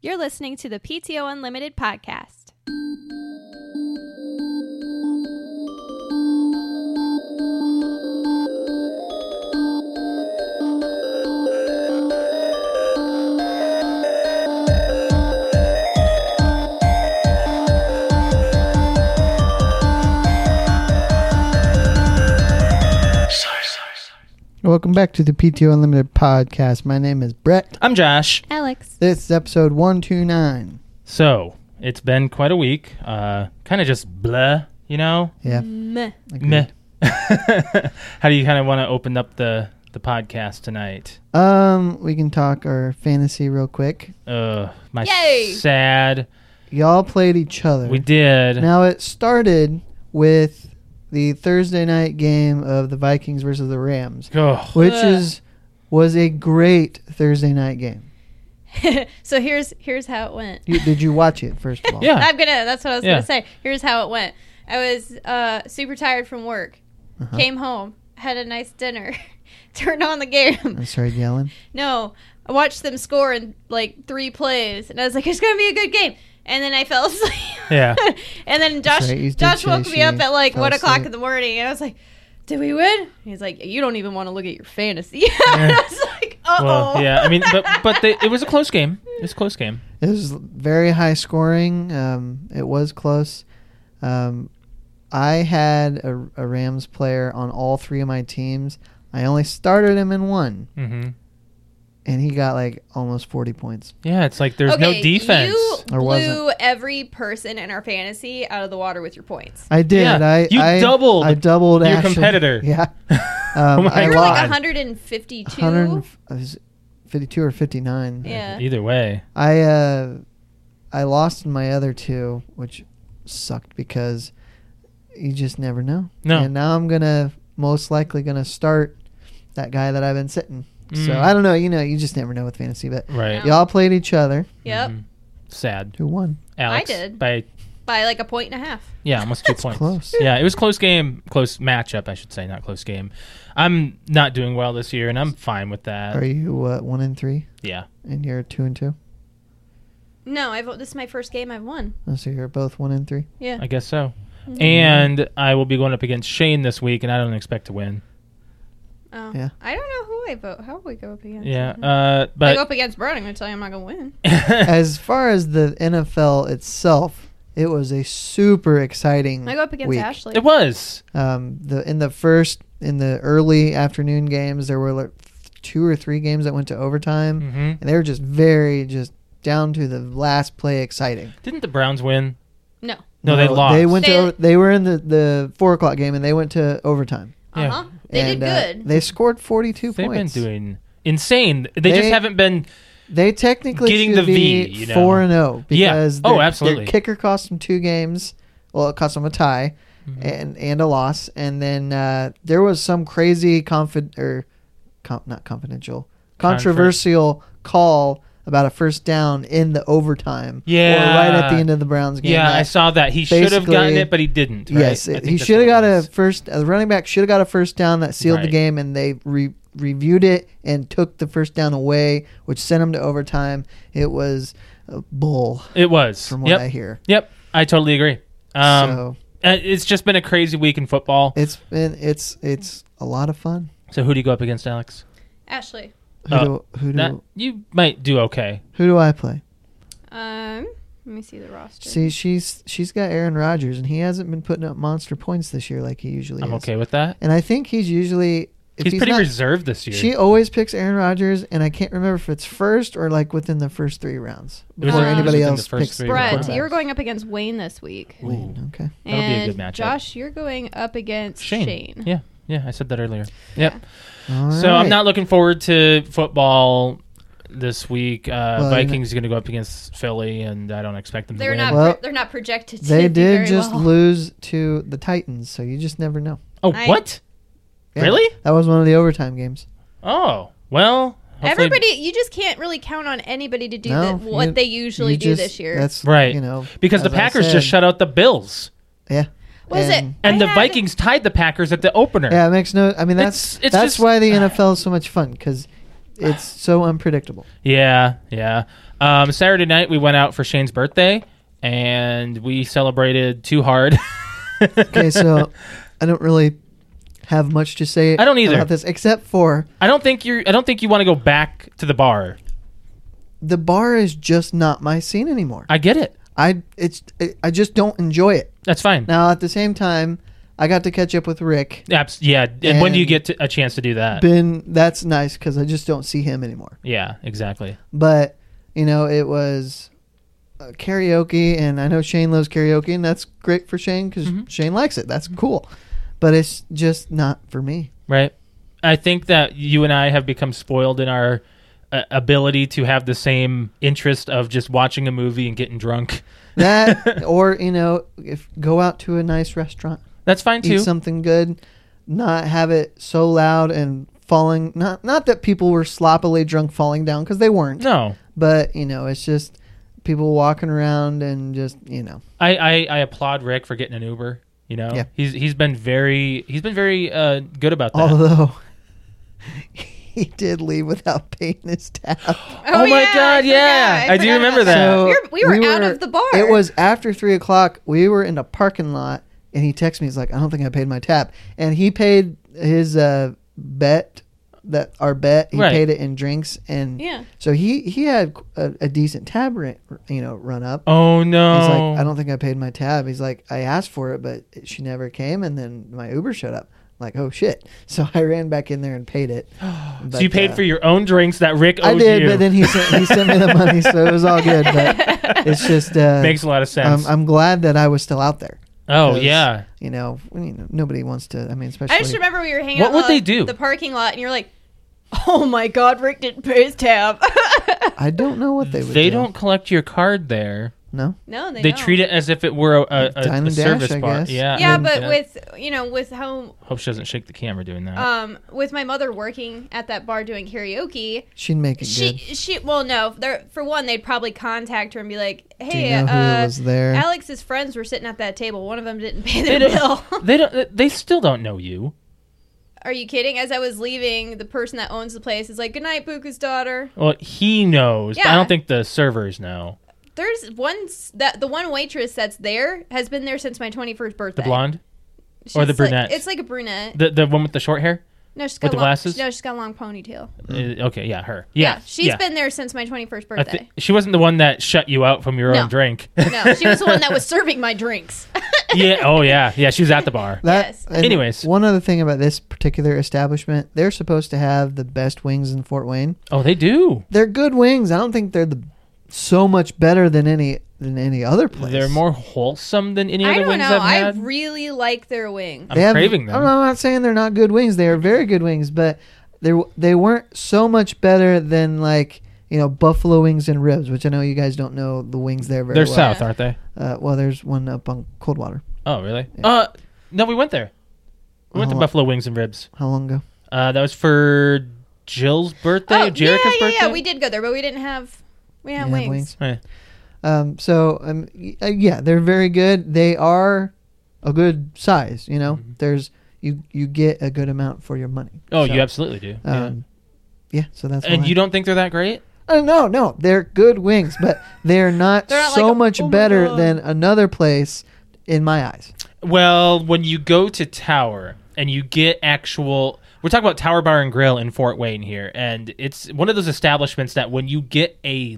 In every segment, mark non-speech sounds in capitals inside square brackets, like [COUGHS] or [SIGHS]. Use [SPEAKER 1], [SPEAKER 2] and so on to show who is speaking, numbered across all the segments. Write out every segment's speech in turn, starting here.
[SPEAKER 1] You're listening to the PTO Unlimited podcast.
[SPEAKER 2] Welcome back to the PTO Unlimited podcast. My name is Brett.
[SPEAKER 3] I'm Josh.
[SPEAKER 1] Alex.
[SPEAKER 2] This is episode 129.
[SPEAKER 3] So it's been quite a week. Uh, kind of just blah, you know.
[SPEAKER 2] Yeah.
[SPEAKER 1] Meh.
[SPEAKER 2] agreed.
[SPEAKER 3] Meh. [LAUGHS] How do you kind of want to open up the the podcast tonight?
[SPEAKER 2] Um, we can talk our fantasy real quick.
[SPEAKER 3] Uh, my
[SPEAKER 1] Yay!
[SPEAKER 3] sad.
[SPEAKER 2] Y'all played each other.
[SPEAKER 3] We did.
[SPEAKER 2] Now it started with the Thursday night game of the Vikings versus the Rams,
[SPEAKER 3] Oh,
[SPEAKER 2] which
[SPEAKER 1] Ugh.
[SPEAKER 2] is was a great Thursday night game.
[SPEAKER 1] [LAUGHS] so here's here's how it went.
[SPEAKER 2] You, did you watch it first
[SPEAKER 3] [LAUGHS]
[SPEAKER 2] of all?
[SPEAKER 3] Yeah.
[SPEAKER 1] I'm gonna. That's what I was
[SPEAKER 3] Yeah.
[SPEAKER 1] gonna say. Here's how it went. I was uh, super tired from work.
[SPEAKER 2] Uh-huh.
[SPEAKER 1] Came home, had a nice dinner, [LAUGHS] turned on the game.
[SPEAKER 2] I started yelling.
[SPEAKER 1] No, I watched them score in like three plays, and I was like, "It's gonna be a good game." And then I fell [LAUGHS] asleep.
[SPEAKER 3] Yeah.
[SPEAKER 1] and then Josh
[SPEAKER 2] right, you did
[SPEAKER 1] Josh
[SPEAKER 2] say
[SPEAKER 1] woke
[SPEAKER 2] she
[SPEAKER 1] me up at like
[SPEAKER 2] fell
[SPEAKER 1] one o'clock
[SPEAKER 2] asleep.
[SPEAKER 1] in the morning, and I was like, "Did we win?" He's like, "You don't even want to look at your fantasy." [LAUGHS] And I was like, "Uh oh."
[SPEAKER 3] Well, yeah. I mean,
[SPEAKER 1] [LAUGHS]
[SPEAKER 3] but but they, it was a close game. It was a close game.
[SPEAKER 2] It was very high scoring. Um, it was close. Um, I had a, a Rams player on all three of my teams. I only started him in one,
[SPEAKER 3] Mm-hmm.
[SPEAKER 2] and he got like almost 40 points.
[SPEAKER 3] Yeah, it's like there's
[SPEAKER 1] [LAUGHS]
[SPEAKER 3] no defense.
[SPEAKER 1] You
[SPEAKER 2] Or
[SPEAKER 1] blew
[SPEAKER 2] wasn't.
[SPEAKER 1] every person in our fantasy out of the water with your points.
[SPEAKER 2] I did.
[SPEAKER 3] Yeah,
[SPEAKER 2] I
[SPEAKER 3] you
[SPEAKER 2] I,
[SPEAKER 3] doubled
[SPEAKER 2] I doubled
[SPEAKER 3] your
[SPEAKER 2] Ashley.
[SPEAKER 3] competitor.
[SPEAKER 2] [LAUGHS] Yeah.
[SPEAKER 3] oh
[SPEAKER 2] Um,
[SPEAKER 3] my
[SPEAKER 2] I
[SPEAKER 1] You're
[SPEAKER 2] lost.
[SPEAKER 1] like
[SPEAKER 3] god.
[SPEAKER 1] 152.
[SPEAKER 2] 100, I was 52 or 59.
[SPEAKER 1] Yeah.
[SPEAKER 3] Either way.
[SPEAKER 2] I uh, I lost my other two, which sucked because you just never know.
[SPEAKER 3] No.
[SPEAKER 2] And now I'm gonna most likely gonna start that guy that I've been sitting. So
[SPEAKER 3] Mm.
[SPEAKER 2] I don't know. You know, you just never know with fantasy. But
[SPEAKER 3] Right.
[SPEAKER 2] y'all played each other.
[SPEAKER 1] Yep.
[SPEAKER 3] Mhm. Sad.
[SPEAKER 2] Who won?
[SPEAKER 3] Alex.
[SPEAKER 1] did.
[SPEAKER 3] By
[SPEAKER 1] By like a point and a half.
[SPEAKER 3] Yeah,
[SPEAKER 1] [LAUGHS]
[SPEAKER 3] almost two points.
[SPEAKER 2] close.
[SPEAKER 3] Yeah, it was close game, close matchup, I should say, not close game. I'm not doing well this year, and I'm fine with that.
[SPEAKER 2] Are you uh, one and three?
[SPEAKER 3] Yeah,
[SPEAKER 2] And you're two and two.
[SPEAKER 1] No, I've this is my first game I've won.
[SPEAKER 2] Oh, so you're both one and three.
[SPEAKER 1] Yeah. Mm-hmm.
[SPEAKER 3] I guess so. And I will be going up against Shane this week, and I don't expect to win.
[SPEAKER 1] Oh.
[SPEAKER 2] Yeah.
[SPEAKER 1] I don't know who I vote. How we go up against?
[SPEAKER 3] Yeah,
[SPEAKER 1] I
[SPEAKER 3] uh,
[SPEAKER 1] go
[SPEAKER 3] but
[SPEAKER 1] up against Brown. I'm gonna tell you I'm not gonna win.
[SPEAKER 2] as far as the NFL itself, it was a super exciting.
[SPEAKER 1] I go up against
[SPEAKER 2] week.
[SPEAKER 1] Ashley.
[SPEAKER 3] [LAUGHS] it was.
[SPEAKER 2] Um, the in the first in the early afternoon games, there were like two or three games that went to overtime,
[SPEAKER 3] hmm
[SPEAKER 2] and they were just very just down to the last play exciting.
[SPEAKER 3] Didn't the Browns win?
[SPEAKER 1] No.
[SPEAKER 3] No, they lost.
[SPEAKER 2] They went
[SPEAKER 1] They-
[SPEAKER 2] to over- they were in the the four o'clock game and they went to overtime.
[SPEAKER 3] Yeah.
[SPEAKER 1] Uh huh. They
[SPEAKER 2] and,
[SPEAKER 1] did
[SPEAKER 2] uh,
[SPEAKER 1] good.
[SPEAKER 2] they scored forty two
[SPEAKER 3] They've
[SPEAKER 2] points.
[SPEAKER 3] been doing insane. They, just
[SPEAKER 2] They-
[SPEAKER 3] haven't been.
[SPEAKER 2] they technically
[SPEAKER 3] getting the
[SPEAKER 2] should be
[SPEAKER 3] V, you know.
[SPEAKER 2] four and zero
[SPEAKER 3] Yeah.
[SPEAKER 2] because
[SPEAKER 3] Oh,
[SPEAKER 2] their-
[SPEAKER 3] absolutely.
[SPEAKER 2] Their kicker cost them two games. Well, it cost them a tie
[SPEAKER 3] Mm-hmm.
[SPEAKER 2] and and a loss, and then uh, there was some crazy confid or com- not confidential controversial call about a first down in the overtime.
[SPEAKER 3] Yeah.
[SPEAKER 2] or right at the end of the Browns game.
[SPEAKER 3] Yeah, I
[SPEAKER 2] That-
[SPEAKER 3] saw that. He should have gotten
[SPEAKER 2] basically-
[SPEAKER 3] it, but he didn't. Right?
[SPEAKER 2] Yes,
[SPEAKER 3] I
[SPEAKER 2] it-
[SPEAKER 3] think
[SPEAKER 2] he
[SPEAKER 3] that's
[SPEAKER 2] should
[SPEAKER 3] what it
[SPEAKER 2] have got a
[SPEAKER 3] was.
[SPEAKER 2] first. The running back should have got a first down that sealed the
[SPEAKER 3] Right.
[SPEAKER 2] game, and they re- reviewed it and took the first down away, which sent him to overtime. It was a bull,
[SPEAKER 3] It was.
[SPEAKER 2] from what
[SPEAKER 3] yep.
[SPEAKER 2] I hear.
[SPEAKER 3] Yep. I totally agree. Um,
[SPEAKER 2] so
[SPEAKER 3] uh, it's just been a crazy week in football.
[SPEAKER 2] it's been it's it's a lot of fun.
[SPEAKER 3] So who do you go up against, Alex?
[SPEAKER 1] Ashley.
[SPEAKER 2] Who
[SPEAKER 3] Oh,
[SPEAKER 2] do who do
[SPEAKER 3] That you might do okay.
[SPEAKER 2] who do I play?
[SPEAKER 1] Um. Let me see the roster.
[SPEAKER 2] See, she's she's got Aaron Rodgers, and he hasn't been putting up monster points this year like he usually
[SPEAKER 3] I'm
[SPEAKER 2] is.
[SPEAKER 3] okay with that.
[SPEAKER 2] And I think he's usually if
[SPEAKER 3] He's,
[SPEAKER 2] he's
[SPEAKER 3] pretty
[SPEAKER 2] not-
[SPEAKER 3] reserved this year.
[SPEAKER 2] She always picks Aaron Rodgers, and I can't remember if it's first or like within the first three rounds
[SPEAKER 3] It was
[SPEAKER 2] before
[SPEAKER 1] like- it was
[SPEAKER 2] anybody
[SPEAKER 3] within the
[SPEAKER 2] else
[SPEAKER 3] first
[SPEAKER 2] picks.
[SPEAKER 3] three
[SPEAKER 1] Brett,
[SPEAKER 3] rounds.
[SPEAKER 2] quarterbacks.
[SPEAKER 1] you're going up against Wayne this week.
[SPEAKER 3] Ooh,
[SPEAKER 2] Okay.
[SPEAKER 3] That'll be a
[SPEAKER 1] and
[SPEAKER 3] good matchup.
[SPEAKER 1] Josh, you're going up against
[SPEAKER 3] Shane.
[SPEAKER 1] Shane.
[SPEAKER 3] Yeah, yeah, I said that earlier.
[SPEAKER 1] Yeah.
[SPEAKER 3] Yep.
[SPEAKER 2] All
[SPEAKER 3] So
[SPEAKER 2] right.
[SPEAKER 3] I'm not looking forward to football this week. Uh,
[SPEAKER 2] you're not-
[SPEAKER 3] Vikings going to go up against Philly, and I don't expect them
[SPEAKER 1] They're
[SPEAKER 3] to win.
[SPEAKER 1] not.
[SPEAKER 2] Well,
[SPEAKER 1] they're not projected. To
[SPEAKER 2] They
[SPEAKER 1] do
[SPEAKER 2] did
[SPEAKER 1] very
[SPEAKER 2] just
[SPEAKER 1] well.
[SPEAKER 2] lose to the Titans, so you just never know.
[SPEAKER 3] oh,
[SPEAKER 1] I-
[SPEAKER 3] what?
[SPEAKER 2] Yeah.
[SPEAKER 3] Really?
[SPEAKER 2] That was one of the overtime games.
[SPEAKER 3] Oh, well. hopefully-
[SPEAKER 1] Everybody, you just can't really count on anybody to do
[SPEAKER 2] No,
[SPEAKER 1] the, what
[SPEAKER 2] you-
[SPEAKER 1] they usually
[SPEAKER 2] You
[SPEAKER 1] do
[SPEAKER 2] just-
[SPEAKER 1] this year.
[SPEAKER 2] That's
[SPEAKER 3] Right.
[SPEAKER 2] You know,
[SPEAKER 3] because the
[SPEAKER 2] as I
[SPEAKER 3] Packers
[SPEAKER 2] said,
[SPEAKER 3] just shut out the Bills,
[SPEAKER 2] Yeah.
[SPEAKER 1] was it?
[SPEAKER 2] and-
[SPEAKER 3] and
[SPEAKER 1] I
[SPEAKER 3] the
[SPEAKER 1] had-
[SPEAKER 3] Vikings tied the Packers at the opener.
[SPEAKER 2] Yeah, it makes no. I mean, that's
[SPEAKER 3] It's- it's
[SPEAKER 2] that's
[SPEAKER 3] just-
[SPEAKER 2] why the NFL is so much fun because
[SPEAKER 3] [SIGHS]
[SPEAKER 2] it's so unpredictable.
[SPEAKER 3] Yeah, yeah. Um, Saturday night we went out for Shane's birthday and we celebrated too hard. [LAUGHS]
[SPEAKER 2] Okay, so I don't really have much to say.
[SPEAKER 3] I don't either.
[SPEAKER 2] about this except for
[SPEAKER 3] I don't think you I don't think you want to go back to the bar.
[SPEAKER 2] the bar is just not my scene anymore.
[SPEAKER 3] I get it.
[SPEAKER 2] I it's it, I just don't enjoy it.
[SPEAKER 3] That's fine.
[SPEAKER 2] Now at the same time, I got to catch up with Rick.
[SPEAKER 3] Abs- yeah. And, when do you
[SPEAKER 2] And-
[SPEAKER 3] get to, a chance to do that?
[SPEAKER 2] Been that's nice because I just don't see him anymore.
[SPEAKER 3] yeah, exactly.
[SPEAKER 2] But you know, it was uh, karaoke, and I know Shane loves karaoke, and that's great for Shane because Shane likes it. That's cool. But it's just not for me.
[SPEAKER 3] Right. I think that you and I have become spoiled in our uh, ability to have the same interest of just watching a movie and getting drunk.
[SPEAKER 2] That or you know, if go out to a nice restaurant,
[SPEAKER 3] That's fine
[SPEAKER 2] eat
[SPEAKER 3] too.
[SPEAKER 2] something good, not have it so loud and falling. Not not that people were sloppily drunk falling down because they weren't.
[SPEAKER 3] no.
[SPEAKER 2] But you know, it's just people walking around and just you know.
[SPEAKER 3] I, I, I applaud Rick for getting an Uber. You know,
[SPEAKER 2] Yeah.
[SPEAKER 3] he's he's been very he's been very uh, good about that.
[SPEAKER 2] Although [LAUGHS] he did leave without paying his tab.
[SPEAKER 3] Oh my
[SPEAKER 1] forgot.
[SPEAKER 3] God, yeah. I do
[SPEAKER 1] forgot
[SPEAKER 3] remember
[SPEAKER 1] about
[SPEAKER 3] that. So,
[SPEAKER 1] we were, we were out of the bar.
[SPEAKER 2] It was after three o'clock. We were in a parking lot, and he texted me. He's like, "I don't think I paid my tab," and he paid his uh, bet that our bet. He
[SPEAKER 3] Right.
[SPEAKER 2] paid it in drinks, and
[SPEAKER 1] Yeah.
[SPEAKER 2] So he he had a, a decent tab, ra- you know, run up.
[SPEAKER 3] Oh
[SPEAKER 2] He's
[SPEAKER 3] no!
[SPEAKER 2] like, I don't think I paid my tab. He's like, I asked for it, but she never came. And then my Uber showed up. I'm like, oh shit! [LAUGHS] So I ran back in there and paid it.
[SPEAKER 3] [GASPS] so
[SPEAKER 2] But,
[SPEAKER 3] you paid
[SPEAKER 2] uh,
[SPEAKER 3] for your own drinks that Rick owed
[SPEAKER 2] I did,
[SPEAKER 3] you.
[SPEAKER 2] but then he sent, he sent me the money, so it was all
[SPEAKER 3] [LAUGHS]
[SPEAKER 2] good. But it's just uh,
[SPEAKER 3] Makes a lot of sense.
[SPEAKER 2] I'm, I'm glad that I was still out there.
[SPEAKER 3] oh
[SPEAKER 2] 'cause,
[SPEAKER 3] yeah,
[SPEAKER 2] You know, you know, nobody wants to. I mean, especially
[SPEAKER 1] I just remember we were hanging
[SPEAKER 3] What
[SPEAKER 1] out
[SPEAKER 3] would
[SPEAKER 1] in
[SPEAKER 3] they do?
[SPEAKER 1] the parking lot, and you're like, "Oh my God, Rick didn't pay his tab." [LAUGHS]
[SPEAKER 2] I don't know what they would.
[SPEAKER 3] they
[SPEAKER 2] do.
[SPEAKER 3] don't collect your card there.
[SPEAKER 2] No,
[SPEAKER 1] no, they,
[SPEAKER 3] They
[SPEAKER 1] don't.
[SPEAKER 3] treat it as if it were a, a, a,
[SPEAKER 2] Dine
[SPEAKER 3] a
[SPEAKER 2] and dash,
[SPEAKER 3] service
[SPEAKER 2] I
[SPEAKER 3] bar.
[SPEAKER 2] guess.
[SPEAKER 3] Yeah,
[SPEAKER 1] Yeah,
[SPEAKER 3] and-
[SPEAKER 1] but with you know, with how
[SPEAKER 3] hope she doesn't shake the camera doing that.
[SPEAKER 1] um with my mother working at that bar doing karaoke,
[SPEAKER 2] she'd make it
[SPEAKER 1] she
[SPEAKER 2] good.
[SPEAKER 1] she well no, there for one they'd probably contact her and be like,
[SPEAKER 2] Do you
[SPEAKER 1] "Hey,
[SPEAKER 2] know who
[SPEAKER 1] uh,
[SPEAKER 2] was there?
[SPEAKER 1] Alex's friends were sitting at that table. One of them didn't pay their
[SPEAKER 3] They
[SPEAKER 1] bill." [LAUGHS]
[SPEAKER 3] don't, they don't. They still don't know you.
[SPEAKER 1] Are you kidding? As I was leaving, the person that owns the place is like, "Good night, Buka's daughter."
[SPEAKER 3] Well, he knows. But I
[SPEAKER 1] Yeah.
[SPEAKER 3] don't think the servers know.
[SPEAKER 1] There's one s- that the one waitress that's there has been there since my 21st birthday.
[SPEAKER 3] The blonde,
[SPEAKER 1] She's
[SPEAKER 3] Or the
[SPEAKER 1] like-
[SPEAKER 3] brunette?
[SPEAKER 1] it's like a brunette.
[SPEAKER 3] the the one with the short hair.
[SPEAKER 1] no, she's got
[SPEAKER 3] with the
[SPEAKER 1] long,
[SPEAKER 3] glasses?
[SPEAKER 1] No, she's got a long ponytail.
[SPEAKER 2] Mm.
[SPEAKER 3] Uh, okay, yeah, her. Yeah,
[SPEAKER 1] she's
[SPEAKER 3] she's
[SPEAKER 1] been there since my 21st
[SPEAKER 3] I
[SPEAKER 1] birthday.
[SPEAKER 3] thi- she wasn't the one that shut you out from your
[SPEAKER 1] No.
[SPEAKER 3] own drink.
[SPEAKER 1] no, she was the one that was [LAUGHS] serving my drinks.
[SPEAKER 3] [LAUGHS]
[SPEAKER 1] [LAUGHS]
[SPEAKER 3] yeah. Oh yeah. Yeah. She was at the bar.
[SPEAKER 2] That-
[SPEAKER 1] Yes.
[SPEAKER 2] and
[SPEAKER 3] Anyways.
[SPEAKER 2] one other thing about this particular establishment, they're supposed to have the best wings in Fort Wayne.
[SPEAKER 3] Oh, they do.
[SPEAKER 2] They're good wings. I don't think they're the so much better than any than any other place.
[SPEAKER 3] They're more wholesome than any
[SPEAKER 1] I
[SPEAKER 3] other
[SPEAKER 1] don't
[SPEAKER 3] wings
[SPEAKER 1] know.
[SPEAKER 3] I've
[SPEAKER 1] I
[SPEAKER 3] had.
[SPEAKER 1] really like their wing.
[SPEAKER 3] I'm craving them.
[SPEAKER 2] I'm not saying they're not good wings. They are very good wings, but they they weren't so much better than like you know buffalo wings and ribs, which I know you guys don't know the wings there very
[SPEAKER 3] They're
[SPEAKER 2] well.
[SPEAKER 3] south, aren't they?
[SPEAKER 2] Uh, well, there's one up on Coldwater.
[SPEAKER 3] Oh, really? Uh, no, we went there. We went to
[SPEAKER 1] Uh-huh.
[SPEAKER 2] Oh.
[SPEAKER 3] Buffalo Wings and Ribs.
[SPEAKER 2] How long ago?
[SPEAKER 3] Uh, that was for Jill's birthday,
[SPEAKER 1] Oh, yeah,
[SPEAKER 3] Jerica's
[SPEAKER 1] yeah,
[SPEAKER 3] birthday.
[SPEAKER 1] yeah. We did go there, but we didn't have we didn't have
[SPEAKER 2] You have
[SPEAKER 1] wings.
[SPEAKER 3] Right.
[SPEAKER 2] Um, so um, y- uh, yeah, they're very good. They are a good size. You know,
[SPEAKER 3] Mm-hmm.
[SPEAKER 2] there's you you get a good amount for your money.
[SPEAKER 3] Oh,
[SPEAKER 2] So,
[SPEAKER 3] you absolutely do.
[SPEAKER 1] Uh,
[SPEAKER 3] Yeah.
[SPEAKER 2] Um, yeah. so that's
[SPEAKER 3] and
[SPEAKER 2] why.
[SPEAKER 3] you don't think they're that great?
[SPEAKER 2] Oh, no, no, they're good wings, but they're not,
[SPEAKER 1] They're not
[SPEAKER 2] so
[SPEAKER 1] like,
[SPEAKER 2] much
[SPEAKER 1] "Oh my
[SPEAKER 2] better
[SPEAKER 1] God."
[SPEAKER 2] than another place in my eyes.
[SPEAKER 3] Well, when you go to Tower and you get actual, we're talking about Tower Bar and Grill in Fort Wayne here, and it's one of those establishments that when you get a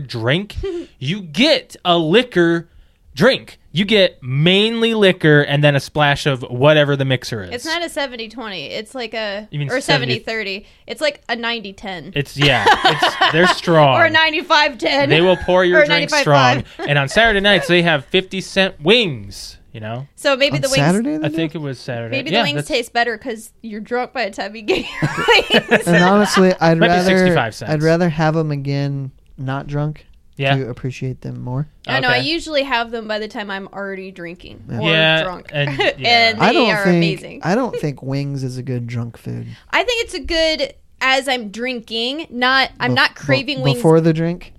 [SPEAKER 1] [LAUGHS]
[SPEAKER 3] drink, you get a liquor drink. You get mainly liquor and then a splash of whatever the mixer is.
[SPEAKER 1] It's not a 70 20. It's like a
[SPEAKER 3] You mean
[SPEAKER 1] or 70
[SPEAKER 3] 70
[SPEAKER 1] 30. It's like a 90 10
[SPEAKER 3] It's yeah. It's, they're strong.
[SPEAKER 1] [LAUGHS] or a 95 10.
[SPEAKER 3] They will pour
[SPEAKER 1] or
[SPEAKER 3] your
[SPEAKER 1] a
[SPEAKER 3] drink
[SPEAKER 1] 95.5.
[SPEAKER 3] strong. And on Saturday nights, they have fifty cent wings. You know,
[SPEAKER 1] So maybe
[SPEAKER 2] On
[SPEAKER 1] the wings
[SPEAKER 2] Saturday, they
[SPEAKER 3] I
[SPEAKER 2] do?
[SPEAKER 3] think it was Saturday.
[SPEAKER 1] Mm-hmm. maybe
[SPEAKER 3] Yeah,
[SPEAKER 1] the wings
[SPEAKER 3] that's-
[SPEAKER 1] taste better cuz you're drunk by the time you get
[SPEAKER 3] [LAUGHS]
[SPEAKER 1] your wings.
[SPEAKER 2] And honestly, I'd
[SPEAKER 3] Might be
[SPEAKER 2] rather
[SPEAKER 3] 65 cents.
[SPEAKER 2] I'd rather have them again not drunk
[SPEAKER 3] Yeah,
[SPEAKER 2] to appreciate them more.
[SPEAKER 1] [LAUGHS] I know. I
[SPEAKER 3] Okay.
[SPEAKER 1] usually have them by the time I'm already drinking or
[SPEAKER 3] Yeah,
[SPEAKER 1] drunk, [LAUGHS] and,
[SPEAKER 3] and- yeah.
[SPEAKER 1] they
[SPEAKER 2] I don't
[SPEAKER 1] are
[SPEAKER 2] think
[SPEAKER 1] amazing. I,
[SPEAKER 2] I don't think [LAUGHS] wings is a good drunk food.
[SPEAKER 1] think it's a good as I'm drinking. Not I'm
[SPEAKER 2] Bef-
[SPEAKER 1] not
[SPEAKER 2] be-
[SPEAKER 1] craving wings
[SPEAKER 2] before the drink.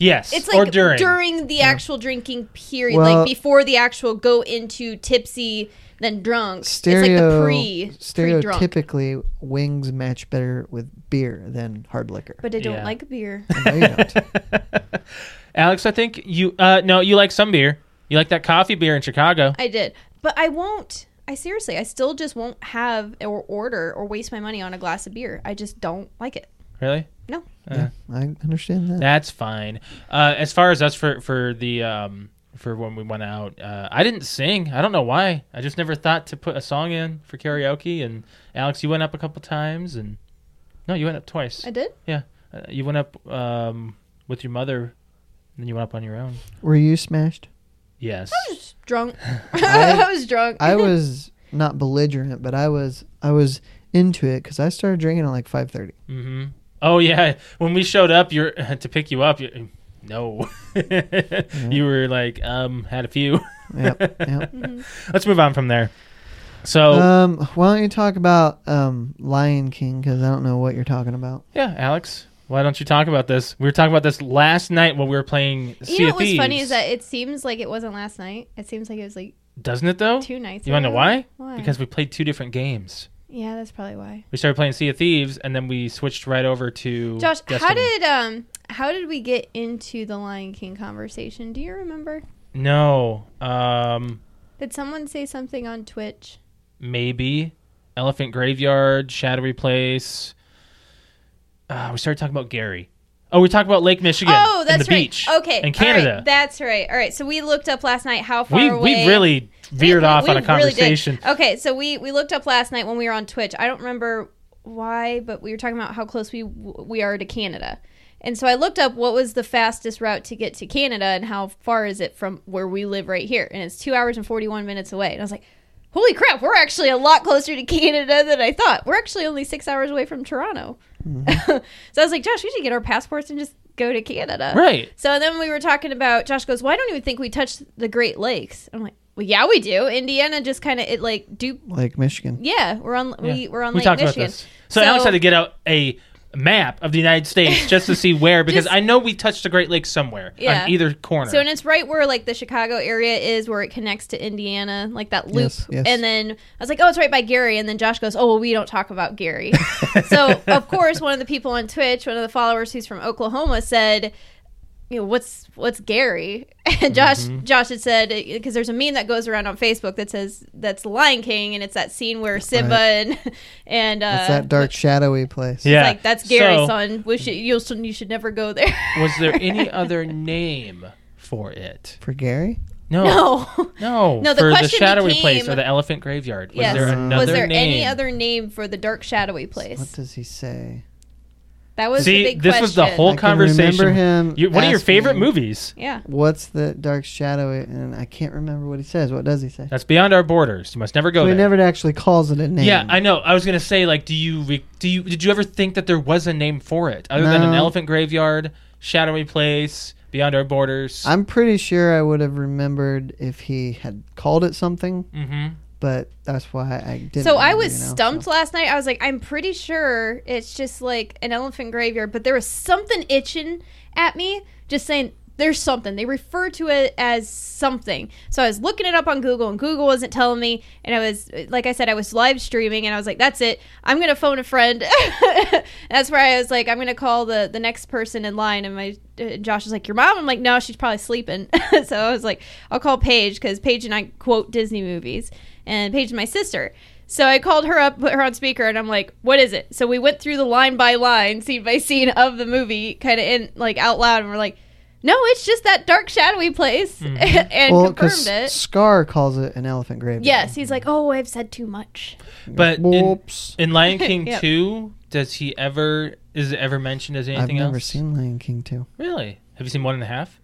[SPEAKER 3] Yes,
[SPEAKER 1] It's like
[SPEAKER 3] or during.
[SPEAKER 1] the actual drinking period,
[SPEAKER 2] Well-
[SPEAKER 1] like before the actual go into tipsy, then drunk. it's like the
[SPEAKER 2] Stereo,
[SPEAKER 1] pre pre-drunk.
[SPEAKER 2] stereotypically, wings match better with beer than hard liquor.
[SPEAKER 1] But I don't
[SPEAKER 3] Yeah.
[SPEAKER 1] like beer.
[SPEAKER 2] I know you
[SPEAKER 3] [LAUGHS]
[SPEAKER 2] don't.
[SPEAKER 3] Alex, I think you. Uh, no, you like some beer. You like that coffee beer in Chicago.
[SPEAKER 1] I did, but I won't. I seriously, I still just won't have or order or waste my money on a glass of beer. I just don't like it.
[SPEAKER 3] Really?
[SPEAKER 1] No,
[SPEAKER 2] Yeah, I understand that.
[SPEAKER 3] That's fine. Uh, as far as us for for the um, for when we went out, uh, I didn't sing. I don't know why. I just never thought to put a song in for karaoke. And Alex, you went up a couple times, and no, you went up twice.
[SPEAKER 1] I did.
[SPEAKER 3] yeah, uh, you went up um, with your mother, and then you went up on your own.
[SPEAKER 2] Were you smashed?
[SPEAKER 3] Yes.
[SPEAKER 1] I was drunk. [LAUGHS]
[SPEAKER 2] I-
[SPEAKER 1] I, was drunk.
[SPEAKER 2] I was not belligerent, but I was I was into it because I started drinking at like five thirty.
[SPEAKER 3] Mm-hmm. Oh yeah, when we showed up, you're [LAUGHS] to pick you up. you no, [LAUGHS] you were like, um, had a few.
[SPEAKER 2] Yep, yep.
[SPEAKER 3] [LAUGHS] Let's move on from there. So
[SPEAKER 2] Um, why don't you talk about um, Lion King? Because I don't know what you're talking about.
[SPEAKER 3] yeah, Alex, why don't you talk about this? We were talking about this last night while we were playing.
[SPEAKER 1] [LAUGHS] You
[SPEAKER 3] Sea
[SPEAKER 1] know
[SPEAKER 3] of
[SPEAKER 1] what was funny
[SPEAKER 3] Thieves.
[SPEAKER 1] is that it seems like it wasn't last night. It seems like it was like
[SPEAKER 3] doesn't it though?
[SPEAKER 1] two nights.
[SPEAKER 3] You want to know
[SPEAKER 1] ago.
[SPEAKER 3] why?
[SPEAKER 1] Why?
[SPEAKER 3] Because we played two different games.
[SPEAKER 1] yeah, that's probably why.
[SPEAKER 3] We started playing Sea of Thieves, and then we switched right over to
[SPEAKER 1] Josh, how
[SPEAKER 3] Destiny.
[SPEAKER 1] did um how did we get into the Lion King conversation? Do you remember?
[SPEAKER 3] no um
[SPEAKER 1] Did someone say something on Twitch?
[SPEAKER 3] maybe Elephant Graveyard, Shadowy Place. Uh, we started talking about Gary. Oh, we talked about Lake Michigan.
[SPEAKER 1] oh,
[SPEAKER 3] and
[SPEAKER 1] that's
[SPEAKER 3] the
[SPEAKER 1] right.
[SPEAKER 3] beach.
[SPEAKER 1] okay,
[SPEAKER 3] and
[SPEAKER 1] all right,
[SPEAKER 3] Canada.
[SPEAKER 1] that's right. All right, so we looked up last night how far
[SPEAKER 3] we
[SPEAKER 1] away.
[SPEAKER 3] we really veered
[SPEAKER 1] We-
[SPEAKER 3] off
[SPEAKER 1] we
[SPEAKER 3] on a
[SPEAKER 1] really did.
[SPEAKER 3] conversation.
[SPEAKER 1] okay, so we we looked up last night when we were on Twitch. I don't remember why, but we were talking about how close we we are to Canada. And so I looked up what was the fastest route to get to Canada and how far is it from where we live right here? And it's 2 hours and 41 minutes away. And I was like, "Holy crap, we're actually a lot closer to [LAUGHS] Canada than I thought. We're actually only 6 hours away from Toronto."
[SPEAKER 3] Mm-hmm.
[SPEAKER 1] [LAUGHS] so I was like, "Josh, we should get our passports and just go to Canada."
[SPEAKER 3] Right.
[SPEAKER 1] So then we were talking about Josh goes, "Well, I don't even think we touched the Great Lakes." I'm like, "Well, yeah, we do. Indiana just kind of it like do
[SPEAKER 2] Like Michigan.
[SPEAKER 1] yeah, we're on we
[SPEAKER 3] Yeah.
[SPEAKER 1] we're on
[SPEAKER 3] we
[SPEAKER 1] Lake
[SPEAKER 3] talked
[SPEAKER 1] Michigan."
[SPEAKER 3] about this. So, Alex had to get out a map of the United States just to see where, because
[SPEAKER 1] Just-
[SPEAKER 3] I know we touched the Great Lakes somewhere
[SPEAKER 1] Yeah.
[SPEAKER 3] on either corner.
[SPEAKER 1] So and it's right where like the Chicago area is where it connects to Indiana, like that loop.
[SPEAKER 2] Yes, yes.
[SPEAKER 1] And then I was like, "Oh, it's right by Gary." And then Josh goes, "Oh, well, we don't talk about
[SPEAKER 2] [LAUGHS]
[SPEAKER 1] Gary." so of course, one of the people on Twitch, one of the followers who's from Oklahoma, said, "You know what's what's Gary?" [LAUGHS] And Josh
[SPEAKER 2] Mm-hmm.
[SPEAKER 1] Josh had said because there's a meme that goes around on Facebook that says that's the Lion King, and it's that scene where Simba and [LAUGHS] and uh,
[SPEAKER 2] It's that dark, shadowy place.
[SPEAKER 1] it's
[SPEAKER 3] yeah,
[SPEAKER 1] like that's Gary's
[SPEAKER 3] So,
[SPEAKER 1] son. We should you should you should never go there.
[SPEAKER 3] Was
[SPEAKER 1] [LAUGHS]
[SPEAKER 3] there any other name for it?
[SPEAKER 2] For Gary?
[SPEAKER 3] No,
[SPEAKER 1] [LAUGHS] no.
[SPEAKER 3] no.
[SPEAKER 1] No, the
[SPEAKER 3] for the
[SPEAKER 1] question
[SPEAKER 3] shadowy place
[SPEAKER 1] became-
[SPEAKER 3] or the elephant graveyard. Was
[SPEAKER 1] Yes.
[SPEAKER 3] there another
[SPEAKER 1] was there
[SPEAKER 3] name?
[SPEAKER 1] any other name for the dark shadowy
[SPEAKER 2] What
[SPEAKER 1] place?
[SPEAKER 2] does he say?
[SPEAKER 1] That was
[SPEAKER 3] See,
[SPEAKER 1] the big
[SPEAKER 3] this
[SPEAKER 1] question.
[SPEAKER 3] was the whole
[SPEAKER 2] I can
[SPEAKER 3] conversation.
[SPEAKER 2] remember him
[SPEAKER 3] You- one of your
[SPEAKER 2] asking-
[SPEAKER 3] favorite movies.
[SPEAKER 1] Yeah.
[SPEAKER 2] What's the dark shadowy? And I can't remember what he says. What does he say?
[SPEAKER 3] That's beyond our borders. You must never go
[SPEAKER 2] So he
[SPEAKER 3] there.
[SPEAKER 2] never actually calls it a name.
[SPEAKER 3] yeah, I know. I was gonna say, like, do you re- do you did you ever think that there was a name for it other than an
[SPEAKER 2] No.
[SPEAKER 3] elephant graveyard, shadowy place, beyond our borders?
[SPEAKER 2] I'm pretty sure I would have remembered if he had called it something,
[SPEAKER 3] mm-hmm.
[SPEAKER 2] but that's why I didn't.
[SPEAKER 1] So I
[SPEAKER 2] remember,
[SPEAKER 1] was
[SPEAKER 2] you know,
[SPEAKER 1] stumped
[SPEAKER 2] so.
[SPEAKER 1] last night. I was like, I'm pretty sure it's just like an elephant graveyard, but there was something itching at me, just saying there's something. They refer to it as something. So I was looking it up on Google, and Google wasn't telling me. And I was, like I said, I was live streaming, and I was like, that's it. I'm gonna phone a friend. [LAUGHS] that's where I was like, I'm gonna call the the next person in line. And my uh, Josh was like, your mom. I'm like, no, she's probably sleeping. [LAUGHS] so I was like, I'll call Paige because Paige and I quote Disney movies, and Paige is my sister. So I called her up, put her on speaker, and I'm like, "What is it?" So we went through the line by line, scene by scene of the movie, kind of in like out loud, and we're like, "No, it's just that dark shadowy place,"
[SPEAKER 3] Mm-hmm.
[SPEAKER 1] [LAUGHS] and
[SPEAKER 2] Well,
[SPEAKER 1] confirmed
[SPEAKER 2] because
[SPEAKER 1] it.
[SPEAKER 2] Scar calls it an elephant grave.
[SPEAKER 1] Yes, he's like, "Oh, I've said too much."
[SPEAKER 3] But in,
[SPEAKER 2] Whoops.
[SPEAKER 3] in
[SPEAKER 1] [LAUGHS]
[SPEAKER 3] Lion King
[SPEAKER 1] Yep.
[SPEAKER 3] two, does he ever is it ever mentioned as
[SPEAKER 2] I've
[SPEAKER 3] anything
[SPEAKER 2] never
[SPEAKER 3] else?
[SPEAKER 2] seen Lion King 2.
[SPEAKER 3] Really? Have you seen one and a half?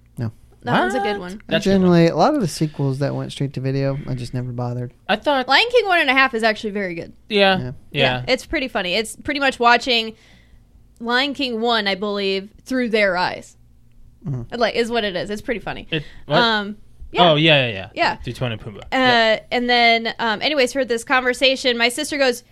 [SPEAKER 1] That one's a good
[SPEAKER 3] What?
[SPEAKER 1] one.
[SPEAKER 2] I
[SPEAKER 3] a good one.
[SPEAKER 2] generally, a lot of the sequels that went straight to video, I just never bothered.
[SPEAKER 3] I thought.
[SPEAKER 1] Lion King one and a half is actually very good.
[SPEAKER 3] Yeah.
[SPEAKER 2] Yeah.
[SPEAKER 3] Yeah.
[SPEAKER 1] it's pretty funny. It's pretty much watching Lion King one, I believe, through their eyes. Like is what it is. It's pretty funny.
[SPEAKER 3] It- what?
[SPEAKER 1] Um, yeah.
[SPEAKER 3] Oh yeah, yeah, yeah.
[SPEAKER 1] Yeah.
[SPEAKER 3] Dutone and
[SPEAKER 1] Uh,
[SPEAKER 3] Pumbaa. Yeah.
[SPEAKER 1] and then um, anyways for this conversation my sister goes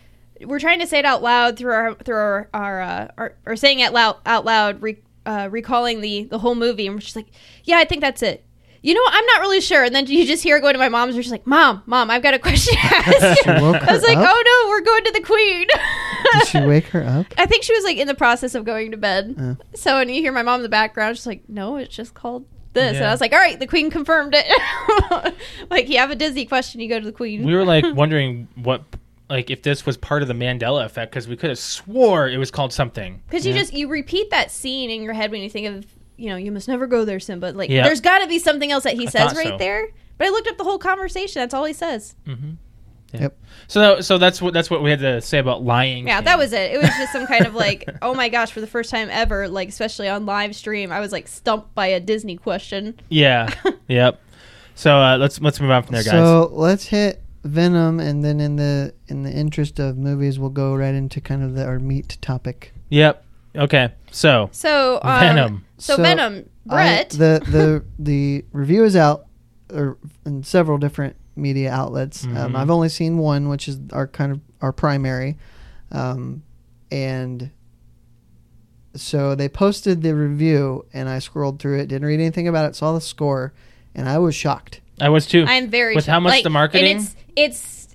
[SPEAKER 1] we're trying to say it out loud through our through our our, uh, our, or saying it loud out loud re- uh, recalling the the whole movie, and she's like, "Yeah, I think that's it." You know, what? I'm not really sure. And then you just hear her going to my mom's, and she's like, "Mom, mom, I've got a question." to ask you."
[SPEAKER 2] woke
[SPEAKER 1] I was
[SPEAKER 2] her
[SPEAKER 1] like,
[SPEAKER 2] up?
[SPEAKER 1] "Oh no, we're going to the queen." [LAUGHS]
[SPEAKER 2] Did she wake
[SPEAKER 3] [LAUGHS]
[SPEAKER 2] her up?
[SPEAKER 1] I think she was like in the process of going to bed.
[SPEAKER 2] Oh.
[SPEAKER 1] So when you hear my mom in the background, she's like, "No, it's just called this." And
[SPEAKER 3] Yeah.
[SPEAKER 1] I was like, "All right, the queen confirmed it." [LAUGHS] like you have a Disney question, you go to the queen.
[SPEAKER 3] we
[SPEAKER 1] [LAUGHS]
[SPEAKER 3] were like wondering what like if this was part of the Mandela effect because we could have swore it was called something.
[SPEAKER 1] Because you
[SPEAKER 2] Yeah.
[SPEAKER 1] just you repeat that scene in your head when you think of you know you must never go there, Simba. Like
[SPEAKER 3] Yeah.
[SPEAKER 1] there's got to be something else that he
[SPEAKER 3] I
[SPEAKER 1] says
[SPEAKER 3] thought
[SPEAKER 1] right
[SPEAKER 3] so.
[SPEAKER 1] there. But I looked up the whole conversation. That's all he says.
[SPEAKER 3] Mm-hmm. So so that's what that's what we had to say about lying.
[SPEAKER 1] Yeah, that was it. It was just some kind of like, oh my gosh, for the first time ever, like especially on live stream, I was like stumped by a Disney question.
[SPEAKER 3] [LAUGHS] yeah. yep. So uh, let's let's move on from there, guys.
[SPEAKER 2] So let's hit Venom, and then in the in the interest of movies, we'll go right into kind of the, our meat topic.
[SPEAKER 3] yep. Okay. So
[SPEAKER 1] So um,
[SPEAKER 3] Venom.
[SPEAKER 1] So,
[SPEAKER 2] So,
[SPEAKER 1] Venom, Brett.
[SPEAKER 2] I, the the the review is out, or in several different media outlets. Um,
[SPEAKER 3] Mhm.
[SPEAKER 2] I've only seen one, which is our kind of our primary, um, and so they posted the review, and I scrolled through it, didn't read anything about it, saw the score, and I was shocked.
[SPEAKER 3] I was [LAUGHS] too.
[SPEAKER 1] I'm very
[SPEAKER 3] With how much the marketing?
[SPEAKER 1] And it's it's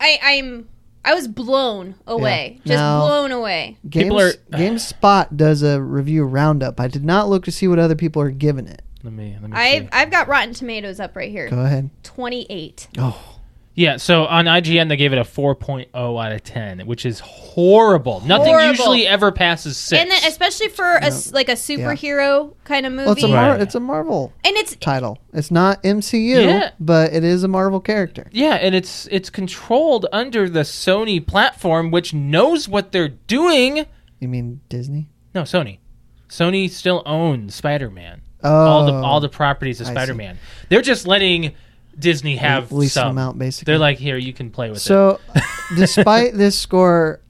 [SPEAKER 1] I I'm I was blown away, just
[SPEAKER 2] Now-
[SPEAKER 1] blown away.
[SPEAKER 2] Games,
[SPEAKER 3] People are- uh,
[SPEAKER 2] GameSpot does a review roundup. I did not look to see what other people are giving it.
[SPEAKER 3] let me let me
[SPEAKER 1] I've
[SPEAKER 3] see.
[SPEAKER 1] I've got Rotten Tomatoes up right here,
[SPEAKER 2] Go ahead.
[SPEAKER 1] twenty eight.
[SPEAKER 2] Oh,
[SPEAKER 3] Yeah, so on IGN they gave it a 4.0 out of 10, which is horrible. Nothing
[SPEAKER 1] Horrible.
[SPEAKER 3] usually ever passes 6.
[SPEAKER 1] And then, especially for a s like a superhero kind of movie,
[SPEAKER 2] well, it's a
[SPEAKER 3] Right.
[SPEAKER 2] Mar- it's a Marvel
[SPEAKER 1] and it's
[SPEAKER 2] title. It's not MCU,
[SPEAKER 3] Yeah.
[SPEAKER 2] but it is a Marvel character.
[SPEAKER 3] yeah, and it's it's controlled under the Sony platform which knows what they're doing.
[SPEAKER 2] You mean Disney?
[SPEAKER 3] No, Sony. Sony still owns Spider-Man.
[SPEAKER 2] Oh,
[SPEAKER 3] all the all the properties of
[SPEAKER 2] I see.
[SPEAKER 3] Spider-Man. They're just letting Disney have
[SPEAKER 2] lease
[SPEAKER 3] some.
[SPEAKER 2] them out basically.
[SPEAKER 3] They're like, "Here, you can play with it."
[SPEAKER 2] so, [LAUGHS] despite this score,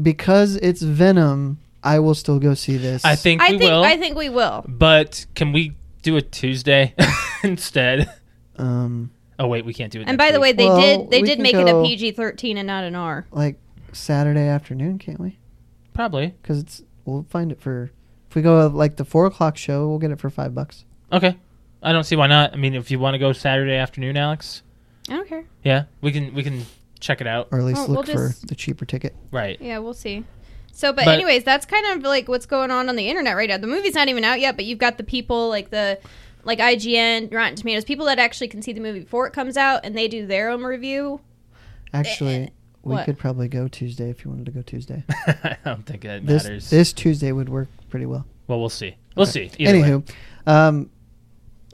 [SPEAKER 2] because it's Venom, I will still go see this.
[SPEAKER 3] [LAUGHS] I think
[SPEAKER 1] I
[SPEAKER 3] we
[SPEAKER 1] think
[SPEAKER 3] will.
[SPEAKER 1] I think we will.
[SPEAKER 3] but can we do a Tuesday [LAUGHS] instead?
[SPEAKER 2] um,
[SPEAKER 3] Oh wait, we can't do it.
[SPEAKER 1] And
[SPEAKER 3] next
[SPEAKER 1] by the
[SPEAKER 3] week.
[SPEAKER 1] way, they
[SPEAKER 2] Well,
[SPEAKER 1] did they
[SPEAKER 2] we
[SPEAKER 1] did
[SPEAKER 2] can
[SPEAKER 1] make
[SPEAKER 2] go-
[SPEAKER 1] it a PG thirteen and not an R.
[SPEAKER 2] like Saturday afternoon, can't we?
[SPEAKER 3] probably
[SPEAKER 2] Because it's we'll find it for if we go like the four o'clock show, we'll get it for five bucks.
[SPEAKER 3] okay. I don't see why not. I mean, if you want to go Saturday afternoon, Alex,
[SPEAKER 1] I don't care.
[SPEAKER 3] yeah, we can we can check it out.
[SPEAKER 2] or at least
[SPEAKER 1] Well,
[SPEAKER 2] look
[SPEAKER 1] Oh, we'll
[SPEAKER 2] for
[SPEAKER 1] just-
[SPEAKER 2] the cheaper ticket.
[SPEAKER 3] Right.
[SPEAKER 1] Yeah, we'll see. So, but,
[SPEAKER 3] But-
[SPEAKER 1] anyways, that's kind of like what's going on on the internet right now. The movie's not even out yet, but you've got the people like the like IGN, Rotten Tomatoes, people that actually can see the movie before it comes out, and they do their own review.
[SPEAKER 2] Actually, we
[SPEAKER 1] Eh, What?
[SPEAKER 2] could probably go Tuesday if you wanted to go Tuesday.
[SPEAKER 3] [LAUGHS] I don't think that
[SPEAKER 2] this
[SPEAKER 3] matters.
[SPEAKER 2] this Tuesday would work pretty well.
[SPEAKER 3] well, we'll see. We'll see. Either way.
[SPEAKER 2] Anywho, um,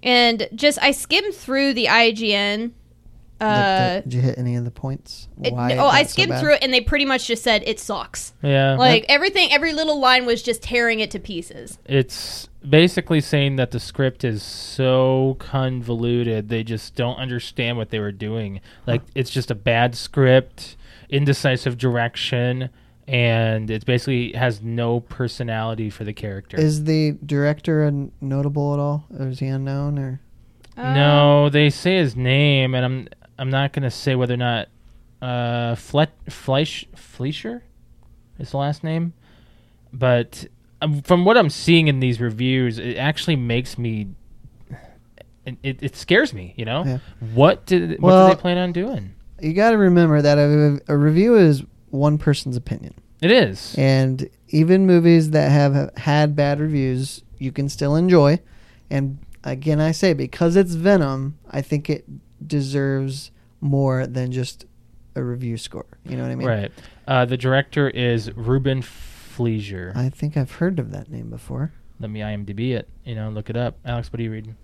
[SPEAKER 1] And just I skimmed through the IGN.
[SPEAKER 2] like
[SPEAKER 1] Uh,
[SPEAKER 2] the- did you hit any of the points?
[SPEAKER 1] it-
[SPEAKER 2] Why it
[SPEAKER 1] oh, I
[SPEAKER 2] got so
[SPEAKER 1] skimmed
[SPEAKER 2] bad? Uh-huh.
[SPEAKER 1] through it, and they pretty much just said it sucks.
[SPEAKER 3] yeah,
[SPEAKER 1] Like everything, every little line was just tearing it to pieces.
[SPEAKER 3] it's basically saying that the script is so convoluted they just don't understand what they were doing like it's just a bad script indecisive direction and it basically has no personality for the character
[SPEAKER 2] Is the director a notable at all, or is he unknown? Or Uh,
[SPEAKER 3] no they say his name and i'm i'm not gonna say whether or not uh Flet- Fleisch- fleischer is the last name but um, from what i'm seeing in these reviews it actually makes me it, it, it scares me you know
[SPEAKER 2] Yeah.
[SPEAKER 3] what did what
[SPEAKER 2] Well-
[SPEAKER 3] do they plan on doing
[SPEAKER 2] you got to remember that a, a review is one person's opinion,
[SPEAKER 3] it is
[SPEAKER 2] and even movies that have had bad reviews, you can still enjoy. And again, I say because it's Venom, I think it deserves more than just a review score. You know what I mean?
[SPEAKER 3] right uh, the director is ruben fleischer
[SPEAKER 2] I think I've heard of that name before.
[SPEAKER 3] let me imdb it you know look it up alex what are you reading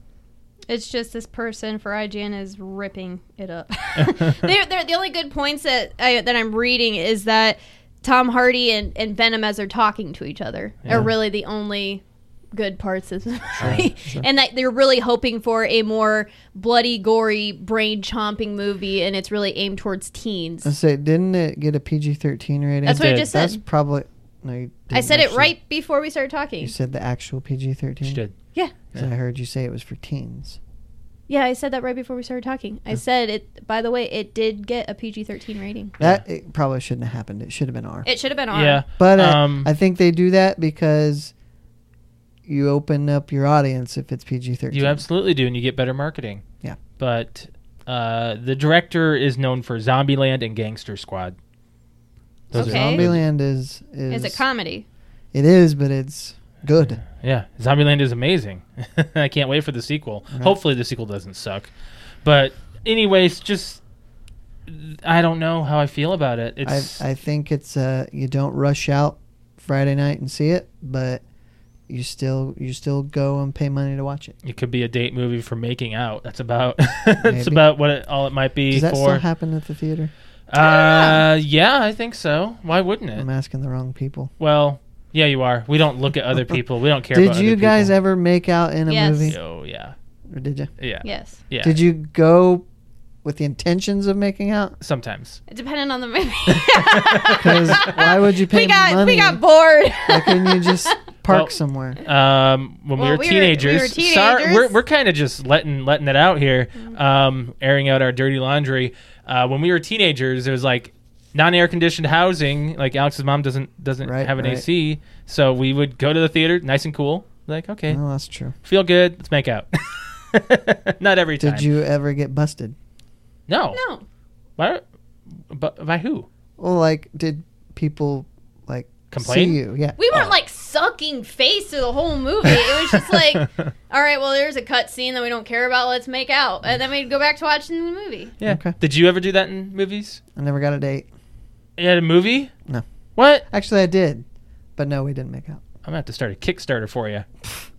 [SPEAKER 1] It's just this person for IGN is ripping it up. [LAUGHS] they're, they're, the only good points that I, that I'm reading is that Tom Hardy and, and Venom as they're talking to each other
[SPEAKER 3] Yeah.
[SPEAKER 1] are really the only good parts of the movie, and that they're really hoping for a more bloody, gory, brain chomping movie, and it's really aimed towards teens.
[SPEAKER 2] I say, didn't it get a PG thirteen rating?
[SPEAKER 1] That's what I
[SPEAKER 3] did.
[SPEAKER 1] just said.
[SPEAKER 2] That's probably no. You
[SPEAKER 1] I
[SPEAKER 2] didn't
[SPEAKER 1] said it
[SPEAKER 2] actually.
[SPEAKER 1] right before we started
[SPEAKER 2] You
[SPEAKER 1] talking.
[SPEAKER 2] said the actual PG thirteen.
[SPEAKER 3] she did
[SPEAKER 2] I heard you say it was for teens.
[SPEAKER 1] Yeah, I said that right before we started talking. I said it. By the way, it did get a PG-13 rating.
[SPEAKER 2] That it probably shouldn't have happened. It should have been R.
[SPEAKER 3] um,
[SPEAKER 1] It should have been R.
[SPEAKER 3] yeah
[SPEAKER 2] but I,
[SPEAKER 3] um,
[SPEAKER 2] I think they do that because you open up your audience if it's PG thirteen.
[SPEAKER 3] You absolutely do, and you get better marketing.
[SPEAKER 2] Yeah.
[SPEAKER 3] But uh, the director is known for Zombieland and Gangster Squad. Those
[SPEAKER 1] Okay.
[SPEAKER 3] are-
[SPEAKER 2] Zombieland is is
[SPEAKER 1] Is it comedy?
[SPEAKER 2] it is, but it's good.
[SPEAKER 3] Yeah, Zombieland is amazing. [LAUGHS] I can't wait for the sequel. Hopefully, the sequel doesn't suck. But anyways, just I don't know how I feel about it.
[SPEAKER 2] I
[SPEAKER 3] It's
[SPEAKER 2] I think it's uh you don't rush out Friday night and see it, but you still you still go and pay money to watch it.
[SPEAKER 3] it could be a date movie for making out. That's about [LAUGHS] that's
[SPEAKER 2] Maybe.
[SPEAKER 3] about what it, all it might be
[SPEAKER 2] Does that
[SPEAKER 3] for.
[SPEAKER 2] still happen at the theater?
[SPEAKER 3] uh, yeah, I think so. Why wouldn't it?
[SPEAKER 2] I'm asking the wrong people.
[SPEAKER 3] Well, yeah, you are. We don't look at
[SPEAKER 2] [LAUGHS]
[SPEAKER 3] other people. We don't care.
[SPEAKER 2] Did
[SPEAKER 3] about
[SPEAKER 2] you
[SPEAKER 3] other
[SPEAKER 2] guys
[SPEAKER 3] people.
[SPEAKER 2] ever make out in a
[SPEAKER 1] Yes.
[SPEAKER 2] movie?
[SPEAKER 3] Oh yeah,
[SPEAKER 2] Or did you?
[SPEAKER 3] yeah, yeah.
[SPEAKER 1] Yes.
[SPEAKER 2] Did you go with the intentions of making out?
[SPEAKER 3] Sometimes
[SPEAKER 1] Depending on the [LAUGHS] movie.
[SPEAKER 2] Because why would you pay
[SPEAKER 1] we got
[SPEAKER 2] money?
[SPEAKER 1] we got bored.
[SPEAKER 2] why couldn't you just park
[SPEAKER 3] Well-
[SPEAKER 2] somewhere?
[SPEAKER 3] um, when
[SPEAKER 1] Well, we were- we
[SPEAKER 3] we were
[SPEAKER 1] were
[SPEAKER 3] teenagers, Sorry,
[SPEAKER 1] teenagers.
[SPEAKER 3] we're, we're kind of just letting letting it out here, um, airing out our dirty laundry. Uh, when we were teenagers, it was like non-air conditioned housing. Like Alex's mom doesn't doesn't
[SPEAKER 2] Right,
[SPEAKER 3] have an
[SPEAKER 2] right.
[SPEAKER 3] AC, so we would go to the theater, nice and cool. Like okay,
[SPEAKER 2] No, Oh, that's true.
[SPEAKER 3] feel good, let's make out. [LAUGHS] Not every time.
[SPEAKER 2] Did you ever get busted?
[SPEAKER 3] No.
[SPEAKER 1] [LAUGHS] no.
[SPEAKER 3] Why, but by who?
[SPEAKER 2] Well, like, did people like
[SPEAKER 3] Complain?
[SPEAKER 2] see you? Yeah.
[SPEAKER 1] We weren't like sucking face through the whole movie. It was just [LAUGHS] like, all right, well, there's a cut scene that we don't care about. Let's make out, and then we'd go back to watching the movie.
[SPEAKER 3] [LAUGHS] Yeah.
[SPEAKER 2] Okay.
[SPEAKER 3] Did you ever do that in movies?
[SPEAKER 2] I never got a date.
[SPEAKER 3] At a movie?
[SPEAKER 2] No.
[SPEAKER 3] What?
[SPEAKER 2] Actually, I did, but no, we didn't make out.
[SPEAKER 3] I'm gonna have to start a Kickstarter for you.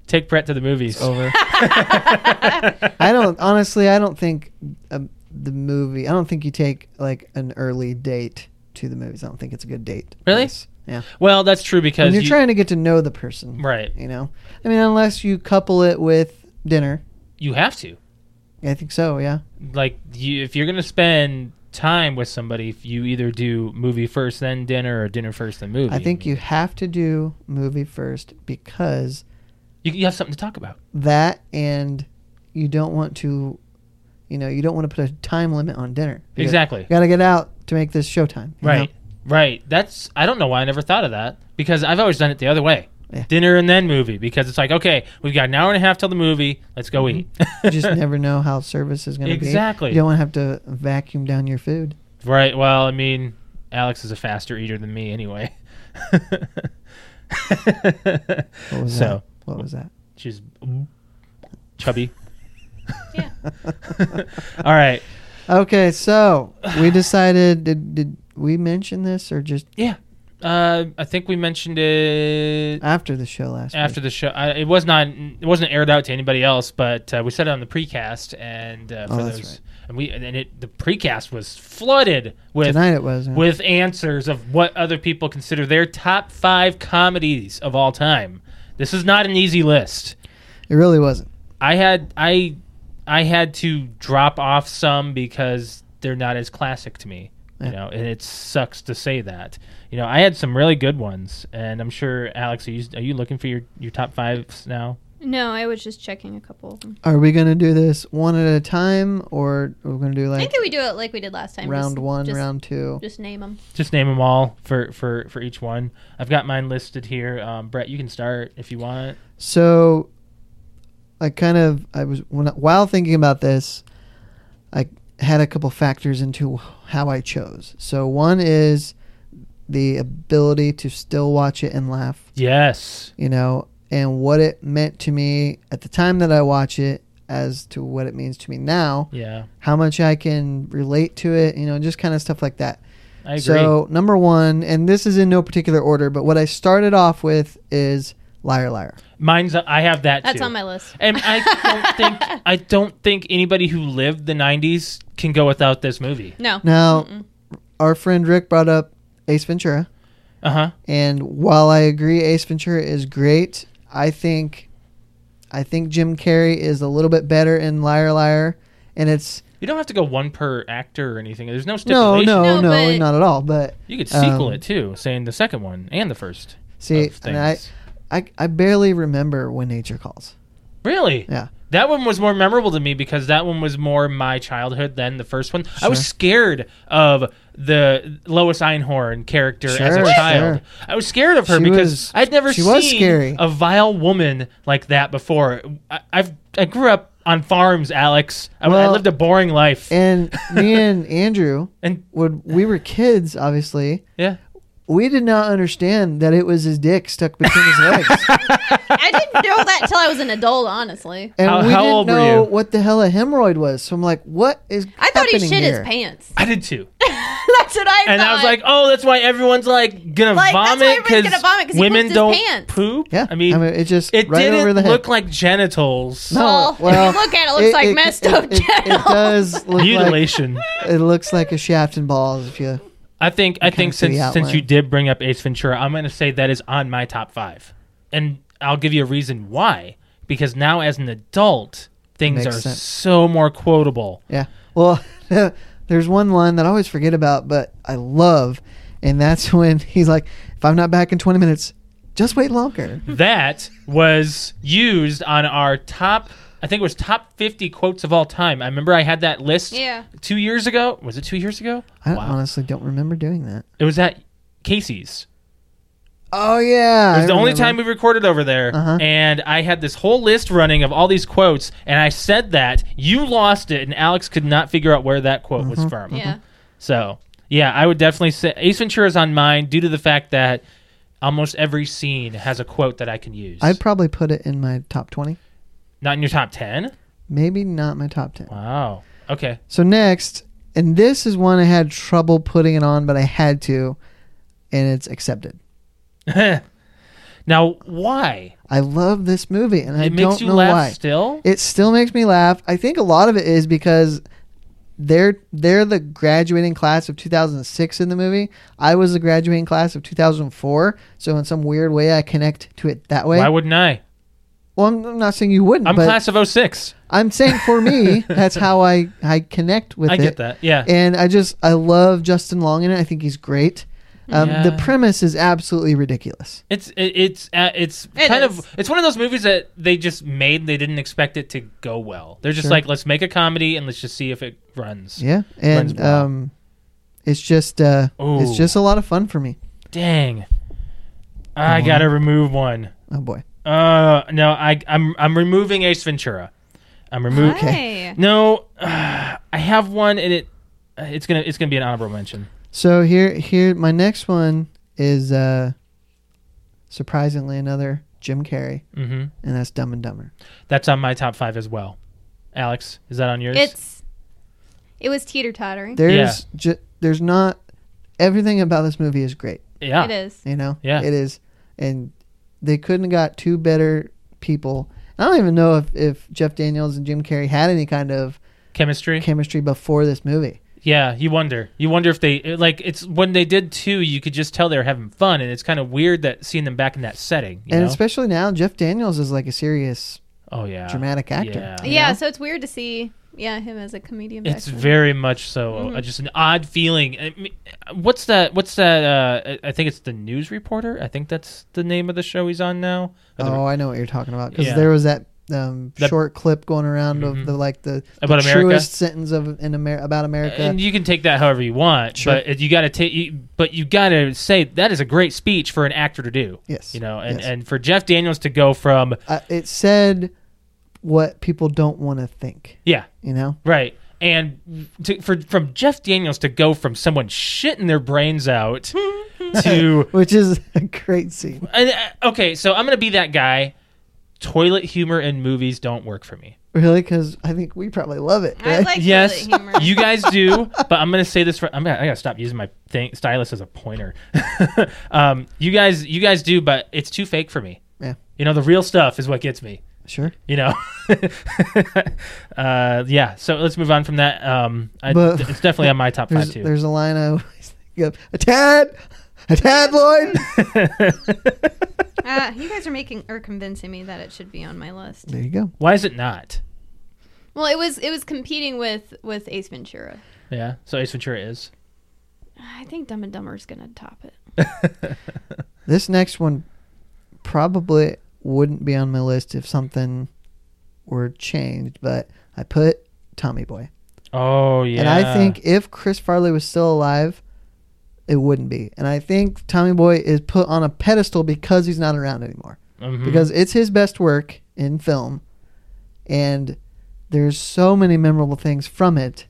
[SPEAKER 3] Take Brett to the movies. [LAUGHS]
[SPEAKER 2] Over. Oh. [LAUGHS] I don't honestly. I don't think um, the movie. I don't think you take like an early date to the movies. I don't think it's a good date.
[SPEAKER 3] Really?
[SPEAKER 2] Yes. Yeah.
[SPEAKER 3] Well, that's true
[SPEAKER 2] When
[SPEAKER 3] because
[SPEAKER 2] you're
[SPEAKER 3] you-
[SPEAKER 2] trying to get to know the person.
[SPEAKER 3] right.
[SPEAKER 2] You know. I mean, unless you couple it with dinner.
[SPEAKER 3] You have to
[SPEAKER 2] I think so. Yeah.
[SPEAKER 3] like you if you're gonna spend time with somebody, if you either do movie first then dinner or dinner first then movie.
[SPEAKER 2] I think you have to do movie first because
[SPEAKER 3] you you have something to talk about.
[SPEAKER 2] that and you don't want to you know you don't want to put a time limit on dinner You
[SPEAKER 3] Exactly.
[SPEAKER 2] gotta get out to make this showtime you
[SPEAKER 3] Right. Right. That's I don't know why I never thought of that because I've always done it the other way.
[SPEAKER 2] Yeah.
[SPEAKER 3] Dinner and then movie because it's like okay we've got an hour and a half till the movie let's go
[SPEAKER 2] know? you
[SPEAKER 3] eat
[SPEAKER 2] Mm-hmm.
[SPEAKER 3] [LAUGHS]
[SPEAKER 2] just never know how service is gonna be
[SPEAKER 3] Exactly.
[SPEAKER 2] you don't want to have to vacuum down your food
[SPEAKER 3] Right. Well, I mean, Alex is a faster eater than me anyway.
[SPEAKER 2] what
[SPEAKER 3] [LAUGHS]
[SPEAKER 2] was
[SPEAKER 3] so
[SPEAKER 2] that what was that
[SPEAKER 3] she's chubby.
[SPEAKER 1] Yeah.
[SPEAKER 3] [LAUGHS] All right.
[SPEAKER 2] okay so we decided did, did we mention this or just
[SPEAKER 3] Yeah. Uh, I think we mentioned it
[SPEAKER 2] after the show last
[SPEAKER 3] after the show. I, it was not. It wasn't aired out to anybody else, but uh, we said it on the precast, and uh, for
[SPEAKER 2] Oh, that's
[SPEAKER 3] those,
[SPEAKER 2] right.
[SPEAKER 3] and we and it the precast was flooded with
[SPEAKER 2] week tonight it was huh?
[SPEAKER 3] with answers of what other people consider their top five comedies of all time. This is not an easy list.
[SPEAKER 2] it really wasn't
[SPEAKER 3] I had I I had to drop off some because they're not as classic to me. You
[SPEAKER 2] Yeah.
[SPEAKER 3] know, and it sucks to say that. You know, I had some really good ones, and I'm sure Alex, are you, are you looking for your, your top fives now?
[SPEAKER 1] No, I was just checking a couple. Of them.
[SPEAKER 2] are we gonna do this one at a time or we're gonna do
[SPEAKER 1] I
[SPEAKER 2] like
[SPEAKER 1] think that we do it like we did last time. just,
[SPEAKER 2] round one
[SPEAKER 1] just,
[SPEAKER 2] round two
[SPEAKER 1] Just name them.
[SPEAKER 3] Just name them all for for for each one. I've got mine listed here. Um, Brett, you can start if you want.
[SPEAKER 2] So, I kind of I was when, while thinking about this, I had a couple factors into how I chose. So one is the ability to still watch it and laugh,
[SPEAKER 3] Yes,
[SPEAKER 2] you know, and what it meant to me at the time that I watch it, as to what it means to me now,
[SPEAKER 3] yeah,
[SPEAKER 2] how much I can relate to it, you know, just kind of stuff like that.
[SPEAKER 3] I agree.
[SPEAKER 2] So number one, and this is in no particular order, but what I started off with is liar liar.
[SPEAKER 3] Mine's I have that.
[SPEAKER 1] That's
[SPEAKER 3] too.
[SPEAKER 1] on my list.
[SPEAKER 3] And I
[SPEAKER 1] [LAUGHS]
[SPEAKER 3] don't think I don't think anybody who lived the '90s can go without this movie.
[SPEAKER 1] No.
[SPEAKER 2] Now,
[SPEAKER 1] Mm-mm.
[SPEAKER 2] our friend Rick brought up Ace Ventura,
[SPEAKER 3] Uh
[SPEAKER 2] Uh-huh.
[SPEAKER 3] huh.
[SPEAKER 2] and while I agree Ace Ventura is great, I think I think Jim Carrey is a little bit better in Liar Liar, and it's
[SPEAKER 3] You don't have to go one per actor or anything. There's no
[SPEAKER 2] no,
[SPEAKER 3] stipulation.
[SPEAKER 2] no, no,
[SPEAKER 1] No, but-
[SPEAKER 2] not at all. But
[SPEAKER 3] You could sequel
[SPEAKER 2] Um,
[SPEAKER 3] it too, saying the second one and the first.
[SPEAKER 2] see,
[SPEAKER 3] of
[SPEAKER 2] and I,
[SPEAKER 3] things.
[SPEAKER 2] I I barely remember when nature calls.
[SPEAKER 3] really
[SPEAKER 2] Yeah,
[SPEAKER 3] That one was more memorable to me because that one was more my childhood than the first one. I was scared of the Lois Einhorn character as a
[SPEAKER 2] Sure,
[SPEAKER 3] child.
[SPEAKER 2] sure.
[SPEAKER 3] I was scared of her
[SPEAKER 2] She
[SPEAKER 3] because
[SPEAKER 2] was-
[SPEAKER 3] I'd never
[SPEAKER 2] she
[SPEAKER 3] seen
[SPEAKER 2] was scary.
[SPEAKER 3] a vile woman like that before. I, I've I grew up on farms, Alex. I, I
[SPEAKER 2] Well,
[SPEAKER 3] lived a boring life, and, [LAUGHS]
[SPEAKER 2] And me and Andrew, when we were kids, obviously,
[SPEAKER 3] yeah,
[SPEAKER 2] we did not understand that it was his dick stuck between
[SPEAKER 3] [LAUGHS]
[SPEAKER 2] his legs.
[SPEAKER 1] I didn't know that till I was an adult. Honestly,
[SPEAKER 2] And
[SPEAKER 3] How-
[SPEAKER 2] we
[SPEAKER 3] how
[SPEAKER 2] didn't
[SPEAKER 3] old were
[SPEAKER 2] know
[SPEAKER 3] you?
[SPEAKER 2] what the hell a hemorrhoid was. So I'm like, what is
[SPEAKER 1] I thought he
[SPEAKER 2] happening
[SPEAKER 1] shit
[SPEAKER 2] here?
[SPEAKER 1] his pants. [LAUGHS]
[SPEAKER 3] I did too.
[SPEAKER 1] that's what I
[SPEAKER 3] And
[SPEAKER 1] thought.
[SPEAKER 3] I was like, oh, that's why everyone's like gonna
[SPEAKER 1] Like, that's why
[SPEAKER 3] vomit
[SPEAKER 1] everybody's gonna vomit 'cause he
[SPEAKER 3] women
[SPEAKER 1] pooped his
[SPEAKER 3] don't
[SPEAKER 1] pants.
[SPEAKER 3] poop.
[SPEAKER 2] Yeah,
[SPEAKER 3] I mean,
[SPEAKER 2] it just
[SPEAKER 3] it
[SPEAKER 2] right
[SPEAKER 3] didn't
[SPEAKER 2] over the head.
[SPEAKER 3] look like genitals.
[SPEAKER 2] No,
[SPEAKER 1] well,
[SPEAKER 2] well,
[SPEAKER 1] if you look at it, it looks like messed up
[SPEAKER 2] It, it,
[SPEAKER 1] genitals.
[SPEAKER 2] [LAUGHS] does look like
[SPEAKER 3] Mutilation.
[SPEAKER 2] [LAUGHS] it looks like a shaft and balls. If you
[SPEAKER 3] I think. I think
[SPEAKER 2] of see the
[SPEAKER 3] since since
[SPEAKER 2] outline.
[SPEAKER 3] you did bring up Ace Ventura, I'm gonna say that is on my top five, and I'll give you a reason why. Because now, as an adult, things
[SPEAKER 2] Makes
[SPEAKER 3] are
[SPEAKER 2] sense.
[SPEAKER 3] so more quotable.
[SPEAKER 2] Yeah. Well, [LAUGHS] there's one line that I always forget about, but I love, and that's [LAUGHS] when he's like, "If I'm not back in 20 minutes, just wait longer."
[SPEAKER 3] that was used on our top I think it was top 50 quotes of all time. I remember I had that list
[SPEAKER 1] Yeah.
[SPEAKER 3] 2 years ago. Was it 2 years ago?
[SPEAKER 2] I
[SPEAKER 3] wow.
[SPEAKER 2] honestly don't remember doing that.
[SPEAKER 3] It was at Casey's.
[SPEAKER 2] Oh yeah.
[SPEAKER 3] It was the only time we recorded over there
[SPEAKER 2] Uh-huh.
[SPEAKER 3] and I had this whole list running of all these quotes and I said that you lost it and Alex could not figure out where that quote
[SPEAKER 2] Mm-hmm.
[SPEAKER 3] was from. Mm-hmm.
[SPEAKER 1] yeah,
[SPEAKER 3] So, yeah, I would definitely say Ace Ventura is on mine due to the fact that almost every scene has a quote that I can use.
[SPEAKER 2] I'd probably put it in my top 20.
[SPEAKER 3] not in your top 10?
[SPEAKER 2] Maybe not my top 10.
[SPEAKER 3] Wow. Okay. [LAUGHS]
[SPEAKER 2] So next, and this is one I had trouble putting it on, but I had to, and it's accepted.
[SPEAKER 3] Now, why?
[SPEAKER 2] I love this movie, and I
[SPEAKER 3] it
[SPEAKER 2] don't
[SPEAKER 3] makes you
[SPEAKER 2] know
[SPEAKER 3] laugh
[SPEAKER 2] why.
[SPEAKER 3] still?
[SPEAKER 2] It still makes me laugh. I think a lot of it is because they're they're the graduating class of 2006 in the movie. I was the graduating class of 2004, so in some weird way I connect to it that way.
[SPEAKER 3] Why wouldn't I?
[SPEAKER 2] well, I'm, I'm not saying you wouldn't,
[SPEAKER 3] I'm
[SPEAKER 2] but
[SPEAKER 3] class of 06.
[SPEAKER 2] I'm saying
[SPEAKER 3] [LAUGHS]
[SPEAKER 2] for me that's how I I connect with
[SPEAKER 3] I
[SPEAKER 2] it.
[SPEAKER 3] get that. Yeah.
[SPEAKER 2] And I just I love Justin Long in it. I think he's great. Um, The
[SPEAKER 3] Yeah.
[SPEAKER 2] premise is absolutely ridiculous.
[SPEAKER 3] It's it, it's uh, it's
[SPEAKER 1] It
[SPEAKER 3] kind
[SPEAKER 1] is.
[SPEAKER 3] of it's one of those movies that they just made and they didn't expect it to go well. They're just
[SPEAKER 2] Sure.
[SPEAKER 3] like let's make a comedy and let's just see if it runs.
[SPEAKER 2] Yeah,
[SPEAKER 3] Runs
[SPEAKER 2] and
[SPEAKER 3] wild.
[SPEAKER 2] um, it's just uh,
[SPEAKER 3] Ooh.
[SPEAKER 2] it's just a lot of fun for me.
[SPEAKER 3] Dang. I
[SPEAKER 2] Mhm.
[SPEAKER 3] got to remove one.
[SPEAKER 2] Oh boy,
[SPEAKER 3] Uh no, I I'm I'm removing Ace Ventura. I'm removing
[SPEAKER 1] okay.
[SPEAKER 3] No, [SIGHS] I have one and it uh, it's going to it's going to be an honorable mention.
[SPEAKER 2] So here, here, my next one is uh, surprisingly another Jim Carrey,
[SPEAKER 3] Mhm.
[SPEAKER 2] and that's Dumb and Dumber.
[SPEAKER 3] That's on my top 5 as well. Alex, is that on yours?
[SPEAKER 1] It's it was teeter tottering.
[SPEAKER 2] There's ju- there's not everything about this movie is great.
[SPEAKER 3] yeah.
[SPEAKER 1] It is.
[SPEAKER 2] You know,
[SPEAKER 3] Yeah.
[SPEAKER 2] it is, and they couldn't have got two better people. I don't even know if, if Jeff Daniels and Jim Carrey had any kind of
[SPEAKER 3] Chemistry?
[SPEAKER 2] chemistry before this movie.
[SPEAKER 3] Yeah, you wonder. You wonder if they it- like it's when they did two, you could just tell they were having fun, and it's kind of weird that seeing them back in that setting. You
[SPEAKER 2] and
[SPEAKER 3] know?
[SPEAKER 2] especially now, Jeff Daniels is like a serious
[SPEAKER 3] oh yeah,
[SPEAKER 2] dramatic actor.
[SPEAKER 3] Yeah.
[SPEAKER 1] Yeah. so it's weird to see yeah him as a comedian.
[SPEAKER 3] It's
[SPEAKER 1] back then.
[SPEAKER 3] very much so
[SPEAKER 2] Mm-hmm.
[SPEAKER 3] uh, just an odd feeling. I mean, what's that? What's that? Uh, I I think it's the news reporter. I think that's the name of the show he's on now. Or the-
[SPEAKER 2] Oh, I know what you're talking about because
[SPEAKER 3] Yeah.
[SPEAKER 2] there was that um,
[SPEAKER 3] That-
[SPEAKER 2] short clip going around
[SPEAKER 3] Mhm.
[SPEAKER 2] of the like the,
[SPEAKER 3] About
[SPEAKER 2] the
[SPEAKER 3] America?
[SPEAKER 2] truest sentence of in Amer- about America.
[SPEAKER 3] and you can take that however you want,
[SPEAKER 2] Sure.
[SPEAKER 3] but it- you got to take. But you got to say that is a great speech for an actor to do.
[SPEAKER 2] yes,
[SPEAKER 3] You know, and,
[SPEAKER 2] yes.
[SPEAKER 3] and for Jeff Daniels to go from
[SPEAKER 2] uh, it said what people don't want to think.
[SPEAKER 3] yeah,
[SPEAKER 2] You know,
[SPEAKER 3] Right. And to, for from Jeff Daniels to go from someone shitting their brains out
[SPEAKER 2] [LAUGHS]
[SPEAKER 3] to
[SPEAKER 2] which is [LAUGHS] a great scene.
[SPEAKER 3] and, uh, okay, so I'm gonna be that guy. Toilet humor in movies don't work for me.
[SPEAKER 2] Really, because I think we probably love it.
[SPEAKER 1] I
[SPEAKER 2] right?
[SPEAKER 1] like
[SPEAKER 3] yes,
[SPEAKER 1] toilet humor.
[SPEAKER 3] [LAUGHS] you guys
[SPEAKER 2] [LAUGHS]
[SPEAKER 3] do, but I'm gonna say this for I'm gonna, I gotta stop using my thing, stylus as a pointer. [LAUGHS] um, you guys, you guys do, but it's too fake for me.
[SPEAKER 2] Yeah.
[SPEAKER 3] You know, the real stuff is what gets me.
[SPEAKER 2] [LAUGHS] sure,
[SPEAKER 3] You know, [LAUGHS] uh, yeah. So let's move on from that. Um, I,
[SPEAKER 2] But-
[SPEAKER 3] it's definitely on my top
[SPEAKER 2] there's
[SPEAKER 3] five too.
[SPEAKER 2] there's a line I always [LAUGHS] think of: a tad, a tad,
[SPEAKER 1] [LAUGHS]
[SPEAKER 2] Lloyd. [LAUGHS]
[SPEAKER 1] uh, you guys are making or convincing me that it should be on my list.
[SPEAKER 2] there you go.
[SPEAKER 3] Why is it not?
[SPEAKER 1] Well, it was it was competing with with Ace Ventura.
[SPEAKER 3] Yeah. So Ace Ventura
[SPEAKER 2] [LAUGHS]
[SPEAKER 3] is.
[SPEAKER 1] I think Dumb and Dumber's gonna top it.
[SPEAKER 2] This next one probably wouldn't be on my list if something were changed, but I put Tommy Boy.
[SPEAKER 3] Oh yeah.
[SPEAKER 2] And I think if Chris Farley was still alive, it wouldn't be. And I think Tommy Boy is put on a pedestal because he's not around anymore.
[SPEAKER 3] Mhm.
[SPEAKER 2] Because it's his best work in film. And there's so many memorable things from it.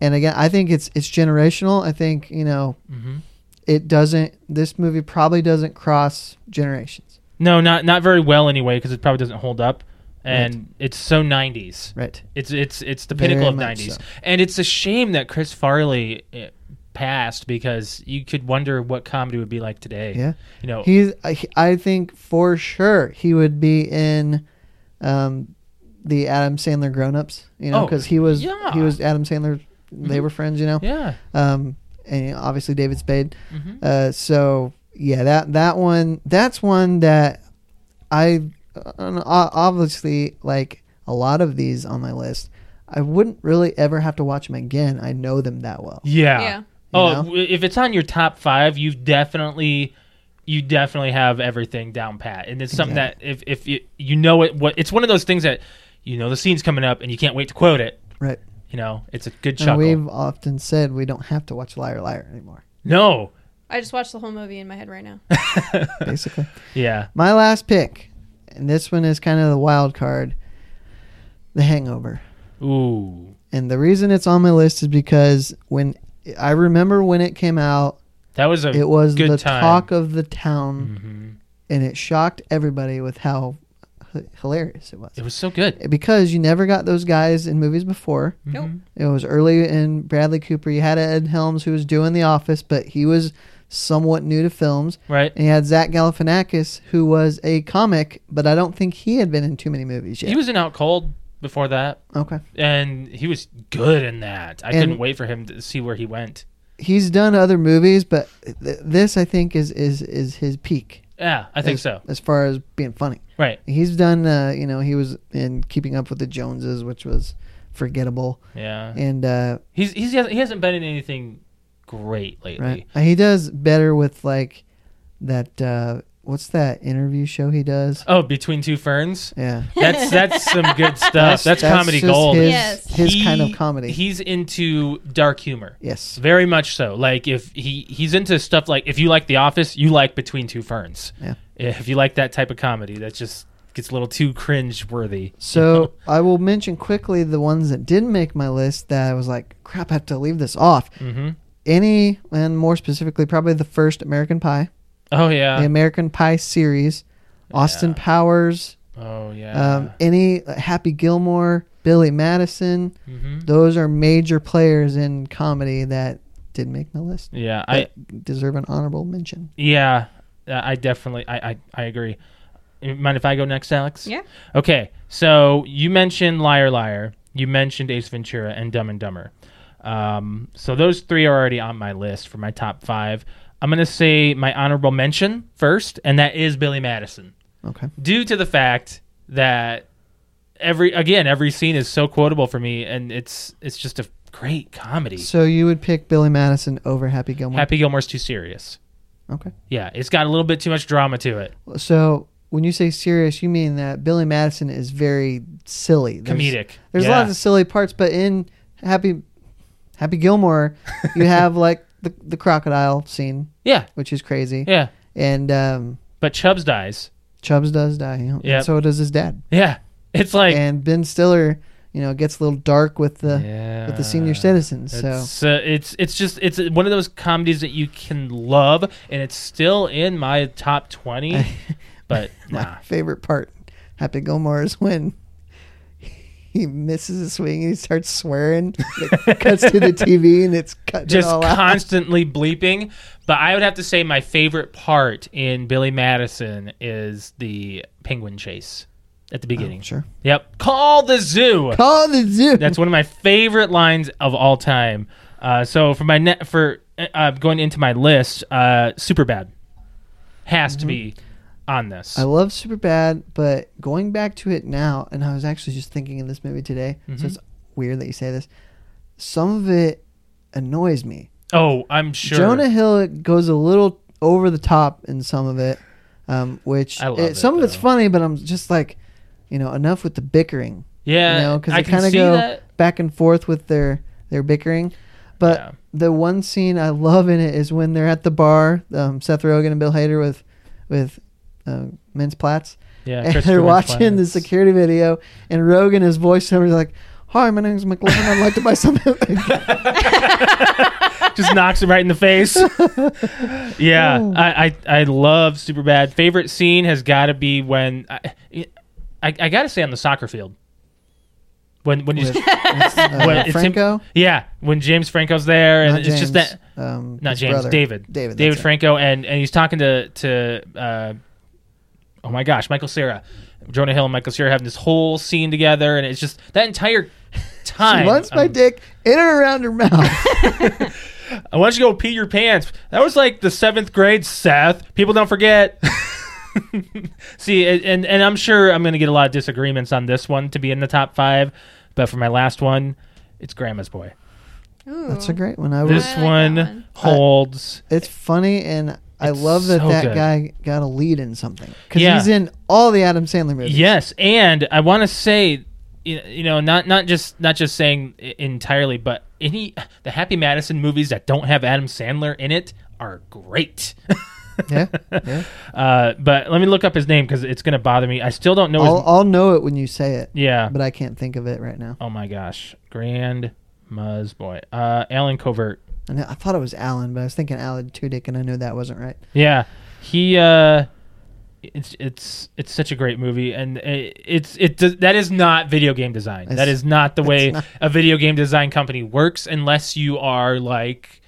[SPEAKER 2] And again, I think it's it's generational. I think, you know,
[SPEAKER 3] Mhm.
[SPEAKER 2] it doesn't this movie probably doesn't cross generations.
[SPEAKER 3] no, not not very well anyway because it probably doesn't hold up, and it's so nineties.
[SPEAKER 2] Right.
[SPEAKER 3] It's it's it's the
[SPEAKER 2] Very
[SPEAKER 3] pinnacle of
[SPEAKER 2] much
[SPEAKER 3] '90s,
[SPEAKER 2] so.
[SPEAKER 3] and it's a shame that Chris Farley eh, passed because you could wonder what comedy would be like today.
[SPEAKER 2] Yeah.
[SPEAKER 3] you know,
[SPEAKER 2] He's I, I think for sure he would be in um the Adam Sandler grown ups, you know,
[SPEAKER 3] Oh,
[SPEAKER 2] because he was
[SPEAKER 3] yeah. Mm-hmm.
[SPEAKER 2] he was Adam Sandler they were friends, you know.
[SPEAKER 3] yeah,
[SPEAKER 2] um, and you know, obviously David Spade.
[SPEAKER 3] Mhm.
[SPEAKER 2] Uh, so yeah, that that one that's one that I uh, obviously like a lot of these on my list. I wouldn't really ever have to watch them again. I know them that well.
[SPEAKER 3] yeah.
[SPEAKER 1] Yeah.
[SPEAKER 3] Oh,
[SPEAKER 2] You know?
[SPEAKER 3] w- if it's on your top five, you definitely you definitely have everything down pat, and it's something that if if you you know it, what it's one of those things that you know the scene's coming up and you can't wait to quote it.
[SPEAKER 2] Right.
[SPEAKER 3] You know, it's a good
[SPEAKER 2] And
[SPEAKER 3] chuckle.
[SPEAKER 2] we've often said we don't have to watch Liar Liar anymore.
[SPEAKER 3] No,
[SPEAKER 1] I just watched the whole movie in my head right now.
[SPEAKER 2] Basically, [LAUGHS]
[SPEAKER 3] yeah.
[SPEAKER 2] my last pick, and this one is kind of the wild card, The Hangover.
[SPEAKER 3] Ooh,
[SPEAKER 2] And the reason it's on my list is because when I remember when it came out,
[SPEAKER 3] that was a
[SPEAKER 2] it was
[SPEAKER 3] good
[SPEAKER 2] the
[SPEAKER 3] time.
[SPEAKER 2] talk of the town,
[SPEAKER 3] hmm
[SPEAKER 2] and it shocked everybody with how h- hilarious it was.
[SPEAKER 3] It was so good.
[SPEAKER 2] Because you never got those guys in movies before.
[SPEAKER 1] Nope.
[SPEAKER 3] Mhm.
[SPEAKER 2] It was early in Bradley Cooper. You had Ed Helms, who was doing The Office, but he was somewhat new to films.
[SPEAKER 3] Right.
[SPEAKER 2] And you had Zach Galifianakis, who was a comic, but I don't think he had been in too many movies yet.
[SPEAKER 3] He was in Out Cold before that,
[SPEAKER 2] okay.
[SPEAKER 3] and he was good in that. I
[SPEAKER 2] And-
[SPEAKER 3] couldn't wait for him to see where he went.
[SPEAKER 2] He's done other movies, but th- this I think is is is his peak.
[SPEAKER 3] Yeah, I think
[SPEAKER 2] as-
[SPEAKER 3] so.
[SPEAKER 2] As far as being funny.
[SPEAKER 3] Right.
[SPEAKER 2] He's done, uh, you know, he was in Keeping Up with the Joneses, which was forgettable.
[SPEAKER 3] Yeah,
[SPEAKER 2] And, uh,
[SPEAKER 3] he's he's he hasn't- he hasn't been in anything great lately.
[SPEAKER 2] right. Uh, He does better with, like, that, uh, what's that interview show he does?
[SPEAKER 3] Oh, between two ferns.
[SPEAKER 2] Yeah.
[SPEAKER 3] That's that's some
[SPEAKER 2] [LAUGHS]
[SPEAKER 3] good stuff. That's, comedy
[SPEAKER 2] just
[SPEAKER 3] gold.
[SPEAKER 2] His,
[SPEAKER 1] Yes.
[SPEAKER 2] his
[SPEAKER 3] He-
[SPEAKER 2] kind of comedy.
[SPEAKER 3] He's into dark humor.
[SPEAKER 2] yes.
[SPEAKER 3] Very much so. Like if he he's into stuff like if you like The Office, you like Between Two Ferns.
[SPEAKER 2] Yeah.
[SPEAKER 3] If you like that type of comedy, that just gets a little too cringe worthy. [LAUGHS]
[SPEAKER 2] So I will mention quickly the ones that didn't make my list that I was like, crap, I have to leave this off.
[SPEAKER 3] hmm
[SPEAKER 2] Any, and more specifically, probably the first American Pie,
[SPEAKER 3] Oh yeah.
[SPEAKER 2] the American Pie series, Austin
[SPEAKER 3] Yeah.
[SPEAKER 2] Powers,
[SPEAKER 3] oh yeah.
[SPEAKER 2] Um, any uh, Happy Gilmore, Billy Madison,
[SPEAKER 3] hmm
[SPEAKER 2] those are major players in comedy that did make my list.
[SPEAKER 3] Yeah. I
[SPEAKER 2] Deserve an honorable mention.
[SPEAKER 3] Yeah, uh, I definitely I, I I agree. You Mind if I go next, Alex?
[SPEAKER 1] Yeah.
[SPEAKER 3] Okay. So you mentioned Liar Liar. You mentioned Ace Ventura and Dumb and Dumber. Um, so those three are already on my list for my top five. I'm gonna say my honorable mention first, and that is Billy Madison,
[SPEAKER 2] Okay.
[SPEAKER 3] due to the fact that every again every scene is so quotable for me, and it's it's just a great comedy.
[SPEAKER 2] So you would pick Billy Madison over Happy Gilmore.
[SPEAKER 3] Happy Gilmore's too serious.
[SPEAKER 2] okay.
[SPEAKER 3] Yeah, it's got a little bit too much drama to it.
[SPEAKER 2] So when you say serious, you mean that Billy Madison is very silly, There's-
[SPEAKER 3] Comedic.
[SPEAKER 2] There's
[SPEAKER 3] yeah.
[SPEAKER 2] lots of silly parts, but in Happy Happy Gilmore,
[SPEAKER 3] [LAUGHS]
[SPEAKER 2] you have like the the crocodile scene,
[SPEAKER 3] Yeah,
[SPEAKER 2] which is crazy,
[SPEAKER 3] yeah.
[SPEAKER 2] and um,
[SPEAKER 3] But Chubbs dies.
[SPEAKER 2] Chubbs does die, you know, and
[SPEAKER 3] Yep.
[SPEAKER 2] so does his dad.
[SPEAKER 3] Yeah, it's like
[SPEAKER 2] and Ben Stiller, you know, gets a little dark with the
[SPEAKER 3] yeah.
[SPEAKER 2] with the senior citizens. So
[SPEAKER 3] Uh, It's, uh, it's it's just it's one of those comedies that you can love, and it's still in my top
[SPEAKER 2] [LAUGHS]
[SPEAKER 3] twenty. but nah,
[SPEAKER 2] my favorite part, Happy Gilmore, is when [LAUGHS] he misses a swing and he starts swearing. It cuts
[SPEAKER 3] [LAUGHS]
[SPEAKER 2] to the TV and it's cut
[SPEAKER 3] just
[SPEAKER 2] it all [LAUGHS] out.
[SPEAKER 3] constantly bleeping. But I would have to say my favorite part in Billy Madison is the penguin chase at the beginning.
[SPEAKER 2] Sure.
[SPEAKER 3] Yep, call the zoo.
[SPEAKER 2] Call the zoo.
[SPEAKER 3] That's one of my favorite lines of all time. Uh, so for my net for uh, uh, going into my list, uh, super bad has to be on this.
[SPEAKER 2] Mm-hmm. I love Super Bad, but going back to it now, and I was actually just thinking of this movie today,
[SPEAKER 3] Mm-hmm.
[SPEAKER 2] so it's weird that you say this. Some of it annoys me.
[SPEAKER 3] oh, I'm sure.
[SPEAKER 2] Jonah Hill goes a little over the top in some of it, um, which
[SPEAKER 3] I love
[SPEAKER 2] it-
[SPEAKER 3] it,
[SPEAKER 2] some of it's
[SPEAKER 3] though.
[SPEAKER 2] funny, but I'm just like, you know, enough with the bickering.
[SPEAKER 3] Yeah,
[SPEAKER 2] you know, because
[SPEAKER 3] I
[SPEAKER 2] they
[SPEAKER 3] can
[SPEAKER 2] kind of
[SPEAKER 3] see
[SPEAKER 2] go
[SPEAKER 3] that.
[SPEAKER 2] back and forth with their their bickering. But
[SPEAKER 3] Yeah.
[SPEAKER 2] the one scene I love in it is when they're at the bar, um, Seth Rogen and Bill Hader with with uh, Mince Platts,
[SPEAKER 3] Yeah,
[SPEAKER 2] [LAUGHS] and
[SPEAKER 3] Christopher
[SPEAKER 2] they're watching the
[SPEAKER 3] McPlants. [LAUGHS]
[SPEAKER 2] security video, and Rogen is voiceover is like, "Hi, my name's McLovin. I'd like to buy something."
[SPEAKER 3] just knocks him right in the
[SPEAKER 2] [LAUGHS]
[SPEAKER 3] face. [LAUGHS]
[SPEAKER 2] Oh.
[SPEAKER 3] yeah, I, I I love Superbad. Favorite scene has got to be when I, I I gotta say on the soccer field when when you
[SPEAKER 2] With- Uh,
[SPEAKER 3] What, it's him-
[SPEAKER 2] Franco,
[SPEAKER 3] [LAUGHS] yeah when James Franco's there and
[SPEAKER 2] not
[SPEAKER 3] it's
[SPEAKER 2] James,
[SPEAKER 3] just that
[SPEAKER 2] um,
[SPEAKER 3] not
[SPEAKER 2] his
[SPEAKER 3] James
[SPEAKER 2] brother.
[SPEAKER 3] David
[SPEAKER 2] David,
[SPEAKER 3] David
[SPEAKER 2] that's it.
[SPEAKER 3] Franco and and he's talking to to uh, oh my gosh Michael Cera Jonah Hill and Michael Cera having this whole scene together and it's just that entire time
[SPEAKER 2] She wants my
[SPEAKER 3] um,
[SPEAKER 2] dick in and around her
[SPEAKER 3] [LAUGHS]
[SPEAKER 2] mouth.
[SPEAKER 3] Why don't you go pee your pants? That was like the seventh grade, Seth. People don't forget. [LAUGHS] See, and- and and I'm sure I'm going to get a lot of disagreements on this one to be in the top five, but for my last one, it's Grandma's Boy.
[SPEAKER 1] Ooh.
[SPEAKER 2] That's a great one. I was.
[SPEAKER 3] This
[SPEAKER 1] like that
[SPEAKER 3] one,
[SPEAKER 1] one.
[SPEAKER 3] holds.
[SPEAKER 2] It's funny, and I
[SPEAKER 3] It's
[SPEAKER 2] love that
[SPEAKER 3] so
[SPEAKER 2] that
[SPEAKER 3] good.
[SPEAKER 2] guy got a lead in something because
[SPEAKER 3] Yeah.
[SPEAKER 2] he's in all the Adam Sandler movies.
[SPEAKER 3] yes, and I want to say, you you know, not not just not just saying i- entirely, but any the Happy Madison movies that don't have Adam Sandler in it are great. [LAUGHS]
[SPEAKER 2] yeah, yeah.
[SPEAKER 3] Uh, but let me look up his name because it's going to bother me. I still don't know. His,
[SPEAKER 2] I'll, I'll know it when you say it,
[SPEAKER 3] yeah.
[SPEAKER 2] but I can't think of it right now.
[SPEAKER 3] Oh my gosh, Grandma's boy, uh, Alan Covert.
[SPEAKER 2] I, know, I thought it was Alan, but I was thinking Alan Tudyk, and I knew that wasn't right.
[SPEAKER 3] Yeah, he. Uh, it's it's it's such a great movie, and it, it's it does, that is not video game design. that
[SPEAKER 2] It's-
[SPEAKER 3] is not the way
[SPEAKER 2] not.
[SPEAKER 3] a video game design company works, unless you are like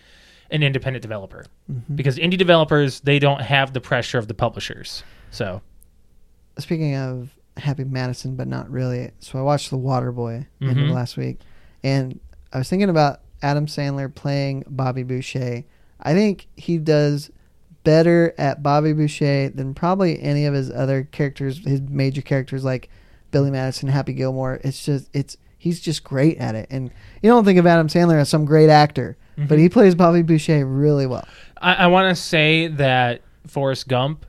[SPEAKER 3] an independent developer,
[SPEAKER 2] Mm-hmm.
[SPEAKER 3] because indie developers they don't have the pressure of the publishers. So
[SPEAKER 2] Speaking of Happy Madison, but not really. So I watched The Waterboy end of
[SPEAKER 3] Mhm.
[SPEAKER 2] last week, and I was thinking about Adam Sandler playing Bobby Boucher. I think he does better at Bobby Boucher than probably any of his other characters, his major characters like Billy Madison, Happy Gilmore. It's just it's he's just great at it. And you don't think of Adam Sandler as some great actor, but he plays Bobby Boucher really well.
[SPEAKER 3] I, I want to say that Forrest Gump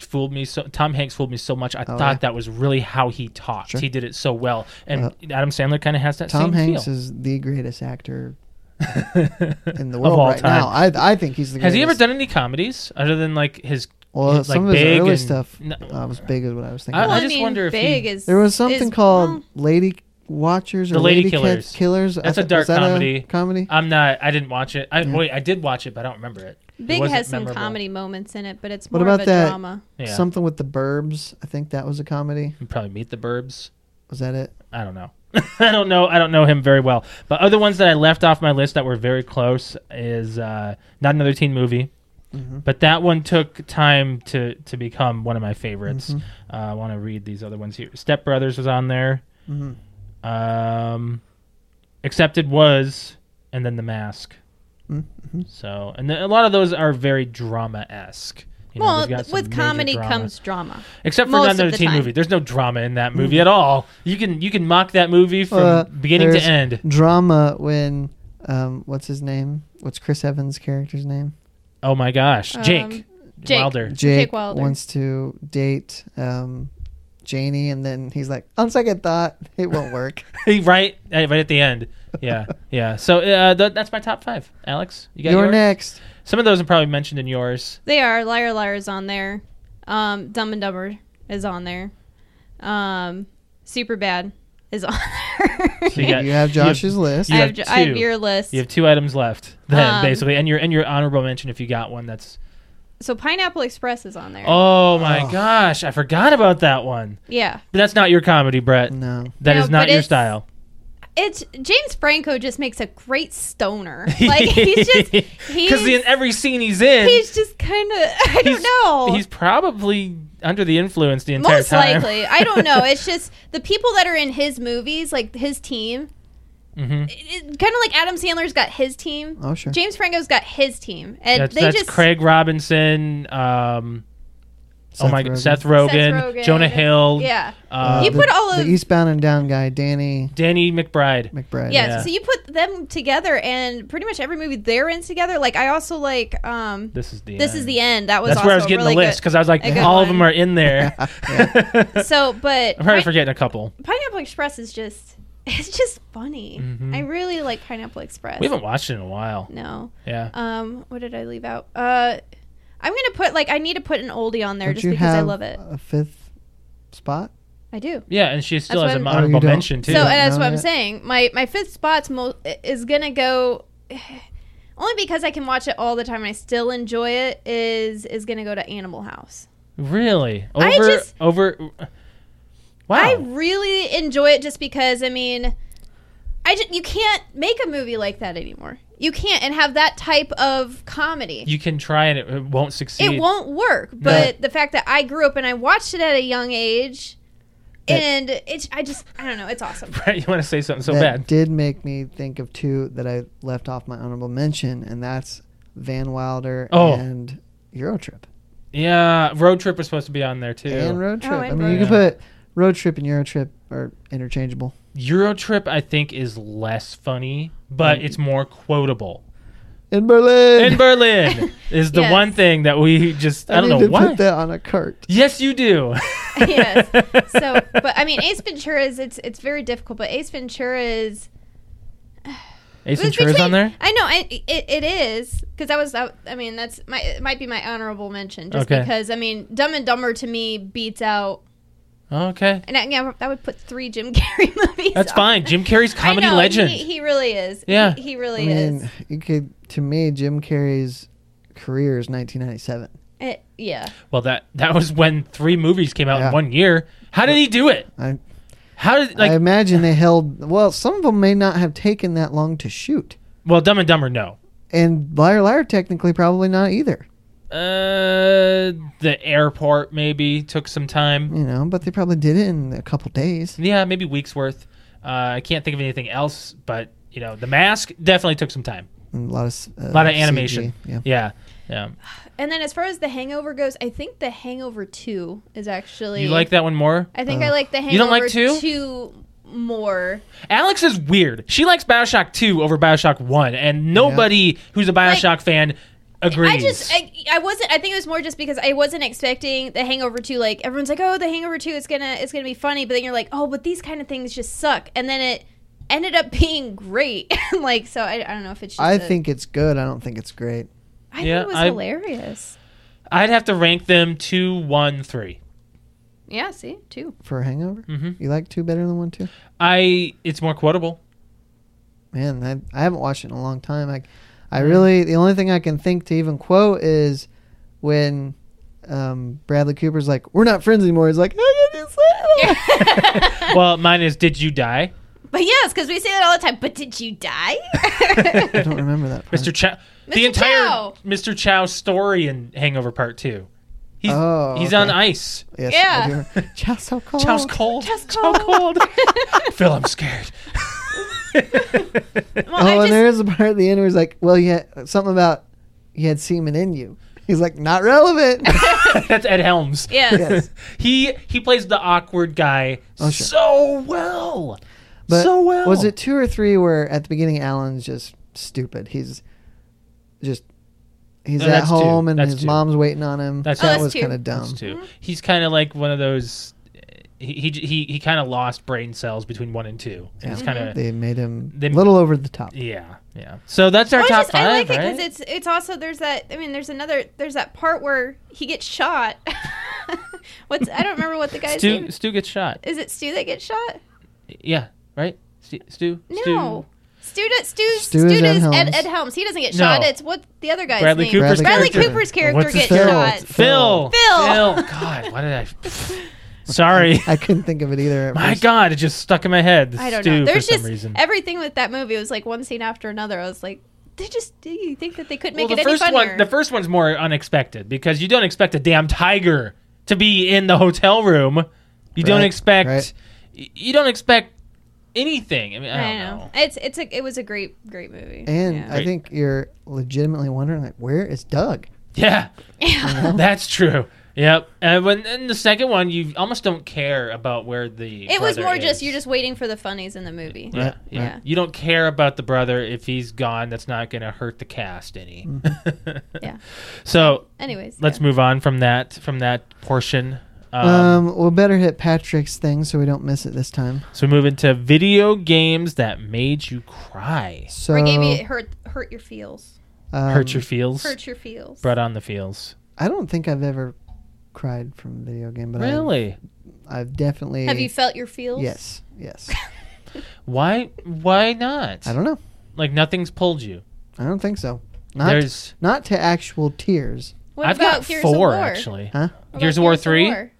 [SPEAKER 3] fooled me so Tom Hanks fooled me so much. I thought
[SPEAKER 2] Oh, yeah.
[SPEAKER 3] that was really how he talked.
[SPEAKER 2] Sure. Uh-huh.
[SPEAKER 3] He did it so well, and Adam Sandler kind of has that same
[SPEAKER 2] Tom Hanks
[SPEAKER 3] feel.
[SPEAKER 2] is the greatest
[SPEAKER 3] [LAUGHS]
[SPEAKER 2] actor in the
[SPEAKER 3] Of
[SPEAKER 2] world
[SPEAKER 3] all
[SPEAKER 2] right
[SPEAKER 3] time.
[SPEAKER 2] now. I I think he's the greatest.
[SPEAKER 3] Has he ever done any comedies other than like his
[SPEAKER 2] Well,
[SPEAKER 3] his, like
[SPEAKER 2] some of his
[SPEAKER 3] big
[SPEAKER 2] early
[SPEAKER 3] and-
[SPEAKER 2] stuff
[SPEAKER 3] No.
[SPEAKER 2] uh, was big is what I was thinking.
[SPEAKER 3] I-
[SPEAKER 1] Well,
[SPEAKER 2] of.
[SPEAKER 1] I,
[SPEAKER 3] just
[SPEAKER 1] mean,
[SPEAKER 3] wonder if he-
[SPEAKER 1] big is
[SPEAKER 2] there was something
[SPEAKER 1] is-
[SPEAKER 2] called
[SPEAKER 1] well,
[SPEAKER 2] Lady Watchers or
[SPEAKER 3] The Lady
[SPEAKER 2] Lady, Cat-
[SPEAKER 3] Killers.
[SPEAKER 2] Killers. I
[SPEAKER 3] That's a
[SPEAKER 2] thi-
[SPEAKER 3] dark
[SPEAKER 2] was that
[SPEAKER 3] comedy. Uh,
[SPEAKER 2] comedy.
[SPEAKER 3] I'm not. I didn't watch it. I wait. I did watch it, but I don't remember it. It
[SPEAKER 1] big
[SPEAKER 3] wasn't
[SPEAKER 1] has some
[SPEAKER 3] memorable.
[SPEAKER 1] comedy moments in it, but it's
[SPEAKER 2] What
[SPEAKER 1] more
[SPEAKER 2] about
[SPEAKER 1] of a
[SPEAKER 2] that-
[SPEAKER 1] drama.
[SPEAKER 3] Yeah.
[SPEAKER 2] Something with the Burbs. I think that was a comedy.
[SPEAKER 3] You probably meet the Burbs.
[SPEAKER 2] Was that it?
[SPEAKER 3] I don't know. [LAUGHS] I don't know. I don't know him very well. But other ones that I left off my list that were very close is uh, not another teen movie, but that one took time to to become one of my favorites.
[SPEAKER 1] Mm-hmm.
[SPEAKER 3] Uh, I want to read these other ones here. Step Brothers was on there.
[SPEAKER 2] Mhm.
[SPEAKER 3] Um, accepted was, and then The Mask.
[SPEAKER 2] Mhm.
[SPEAKER 3] So, and then a lot of those are very drama esque.
[SPEAKER 1] well, with comedy comes drama.
[SPEAKER 3] Except for
[SPEAKER 1] Most
[SPEAKER 3] not
[SPEAKER 1] of
[SPEAKER 3] another
[SPEAKER 1] the
[SPEAKER 3] teen
[SPEAKER 1] time. Mm-hmm.
[SPEAKER 3] movie. There's no drama in that movie at all. You can you can mock that movie from
[SPEAKER 2] Uh,
[SPEAKER 3] beginning to
[SPEAKER 2] there's
[SPEAKER 3] end.
[SPEAKER 2] Drama when um, what's his name? What's Chris Evans' character's name?
[SPEAKER 3] Oh my gosh, Jake, [LAUGHS]
[SPEAKER 1] Um, Jake.
[SPEAKER 3] Wilder.
[SPEAKER 2] Jake,
[SPEAKER 1] Wilder.
[SPEAKER 2] wants to date um, Janie, and then he's like, on second thought, it won't work.
[SPEAKER 3] right, eh, right at the end. Yeah, yeah. So uh, th- that's my top five. Alex, [LAUGHS] you got
[SPEAKER 2] You're
[SPEAKER 3] yours?
[SPEAKER 2] next.
[SPEAKER 3] Some of those are probably mentioned in yours.
[SPEAKER 1] They are liar liars on there. Um, Dumb and Dumber is on there. Um, Super Bad is on there.
[SPEAKER 3] So you got-
[SPEAKER 2] You have
[SPEAKER 3] you have-
[SPEAKER 2] Josh's list.
[SPEAKER 1] [LAUGHS]
[SPEAKER 3] you
[SPEAKER 1] I,
[SPEAKER 3] have
[SPEAKER 1] have, j- I have
[SPEAKER 3] two.
[SPEAKER 1] your list.
[SPEAKER 3] You have two items left, [LAUGHS] then
[SPEAKER 1] Um,
[SPEAKER 3] basically, and your and your honorable mention if you got one. That's
[SPEAKER 1] so Pineapple Express is on there.
[SPEAKER 3] oh my
[SPEAKER 2] Oh.
[SPEAKER 3] gosh, I forgot about that one.
[SPEAKER 1] Yeah,
[SPEAKER 3] But that's not your comedy, Brett.
[SPEAKER 2] No.
[SPEAKER 3] That is
[SPEAKER 1] No,
[SPEAKER 3] not
[SPEAKER 1] but
[SPEAKER 3] your
[SPEAKER 1] it's-
[SPEAKER 3] style.
[SPEAKER 1] it's James Franco just makes a great
[SPEAKER 3] [LAUGHS]
[SPEAKER 1] stoner. Like he's just
[SPEAKER 3] because in
[SPEAKER 1] he's
[SPEAKER 3] every scene he's in,
[SPEAKER 1] he's just kind of [LAUGHS] I
[SPEAKER 3] he's-
[SPEAKER 1] don't know.
[SPEAKER 3] He's probably under the influence the entire
[SPEAKER 1] most
[SPEAKER 3] time.
[SPEAKER 1] likely I don't
[SPEAKER 3] [LAUGHS]
[SPEAKER 1] know. It's just the people that are in his movies, like his team.
[SPEAKER 3] Mhm.
[SPEAKER 1] It, kind of like Adam Sandler's got his team.
[SPEAKER 2] Oh sure.
[SPEAKER 1] James Franco's got his team, and
[SPEAKER 3] That's,
[SPEAKER 1] they
[SPEAKER 3] that's
[SPEAKER 1] just
[SPEAKER 3] Craig Robinson. Um, oh my
[SPEAKER 2] Rogen.
[SPEAKER 3] god, Seth Rogen,
[SPEAKER 1] Seth Rogen.
[SPEAKER 3] Jonah Hill,
[SPEAKER 1] Yeah.
[SPEAKER 3] uh,
[SPEAKER 1] You
[SPEAKER 2] the-
[SPEAKER 1] put all
[SPEAKER 2] the
[SPEAKER 1] of-
[SPEAKER 2] Eastbound and Down guy, Danny
[SPEAKER 3] Danny McBride.
[SPEAKER 2] McBride.
[SPEAKER 1] yeah,
[SPEAKER 3] Yeah.
[SPEAKER 1] so you put them together, and pretty much every movie they're in together. Like I also like um,
[SPEAKER 3] This is the
[SPEAKER 1] this
[SPEAKER 3] end.
[SPEAKER 1] is the end. That was
[SPEAKER 3] That's
[SPEAKER 1] also
[SPEAKER 3] where I was getting
[SPEAKER 1] really
[SPEAKER 3] the list because I was like,
[SPEAKER 1] a good
[SPEAKER 3] all of
[SPEAKER 1] one.
[SPEAKER 3] them are in
[SPEAKER 2] [LAUGHS]
[SPEAKER 3] there.
[SPEAKER 1] Good. So, but
[SPEAKER 3] [LAUGHS] I'm probably
[SPEAKER 1] Pine-
[SPEAKER 3] forgetting a couple.
[SPEAKER 1] Pineapple Express is just [LAUGHS] it's just funny.
[SPEAKER 3] Mhm.
[SPEAKER 1] I really like Pineapple Express.
[SPEAKER 3] We haven't watched it in a while.
[SPEAKER 1] no.
[SPEAKER 3] Yeah.
[SPEAKER 1] Um, what did I leave out? Uh, I'm gonna put like I need to put an oldie on there
[SPEAKER 2] Don't
[SPEAKER 1] just
[SPEAKER 2] you
[SPEAKER 1] because
[SPEAKER 2] have
[SPEAKER 1] I love it.
[SPEAKER 2] a fifth spot?
[SPEAKER 1] I do.
[SPEAKER 3] Yeah, and she still
[SPEAKER 1] That's
[SPEAKER 3] has an
[SPEAKER 1] what I'm-
[SPEAKER 2] Oh, you
[SPEAKER 3] honorable
[SPEAKER 2] don't.
[SPEAKER 3] mention too.
[SPEAKER 1] So
[SPEAKER 2] Yeah,
[SPEAKER 1] and that's
[SPEAKER 2] no,
[SPEAKER 1] what I'm
[SPEAKER 2] yeah.
[SPEAKER 1] saying. My my fifth spot's mo- is gonna go [SIGHS] only because I can watch it all the time and I still enjoy it. Is is gonna go to Animal House.
[SPEAKER 3] really? Over
[SPEAKER 1] I just-
[SPEAKER 3] over Wow.
[SPEAKER 1] I really enjoy it just because I mean, I ju- you can't make a movie like that anymore. You can't and have that type of comedy.
[SPEAKER 3] you can try and it, it won't succeed.
[SPEAKER 1] it
[SPEAKER 3] [LAUGHS]
[SPEAKER 1] won't work. But the fact that I grew up and I watched it at a young age,
[SPEAKER 2] That-
[SPEAKER 1] and it's I just I don't know, it's awesome.
[SPEAKER 3] Brett, you want to say something so
[SPEAKER 2] that
[SPEAKER 3] bad?
[SPEAKER 2] did make me think of two that I left off my honorable mention, and that's Van Wilder
[SPEAKER 3] Oh.
[SPEAKER 2] and Eurotrip.
[SPEAKER 3] Yeah, Road Trip was supposed to be on there too.
[SPEAKER 2] And Road
[SPEAKER 1] Oh,
[SPEAKER 2] Trip. I
[SPEAKER 1] and
[SPEAKER 2] mean, you
[SPEAKER 3] Road
[SPEAKER 2] can put Road Trip and Eurotrip are interchangeable.
[SPEAKER 3] Euro Trip I think is less funny, but
[SPEAKER 2] Mm.
[SPEAKER 3] it's more quotable.
[SPEAKER 2] In Berlin.
[SPEAKER 1] [LAUGHS]
[SPEAKER 3] In Berlin is the
[SPEAKER 1] Yes.
[SPEAKER 3] one thing that we just I, don't
[SPEAKER 2] need
[SPEAKER 3] know
[SPEAKER 2] to
[SPEAKER 3] why.
[SPEAKER 2] put that on a cart.
[SPEAKER 3] Yes, you do.
[SPEAKER 1] [LAUGHS] Yes. So,
[SPEAKER 3] [LAUGHS]
[SPEAKER 1] but I mean, Ace Ventura is it's it's very difficult, but Ace Ventura is
[SPEAKER 3] Ace
[SPEAKER 1] it was
[SPEAKER 3] Ventura's
[SPEAKER 1] between-
[SPEAKER 3] on there.
[SPEAKER 1] I know I, it, it is because I was out. I mean, that's my it might be my honorable mention just
[SPEAKER 3] Okay.
[SPEAKER 1] because I mean, Dumb and Dumber to me beats out,
[SPEAKER 3] Okay,
[SPEAKER 1] and I, yeah, I would put three Jim [LAUGHS] Carrey movies.
[SPEAKER 3] that's
[SPEAKER 1] on.
[SPEAKER 3] fine. Jim
[SPEAKER 1] [LAUGHS]
[SPEAKER 3] Carrey's
[SPEAKER 1] I
[SPEAKER 3] comedy
[SPEAKER 1] know,
[SPEAKER 3] legend.
[SPEAKER 1] He, he really is.
[SPEAKER 3] Yeah.
[SPEAKER 1] he, he
[SPEAKER 2] I
[SPEAKER 1] really is.
[SPEAKER 2] mean, you could, to me, Jim Carrey's career is 1997.
[SPEAKER 1] It- yeah.
[SPEAKER 3] well, that that was when three movies came out
[SPEAKER 2] Yeah.
[SPEAKER 3] in one year. How did he do it?
[SPEAKER 2] I,
[SPEAKER 3] How did like?
[SPEAKER 2] I
[SPEAKER 3] [SIGHS]
[SPEAKER 2] imagine they held, well, some of them may not have taken that long to shoot.
[SPEAKER 3] well, Dumb and Dumber, no.
[SPEAKER 2] And Liar Liar, technically, probably not either.
[SPEAKER 3] Uh, the airport maybe took some time.
[SPEAKER 2] You know, but they probably did it in a couple days.
[SPEAKER 3] Yeah, maybe weeks worth. Uh, I can't think of anything else, but you know, The Mask definitely took some time.
[SPEAKER 2] And a lot of, uh,
[SPEAKER 3] A lot of animation.
[SPEAKER 2] CG, Yeah.
[SPEAKER 3] yeah, yeah.
[SPEAKER 1] And then as far as the Hangover goes, I think the Hangover Two is actually.
[SPEAKER 3] You like that one more?
[SPEAKER 1] I think
[SPEAKER 2] Oh.
[SPEAKER 1] I like the Hangover
[SPEAKER 3] You don't like two?
[SPEAKER 1] more.
[SPEAKER 3] Alex is weird. She likes Bioshock Two over Bioshock One, and nobody who's a Bioshock fan agrees.
[SPEAKER 1] I just I, I wasn't. I think it was more just because I wasn't expecting the Hangover Two. Like everyone's like, oh, the Hangover Two is gonna it's gonna be funny, but then you're like, oh, but these kind of things just suck. And then it ended up [LAUGHS] being great. [LAUGHS] like so, I, I don't know if it's. Just
[SPEAKER 2] I
[SPEAKER 1] a-
[SPEAKER 2] think it's good. I don't think it's great.
[SPEAKER 1] I
[SPEAKER 3] Yeah,
[SPEAKER 1] think it was
[SPEAKER 3] I-
[SPEAKER 1] hilarious.
[SPEAKER 3] I'd have to rank them two, one, three.
[SPEAKER 1] Yeah. See, two.
[SPEAKER 2] For a hangover?
[SPEAKER 3] Mhm.
[SPEAKER 2] You like two better than one, two?
[SPEAKER 3] I it's
[SPEAKER 1] [LAUGHS]
[SPEAKER 3] more quotable.
[SPEAKER 2] Man, I, I haven't watched it in a long time. I, I really, the only thing I can think to even quote is when um, Bradley Cooper's like, we're not friends anymore. He's like, how can you say that?
[SPEAKER 3] well, mine is Did You Die?
[SPEAKER 1] [LAUGHS] But yes, because we say that all the time. But did you
[SPEAKER 3] [LAUGHS]
[SPEAKER 1] die? [LAUGHS]
[SPEAKER 2] I don't remember that part.
[SPEAKER 3] Mr. Chow. The
[SPEAKER 1] Mr.
[SPEAKER 3] entire
[SPEAKER 1] Chow.
[SPEAKER 3] Mr. Chow story in Hangover Part Two. He's
[SPEAKER 2] Oh,
[SPEAKER 3] he's
[SPEAKER 2] okay.
[SPEAKER 3] on ice.
[SPEAKER 2] Yes,
[SPEAKER 1] Yeah.
[SPEAKER 2] I do. Chow's
[SPEAKER 3] [LAUGHS]
[SPEAKER 2] so cold.
[SPEAKER 3] Chow's cold.
[SPEAKER 1] Oh, Chow's
[SPEAKER 3] Chow
[SPEAKER 1] [LAUGHS] cold.
[SPEAKER 3] cold. Phil, I'm scared.
[SPEAKER 1] [LAUGHS]
[SPEAKER 3] [LAUGHS]
[SPEAKER 1] well,
[SPEAKER 2] Oh,
[SPEAKER 1] I
[SPEAKER 2] and
[SPEAKER 1] just,
[SPEAKER 2] there is a part at the end where he's like, well, yeah, something about you had semen in you. [LAUGHS] He's like, not
[SPEAKER 3] [LAUGHS]
[SPEAKER 2] relevant.
[SPEAKER 3] That's Ed Helms.
[SPEAKER 1] yes.
[SPEAKER 2] Yes.
[SPEAKER 3] [LAUGHS] He he plays the awkward guy
[SPEAKER 2] Oh, sure.
[SPEAKER 3] so well.
[SPEAKER 2] But
[SPEAKER 3] so well.
[SPEAKER 2] Was it two or three where at the beginning Alan's just stupid? He's just he's
[SPEAKER 3] No,
[SPEAKER 2] at
[SPEAKER 3] that's two.
[SPEAKER 2] home and
[SPEAKER 3] That's
[SPEAKER 2] his
[SPEAKER 3] two.
[SPEAKER 2] mom's waiting on him.
[SPEAKER 3] That's
[SPEAKER 2] that
[SPEAKER 1] two.
[SPEAKER 2] was
[SPEAKER 1] Oh, that's
[SPEAKER 2] kind of
[SPEAKER 1] two.
[SPEAKER 2] dumb.
[SPEAKER 3] too. He's kind of like one of those. He he he, he kind of lost brain cells between one and two. And It's kind of
[SPEAKER 2] They made him
[SPEAKER 3] They-
[SPEAKER 2] a little over the top.
[SPEAKER 3] yeah yeah. So that's our
[SPEAKER 1] I was
[SPEAKER 3] top
[SPEAKER 1] just-
[SPEAKER 3] five,
[SPEAKER 1] I like it
[SPEAKER 3] right?
[SPEAKER 1] because it's it's also there's that I mean there's another there's that part where he gets shot. [LAUGHS] What's I don't remember what the guy's
[SPEAKER 3] Stu
[SPEAKER 1] name
[SPEAKER 3] Stu gets shot.
[SPEAKER 1] is. It Stu that gets shot?
[SPEAKER 3] Yeah, right. Stu Stu. Stu.
[SPEAKER 1] No, Stu. Stu. Stu. Stu
[SPEAKER 2] Stu is
[SPEAKER 1] is
[SPEAKER 2] Ed
[SPEAKER 1] Ed, Ed,
[SPEAKER 2] Helms.
[SPEAKER 1] Helms. He doesn't get
[SPEAKER 3] No.
[SPEAKER 1] shot. It's what the other guy's
[SPEAKER 3] Bradley
[SPEAKER 1] name.
[SPEAKER 3] Cooper's
[SPEAKER 1] Bradley
[SPEAKER 3] character.
[SPEAKER 1] Cooper's character
[SPEAKER 3] What's his
[SPEAKER 1] gets
[SPEAKER 2] name?
[SPEAKER 1] shot.
[SPEAKER 2] Phil.
[SPEAKER 3] Phil.
[SPEAKER 1] Phil. [LAUGHS]
[SPEAKER 3] God, why did I? [LAUGHS] Sorry.
[SPEAKER 2] I couldn't think of it either.
[SPEAKER 3] [LAUGHS]
[SPEAKER 2] At
[SPEAKER 3] My
[SPEAKER 2] first.
[SPEAKER 3] God, it just stuck in my head.
[SPEAKER 1] I don't
[SPEAKER 3] Stu
[SPEAKER 1] know. There's
[SPEAKER 3] for
[SPEAKER 1] just
[SPEAKER 3] some reason.
[SPEAKER 1] everything with that movie. It was like one scene after another. I was like, they just do you think that they could make
[SPEAKER 3] well,
[SPEAKER 1] it any
[SPEAKER 3] the first
[SPEAKER 1] funnier?
[SPEAKER 3] one, the first one's more unexpected because you don't expect a damn tiger to be in the hotel room. You don't
[SPEAKER 2] Right,
[SPEAKER 3] expect.
[SPEAKER 2] right.
[SPEAKER 3] y- You don't expect anything. I mean, I don't
[SPEAKER 1] I know.
[SPEAKER 3] know.
[SPEAKER 1] It's it's a it was a great great movie. [LAUGHS]
[SPEAKER 2] And
[SPEAKER 1] yeah.
[SPEAKER 2] I [LAUGHS] think you're legitimately wondering like, where is Doug?
[SPEAKER 3] Yeah, [LAUGHS]
[SPEAKER 1] Yeah.
[SPEAKER 3] that's true. Yep. And when in the second one, you almost don't care about where the
[SPEAKER 1] It was
[SPEAKER 3] brother
[SPEAKER 1] more just
[SPEAKER 3] is.
[SPEAKER 1] you're just waiting for the funnies in the movie.
[SPEAKER 3] Yeah,
[SPEAKER 2] Right,
[SPEAKER 3] yeah.
[SPEAKER 1] right.
[SPEAKER 3] You don't care about the brother if he's gone. That's not going to hurt the cast any. [LAUGHS]
[SPEAKER 1] Yeah.
[SPEAKER 3] So
[SPEAKER 1] Anyways,
[SPEAKER 3] let's
[SPEAKER 1] yeah.
[SPEAKER 3] move on from that from that portion. Um,
[SPEAKER 2] Um, we'll better hit Patrick's thing so we don't miss it this time.
[SPEAKER 3] so we move into video games that made you cry,
[SPEAKER 2] So
[SPEAKER 1] or maybe it hurt hurt your feels,
[SPEAKER 2] um,
[SPEAKER 3] hurt your feels,
[SPEAKER 1] hurt your feels.
[SPEAKER 3] brought on the feels.
[SPEAKER 2] I don't think I've ever cried from a video game, but I-
[SPEAKER 3] Really?
[SPEAKER 2] I've, definitely.
[SPEAKER 1] Have you felt your feels?
[SPEAKER 2] Yes. Yes.
[SPEAKER 3] Why? Why not?
[SPEAKER 2] I don't know.
[SPEAKER 3] Like nothing's pulled you.
[SPEAKER 2] I don't think so. Not
[SPEAKER 3] There's.
[SPEAKER 2] not to actual tears.
[SPEAKER 1] [LAUGHS] What
[SPEAKER 3] I've
[SPEAKER 1] about
[SPEAKER 3] got
[SPEAKER 1] Gears of War?
[SPEAKER 3] four
[SPEAKER 2] [LAUGHS]
[SPEAKER 3] actually. [LAUGHS]
[SPEAKER 2] Huh?
[SPEAKER 1] What about
[SPEAKER 3] Gears of War three?
[SPEAKER 1] War?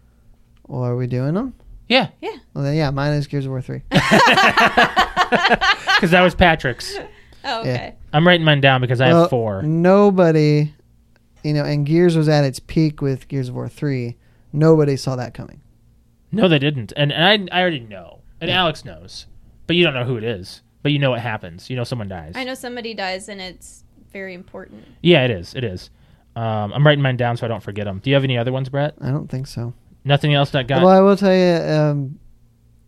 [SPEAKER 2] Well, are we doing them?
[SPEAKER 3] Yeah,
[SPEAKER 2] Well, then, yeah, mine is Gears of War three.
[SPEAKER 3] because that was Patrick's.
[SPEAKER 1] Oh, okay.
[SPEAKER 3] I'm writing mine down because I
[SPEAKER 2] Well,
[SPEAKER 3] have four.
[SPEAKER 2] Nobody, you know, and Gears was at its peak with Gears of War three. Nobody saw that coming.
[SPEAKER 3] No, they didn't. And, and I, I already know. And Alex knows. But you don't know who it is. But you know what happens. You know someone dies.
[SPEAKER 1] I know somebody dies and it's very important.
[SPEAKER 3] Yeah, it is. It is. Um, I'm writing mine down so I don't forget them. Do you have any other ones, Brett?
[SPEAKER 2] I don't think so.
[SPEAKER 3] Nothing else that got.
[SPEAKER 2] Well, I will tell you, um,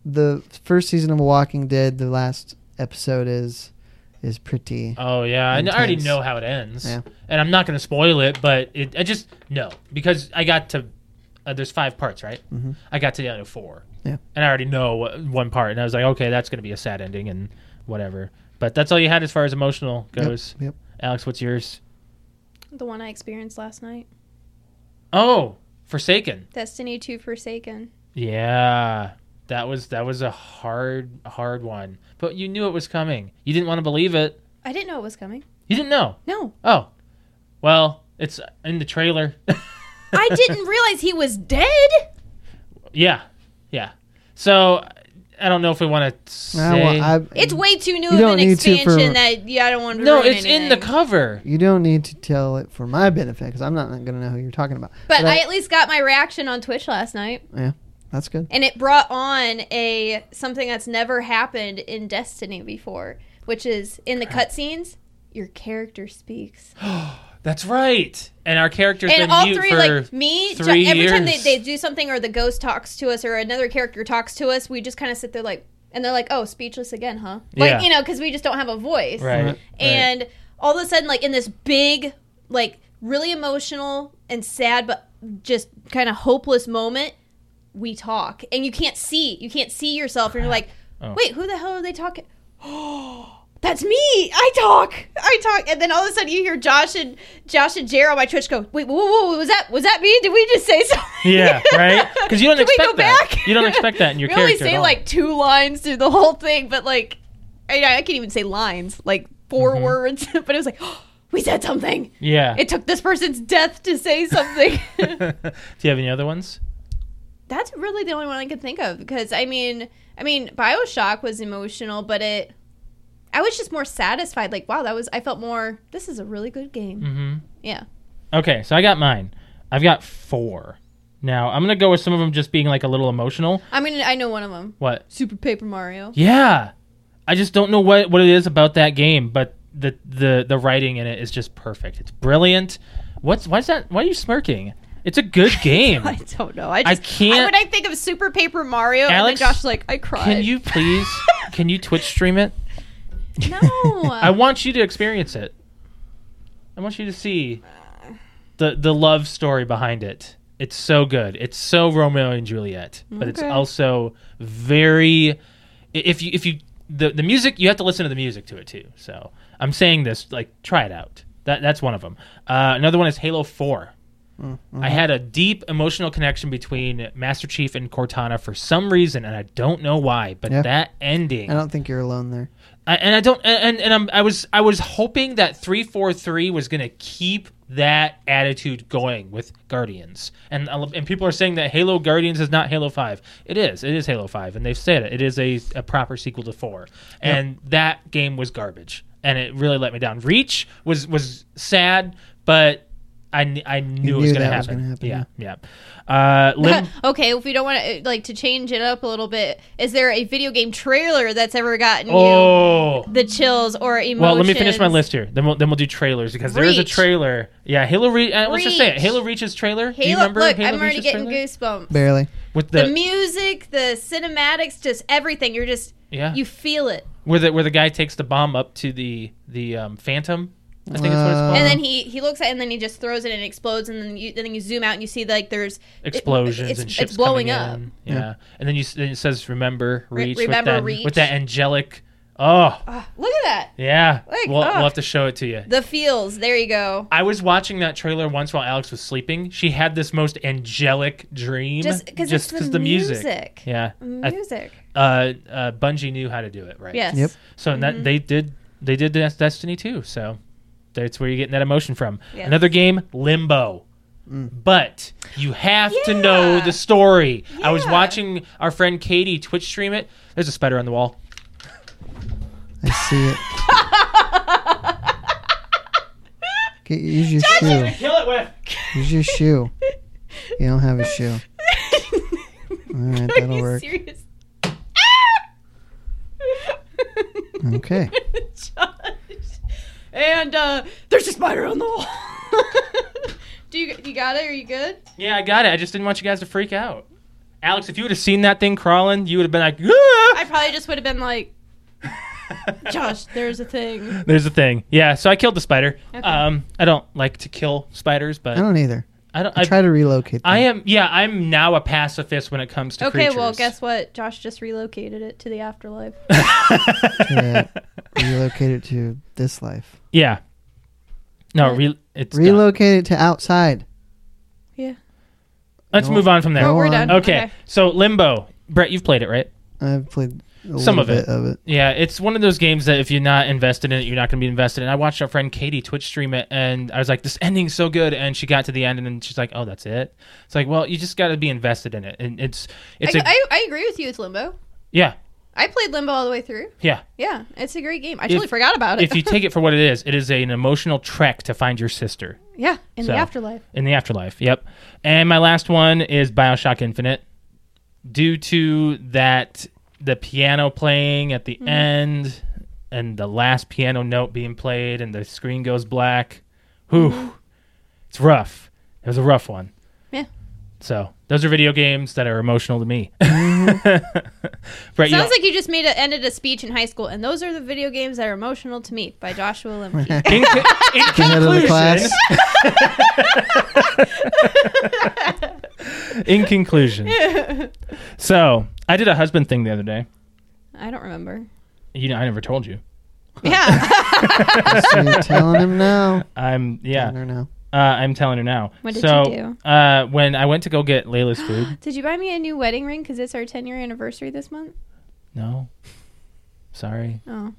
[SPEAKER 2] the first season of Walking Dead, the last episode is is pretty.
[SPEAKER 3] oh, yeah. I, kn- I already
[SPEAKER 2] Intense.
[SPEAKER 3] know how it ends.
[SPEAKER 2] Yeah.
[SPEAKER 3] And I'm not going to spoil it, but it, I just. No. Because I got to. Uh, there's five parts, right?
[SPEAKER 2] Mhm.
[SPEAKER 3] I got to the other four.
[SPEAKER 2] Yeah.
[SPEAKER 3] And I already know what, one part. And I was like, okay, that's going to be a sad ending and whatever. But that's all you had as far as emotional
[SPEAKER 2] Yep,
[SPEAKER 3] goes.
[SPEAKER 2] yep.
[SPEAKER 3] Alex, what's yours?
[SPEAKER 1] The one I experienced last night,
[SPEAKER 3] Oh, Forsaken.
[SPEAKER 1] Destiny Two Forsaken.
[SPEAKER 3] Yeah. That was that was a hard hard one. But you knew it was coming. You didn't want to believe it.
[SPEAKER 1] I didn't know it was coming.
[SPEAKER 3] You didn't know.
[SPEAKER 1] No,
[SPEAKER 3] Oh. Well, it's in the trailer. [LAUGHS]
[SPEAKER 1] I didn't realize he was dead.
[SPEAKER 3] yeah. Yeah. So I don't know if we want to say
[SPEAKER 2] I wa- I-
[SPEAKER 1] It's way too new
[SPEAKER 2] You
[SPEAKER 1] of
[SPEAKER 2] don't
[SPEAKER 1] an
[SPEAKER 2] need to
[SPEAKER 1] expansion
[SPEAKER 2] for-
[SPEAKER 1] that yeah, I don't want to.
[SPEAKER 3] No,
[SPEAKER 1] ruin
[SPEAKER 3] it's in the
[SPEAKER 1] anything.
[SPEAKER 3] cover.
[SPEAKER 2] you don't need to tell it for my benefit because I'm not going to know who you're talking about.
[SPEAKER 1] But
[SPEAKER 2] But I-
[SPEAKER 1] I at least got my reaction on Twitch last night.
[SPEAKER 2] That's good.
[SPEAKER 1] and it brought on a something that's never happened in Destiny before, which is in the cutscenes, your character speaks,
[SPEAKER 3] That's right. And our character's
[SPEAKER 1] and
[SPEAKER 3] been
[SPEAKER 1] all
[SPEAKER 3] mute
[SPEAKER 1] three
[SPEAKER 3] for
[SPEAKER 1] like me. Jo-
[SPEAKER 3] three
[SPEAKER 1] every time they,
[SPEAKER 3] years.
[SPEAKER 1] they do something or the ghost talks to us or another character talks to us, we just kind of sit there like, and they're like, "Oh, speechless again, huh?"
[SPEAKER 3] Yeah.
[SPEAKER 1] Like you know, because we just don't have a voice,
[SPEAKER 3] [LAUGHS] right.
[SPEAKER 2] Right.
[SPEAKER 3] right.
[SPEAKER 1] and all of a sudden, like in this big, like really emotional and sad, but just kind of hopeless moment, we talk, and you can't see, you can't see yourself, and you're like,
[SPEAKER 3] Oh.
[SPEAKER 1] wait, who the hell are they talking? [GASPS] That's me. I talk. I talk, and then all of a sudden you hear Josh and Josh and Jer on my Twitch go, "Wait, whoa, whoa, whoa, was that was that me? Did we just say something?"
[SPEAKER 3] [LAUGHS] Yeah, right?
[SPEAKER 1] [LAUGHS]
[SPEAKER 3] Because you don't
[SPEAKER 1] Can we
[SPEAKER 3] expect
[SPEAKER 1] go
[SPEAKER 3] that.
[SPEAKER 1] back?
[SPEAKER 3] You don't expect that in
[SPEAKER 1] [LAUGHS]
[SPEAKER 3] your
[SPEAKER 1] we
[SPEAKER 3] character.
[SPEAKER 1] only say
[SPEAKER 3] at all.
[SPEAKER 1] like two lines through the whole thing, but like, I, I can't even say lines, like 4
[SPEAKER 3] Mm-hmm.
[SPEAKER 1] words. [LAUGHS] But it was like, [GASPS] we said something.
[SPEAKER 3] Yeah.
[SPEAKER 1] It took this person's death to say
[SPEAKER 3] [LAUGHS]
[SPEAKER 1] something.
[SPEAKER 3] Do you have any other ones?
[SPEAKER 1] That's really the only one I could think of because I mean, I mean, Bioshock was emotional, but it, I was just more satisfied. Like, wow, that was. I felt more. This is a really good game.
[SPEAKER 3] Mm-hmm.
[SPEAKER 1] Yeah.
[SPEAKER 3] Okay, so I got mine. I've got four. Now I'm gonna go with some of them just being like a little emotional.
[SPEAKER 1] I mean, I know one of them.
[SPEAKER 3] What?
[SPEAKER 1] Super Paper Mario.
[SPEAKER 3] Yeah, I just don't know what what it is about that game, but the the the writing in it is just perfect. It's brilliant. What's why's that? Why are you smirking? It's
[SPEAKER 1] [LAUGHS]
[SPEAKER 3] a good game.
[SPEAKER 1] I don't know. I
[SPEAKER 3] I
[SPEAKER 1] just
[SPEAKER 3] can't-
[SPEAKER 1] when I think of Super Paper Mario,
[SPEAKER 3] Alex,
[SPEAKER 1] and then Josh is like I cried.
[SPEAKER 3] Can
[SPEAKER 1] [LAUGHS]
[SPEAKER 3] you please? Can you Twitch stream it?
[SPEAKER 1] No.
[SPEAKER 3] [LAUGHS]
[SPEAKER 1] [LAUGHS]
[SPEAKER 3] I want you to experience it. I want you to see the the love story behind it. It's so good. It's so Romeo and Juliet, but it's
[SPEAKER 1] Okay.
[SPEAKER 3] also very i- if you if you the the music you have to listen to the music to it too. So I'm saying this like try it out. That that's one of them. Uh, another one is Halo 4 I had a deep emotional connection between Master Chief and Cortana for some reason, and I don't know why. But
[SPEAKER 2] Yeah.
[SPEAKER 3] that ending,
[SPEAKER 2] I don't think you're alone there.
[SPEAKER 3] I, and I don't and and I'm, I was I was hoping that three four three was gonna keep that attitude going with Guardians and uh, and people are saying that Halo Guardians is not Halo Five. It is. It is Halo Five, and they've said it. It is a, a proper sequel to four, and that game was garbage, and it really let me down. Reach was was sad, but I, kn- I knew,
[SPEAKER 2] You
[SPEAKER 3] it was going
[SPEAKER 2] knew
[SPEAKER 3] to
[SPEAKER 2] that was
[SPEAKER 3] happen.
[SPEAKER 2] gonna happen,
[SPEAKER 3] Yeah, yeah. Uh,
[SPEAKER 1] [LAUGHS]
[SPEAKER 3] Lim-
[SPEAKER 1] okay, if we don't want to like to change it up a little bit, is there a video game trailer that's ever gotten
[SPEAKER 3] oh.
[SPEAKER 1] you the chills or emotions?
[SPEAKER 3] Well, let me finish my list here. Then we'll then we'll do trailers because there is a
[SPEAKER 1] Reach.
[SPEAKER 3] trailer. Yeah, Halo Reach. Uh, let's just say it.
[SPEAKER 1] Reach.
[SPEAKER 3] Halo Reach's trailer. do you
[SPEAKER 1] Halo,
[SPEAKER 3] remember
[SPEAKER 1] look,
[SPEAKER 3] Halo
[SPEAKER 1] I'm already
[SPEAKER 3] Reach's
[SPEAKER 1] getting
[SPEAKER 3] trailer?
[SPEAKER 1] goosebumps.
[SPEAKER 2] barely.
[SPEAKER 3] with the,
[SPEAKER 1] The, music, the cinematics, just everything. You're just
[SPEAKER 3] yeah
[SPEAKER 1] you feel it,
[SPEAKER 3] where the where the guy takes the bomb up to the the um, Phantom. I think that's what it's
[SPEAKER 2] Uh,
[SPEAKER 3] called.
[SPEAKER 1] and then he he looks at it and then he just throws it and it explodes, and then you then you zoom out and you see like there's it-
[SPEAKER 3] explosions
[SPEAKER 1] it's-
[SPEAKER 3] and ships
[SPEAKER 1] it's blowing
[SPEAKER 3] coming
[SPEAKER 1] up.
[SPEAKER 3] in.
[SPEAKER 2] Yeah.
[SPEAKER 3] Yeah. and then you then it says remember
[SPEAKER 1] Re-
[SPEAKER 3] reach
[SPEAKER 1] remember
[SPEAKER 3] with that
[SPEAKER 1] reach.
[SPEAKER 3] with that angelic. Oh
[SPEAKER 1] Ah, look at that,
[SPEAKER 3] yeah,
[SPEAKER 1] Like, ah.
[SPEAKER 3] we'll,
[SPEAKER 1] ugh.
[SPEAKER 3] we'll have to show it to you.
[SPEAKER 1] the feels. There you go.
[SPEAKER 3] I was watching that trailer once while Alex was sleeping. She had this most angelic dream
[SPEAKER 1] Just because
[SPEAKER 3] just
[SPEAKER 1] it's the,
[SPEAKER 3] music.
[SPEAKER 1] music.
[SPEAKER 3] Yeah, I-
[SPEAKER 1] Music.
[SPEAKER 3] uh, uh, Bungie knew how to do it right.
[SPEAKER 1] yes. [LAUGHS]
[SPEAKER 2] Yep.
[SPEAKER 3] So and
[SPEAKER 1] Mm-hmm.
[SPEAKER 3] that they did they did Des- Destiny too. So that's where you're getting that emotion from.
[SPEAKER 1] Yes.
[SPEAKER 3] Another game, Limbo.
[SPEAKER 2] Mm.
[SPEAKER 3] But you have to
[SPEAKER 1] Yeah.
[SPEAKER 3] know the story. I was
[SPEAKER 1] Yeah.
[SPEAKER 3] watching our friend Katie Twitch stream it. There's a spider on the wall. [LAUGHS]
[SPEAKER 2] I see it. Okay, use your shoe.
[SPEAKER 3] Kill it with.
[SPEAKER 1] [LAUGHS]
[SPEAKER 2] Use your shoe. You don't have a shoe. All right,
[SPEAKER 1] Are
[SPEAKER 2] that'll
[SPEAKER 1] you
[SPEAKER 2] work.
[SPEAKER 1] serious?
[SPEAKER 2] Okay.
[SPEAKER 1] Josh. [LAUGHS] And uh, there's a spider on the wall. [LAUGHS] do you you got it? Are you good?
[SPEAKER 3] Yeah, I got it. I just didn't want you guys to freak out. Alex, if you would have seen that thing crawling, you would have been like, "Ah!"
[SPEAKER 1] I probably just would have been like,
[SPEAKER 3] [LAUGHS]
[SPEAKER 1] Josh, there's a thing.
[SPEAKER 3] There's the thing. Yeah, so I killed the spider.
[SPEAKER 1] Okay.
[SPEAKER 3] Um, I don't like to kill spiders, but
[SPEAKER 2] I don't either.
[SPEAKER 3] I don't. I,
[SPEAKER 2] I try to relocate. Them.
[SPEAKER 3] I am. Yeah, I'm now a pacifist when it comes to
[SPEAKER 1] Okay,
[SPEAKER 3] creatures.
[SPEAKER 1] well, guess what? Josh just relocated it to the afterlife.
[SPEAKER 2] Yeah. relocate it to this life.
[SPEAKER 3] Yeah. No, re- it's done.
[SPEAKER 2] Relocate it to outside.
[SPEAKER 3] Let's
[SPEAKER 2] No.
[SPEAKER 3] move on from there.
[SPEAKER 1] Oh,
[SPEAKER 2] No.
[SPEAKER 1] we're
[SPEAKER 2] on.
[SPEAKER 1] done.
[SPEAKER 3] Okay. so Limbo, Brett, you've played it, right?
[SPEAKER 2] I've played a
[SPEAKER 3] Some
[SPEAKER 2] little
[SPEAKER 3] of it. [LAUGHS]
[SPEAKER 2] bit of it.
[SPEAKER 3] Yeah, it's one of those games that if you're not invested in it, you're not going to be invested. And I watched our friend Katie Twitch stream it, and I was like, "This ending's so good." And she got to the end, and then she's like, "Oh, that's it." It's like, well, you just got to be invested in it, and it's [LAUGHS] it's
[SPEAKER 1] I,
[SPEAKER 3] a
[SPEAKER 1] I, I agree with you with Limbo.
[SPEAKER 3] yeah
[SPEAKER 1] I played Limbo all the way through.
[SPEAKER 3] yeah.
[SPEAKER 1] Yeah, it's a great game. I totally forgot about it.
[SPEAKER 3] If you take it for what it is, it is an emotional trek to find your sister
[SPEAKER 1] [LAUGHS] yeah, in
[SPEAKER 3] So.
[SPEAKER 1] the afterlife.
[SPEAKER 3] in the afterlife. Yep. And my last one is Bioshock Infinite. Due to that, the piano playing at
[SPEAKER 1] Mm-hmm.
[SPEAKER 3] the end and the last piano note being played and the screen goes black. Whew. It's rough. It was a rough one.
[SPEAKER 1] Mm-hmm. Yeah.
[SPEAKER 3] So those are video games that are emotional to me. [LAUGHS] Brett, you
[SPEAKER 1] Sounds like you just made a, ended a speech in high school, and those are the video games that are emotional to me by Joshua
[SPEAKER 3] [LAUGHS]
[SPEAKER 1] Lemke. [LAUGHS]
[SPEAKER 3] in, in
[SPEAKER 2] Ahead of the class.
[SPEAKER 3] conclusion, in conclusion.
[SPEAKER 1] [LAUGHS]
[SPEAKER 3] So I did a husband thing the other day.
[SPEAKER 1] I don't remember.
[SPEAKER 3] You know, I never told you.
[SPEAKER 1] Yeah.
[SPEAKER 2] So you're telling him now.
[SPEAKER 3] I'm
[SPEAKER 2] I
[SPEAKER 3] yeah.
[SPEAKER 2] don't know.
[SPEAKER 3] Uh, I'm telling her now.
[SPEAKER 1] What did
[SPEAKER 3] so,
[SPEAKER 1] you
[SPEAKER 3] do? Uh, when I went to go get Layla's
[SPEAKER 1] [GASPS]
[SPEAKER 3] food,
[SPEAKER 1] [LAUGHS] Did you buy me a new wedding ring because it's our 10 year anniversary this month?
[SPEAKER 3] no,
[SPEAKER 1] [LAUGHS]
[SPEAKER 3] sorry.
[SPEAKER 1] Oh.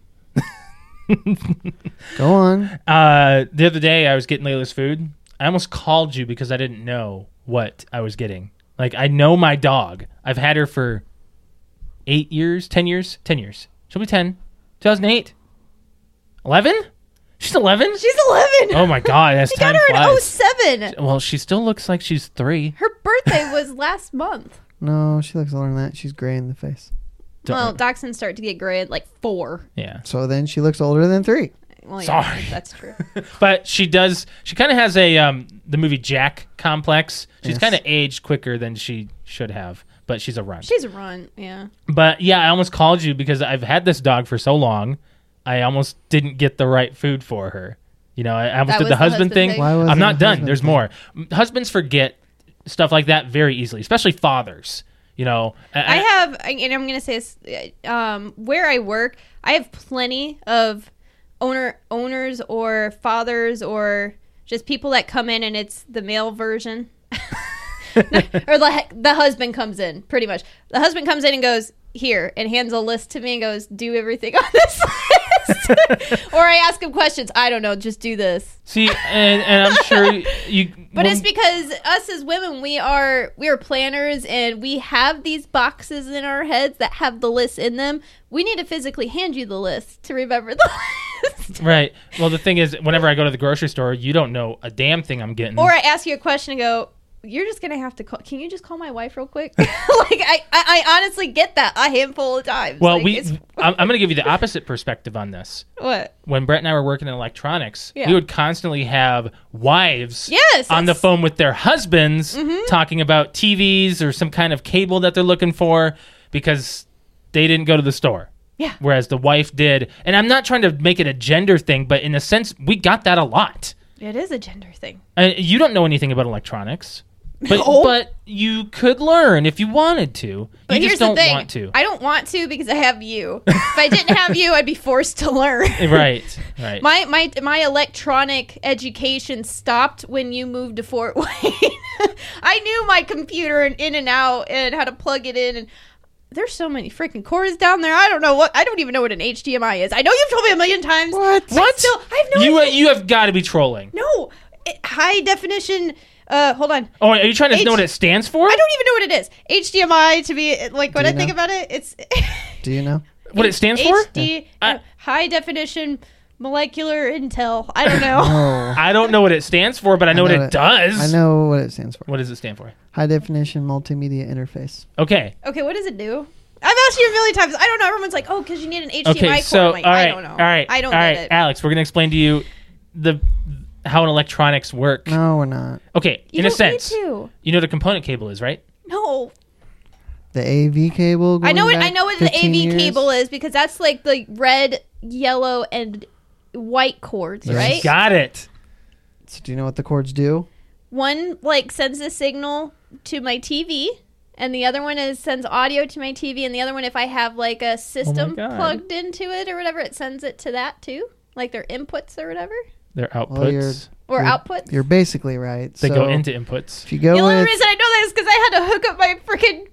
[SPEAKER 2] Go on.
[SPEAKER 3] Uh, the other day I was getting Layla's food. I almost called you because I didn't know what I was getting. Like I know my dog. I've had her for eight years, ten years, ten years. She'll be ten. Two thousand eight. Eleven? She's eleven.
[SPEAKER 1] She's 11.
[SPEAKER 3] Oh my god, that's
[SPEAKER 1] He
[SPEAKER 3] time
[SPEAKER 1] got her
[SPEAKER 3] flies.
[SPEAKER 1] in 07.
[SPEAKER 3] Well, she still looks like she's three.
[SPEAKER 1] Her birthday was last month.
[SPEAKER 2] No, she looks older than that. She's gray in the face.
[SPEAKER 3] Don't-
[SPEAKER 1] Well, dachshunds start to get gray at like four.
[SPEAKER 3] Yeah.
[SPEAKER 2] So then she looks older than three.
[SPEAKER 1] Well, yeah,
[SPEAKER 3] Sorry.
[SPEAKER 1] That's true.
[SPEAKER 3] But she does. She kind of has a um, the movie Jack complex. She's
[SPEAKER 2] Yes.
[SPEAKER 3] kind of aged quicker than she should have, but she's a runt.
[SPEAKER 1] She's a runt. Yeah.
[SPEAKER 3] but yeah, I almost called you because I've had this dog for so long. I almost didn't get the right food for her. You know, I I almost
[SPEAKER 1] That
[SPEAKER 3] did
[SPEAKER 1] was
[SPEAKER 3] the
[SPEAKER 1] the
[SPEAKER 3] husband
[SPEAKER 1] husband
[SPEAKER 3] thing.
[SPEAKER 1] thing.
[SPEAKER 2] Why was
[SPEAKER 3] I'm
[SPEAKER 2] it
[SPEAKER 3] not
[SPEAKER 2] a
[SPEAKER 3] done.
[SPEAKER 2] husband
[SPEAKER 3] There's
[SPEAKER 2] thing?
[SPEAKER 3] more. M- Husbands forget stuff like that very easily, especially fathers. You know,
[SPEAKER 1] I have, I- and I'm gonna say this, uh, um, where I work, I have plenty of owner owners or fathers or just people that come in and it's the male version, [LAUGHS] or the the husband comes in pretty much. The husband comes in and goes here and hands a list to me and goes do everything on this [LAUGHS] list, [LAUGHS] or I ask him questions. I don't know, just do this.
[SPEAKER 3] see, and, and I'm
[SPEAKER 1] [LAUGHS]
[SPEAKER 3] sure you. you
[SPEAKER 1] But it's
[SPEAKER 3] when-
[SPEAKER 1] because us as women, we are we are planners, and we have these boxes in our heads that have the [LAUGHS] lists in them. We need to physically hand you the list to remember the list. list.
[SPEAKER 3] Right. Well, the thing is, whenever I go to the grocery store, you don't know a damn thing I'm getting.
[SPEAKER 1] Or I ask you a question and go, you're just gonna have to call. Can you just call my wife real quick? [LAUGHS] like I, I, I honestly get that a handful of times.
[SPEAKER 3] well,
[SPEAKER 1] Like,
[SPEAKER 3] we.
[SPEAKER 1] it's-
[SPEAKER 3] [LAUGHS] I'm, I'm going to give you the opposite perspective on this.
[SPEAKER 1] [LAUGHS] what?
[SPEAKER 3] When Brett and I were working in electronics,
[SPEAKER 1] Yeah.
[SPEAKER 3] we would constantly have wives
[SPEAKER 1] Yes, Mm-hmm.
[SPEAKER 3] on the
[SPEAKER 1] that's-
[SPEAKER 3] phone with their husbands talking about TVs or some kind of cable that they're looking for because they didn't go to the store.
[SPEAKER 1] Yeah.
[SPEAKER 3] Whereas the wife did. And I'm not trying to make it a gender thing, but in a sense, we got that a lot.
[SPEAKER 1] It is a gender thing.
[SPEAKER 3] Uh, you don't know anything about electronics,
[SPEAKER 1] [LAUGHS]
[SPEAKER 3] but
[SPEAKER 1] No.
[SPEAKER 3] but you could learn if you wanted to.
[SPEAKER 1] But
[SPEAKER 3] you
[SPEAKER 1] here's
[SPEAKER 3] just don't
[SPEAKER 1] the thing: [LAUGHS]
[SPEAKER 3] want to.
[SPEAKER 1] I don't want to because I have you. if I didn't
[SPEAKER 3] [LAUGHS]
[SPEAKER 1] have you, I'd be forced to learn.
[SPEAKER 3] right,
[SPEAKER 1] [LAUGHS]
[SPEAKER 3] right.
[SPEAKER 1] My my my electronic education stopped when you moved to Fort [LAUGHS] Wayne. I knew my computer and in and out and how to plug it in and there's so many freaking cords down there. I don't know what I don't even know what an HDMI is. I know you've told me a million times.
[SPEAKER 2] What?
[SPEAKER 1] I still I have no
[SPEAKER 3] you
[SPEAKER 1] idea.
[SPEAKER 3] you have got to be trolling.
[SPEAKER 1] no it- high definition uh hold on.
[SPEAKER 3] Oh, are you trying to
[SPEAKER 1] H-
[SPEAKER 3] know what it stands for?
[SPEAKER 1] I don't even know what it is. HDMI to be uh, like when
[SPEAKER 2] Do
[SPEAKER 1] I
[SPEAKER 2] you
[SPEAKER 1] think
[SPEAKER 2] know?
[SPEAKER 1] about it, it's [LAUGHS]
[SPEAKER 2] Do
[SPEAKER 3] [LAUGHS]
[SPEAKER 2] you know?
[SPEAKER 3] what it stands for?
[SPEAKER 1] HD
[SPEAKER 3] I-
[SPEAKER 1] high definition molecular intel. I
[SPEAKER 2] [COUGHS]
[SPEAKER 1] don't know. [LAUGHS]
[SPEAKER 2] Oh,
[SPEAKER 3] I don't know what it stands for, but I know, what
[SPEAKER 2] know
[SPEAKER 3] it,
[SPEAKER 2] it.
[SPEAKER 3] does.
[SPEAKER 2] I know what it stands for.
[SPEAKER 3] What does it stand for?
[SPEAKER 2] High definition multimedia interface.
[SPEAKER 3] Okay.
[SPEAKER 1] Okay, what does it do? I've asked you a million times. I don't know. Everyone's like, oh, because you need an HDMI
[SPEAKER 3] Okay.
[SPEAKER 1] cord.
[SPEAKER 3] So,
[SPEAKER 1] I'm
[SPEAKER 3] all
[SPEAKER 1] like,
[SPEAKER 3] right,
[SPEAKER 1] I don't know.
[SPEAKER 3] all right,
[SPEAKER 1] I don't
[SPEAKER 3] all
[SPEAKER 1] get
[SPEAKER 3] right,
[SPEAKER 1] it.
[SPEAKER 3] Alex, we're gonna explain to you the how an electronics work.
[SPEAKER 2] No, we're not.
[SPEAKER 3] Okay,
[SPEAKER 1] You
[SPEAKER 3] in a
[SPEAKER 1] don't
[SPEAKER 3] sense,
[SPEAKER 1] need to.
[SPEAKER 3] you know what a component cable is, right?
[SPEAKER 1] No,
[SPEAKER 2] The AV cable.
[SPEAKER 1] I know
[SPEAKER 2] going
[SPEAKER 1] it. I
[SPEAKER 2] back
[SPEAKER 1] know what the
[SPEAKER 2] 15
[SPEAKER 1] AV
[SPEAKER 2] years?
[SPEAKER 1] cable is because that's like the red, yellow, and white cords,
[SPEAKER 2] Yes.
[SPEAKER 1] right?
[SPEAKER 3] Got it.
[SPEAKER 2] So do you know what the cords do?
[SPEAKER 1] One like sends a signal to my TV, and the other one is sends audio to my TV, and the other one, if I have like a system
[SPEAKER 3] Oh God.
[SPEAKER 1] plugged into it or whatever, it sends it to that too, like their inputs or whatever
[SPEAKER 3] Their outputs.
[SPEAKER 2] you're-
[SPEAKER 1] or
[SPEAKER 2] Your-
[SPEAKER 1] outputs.
[SPEAKER 2] You're basically right.
[SPEAKER 3] they
[SPEAKER 2] so
[SPEAKER 3] go into inputs.
[SPEAKER 2] If you go
[SPEAKER 1] The only
[SPEAKER 2] with
[SPEAKER 1] reason I know that is [LAUGHS] because I had to hook up my freaking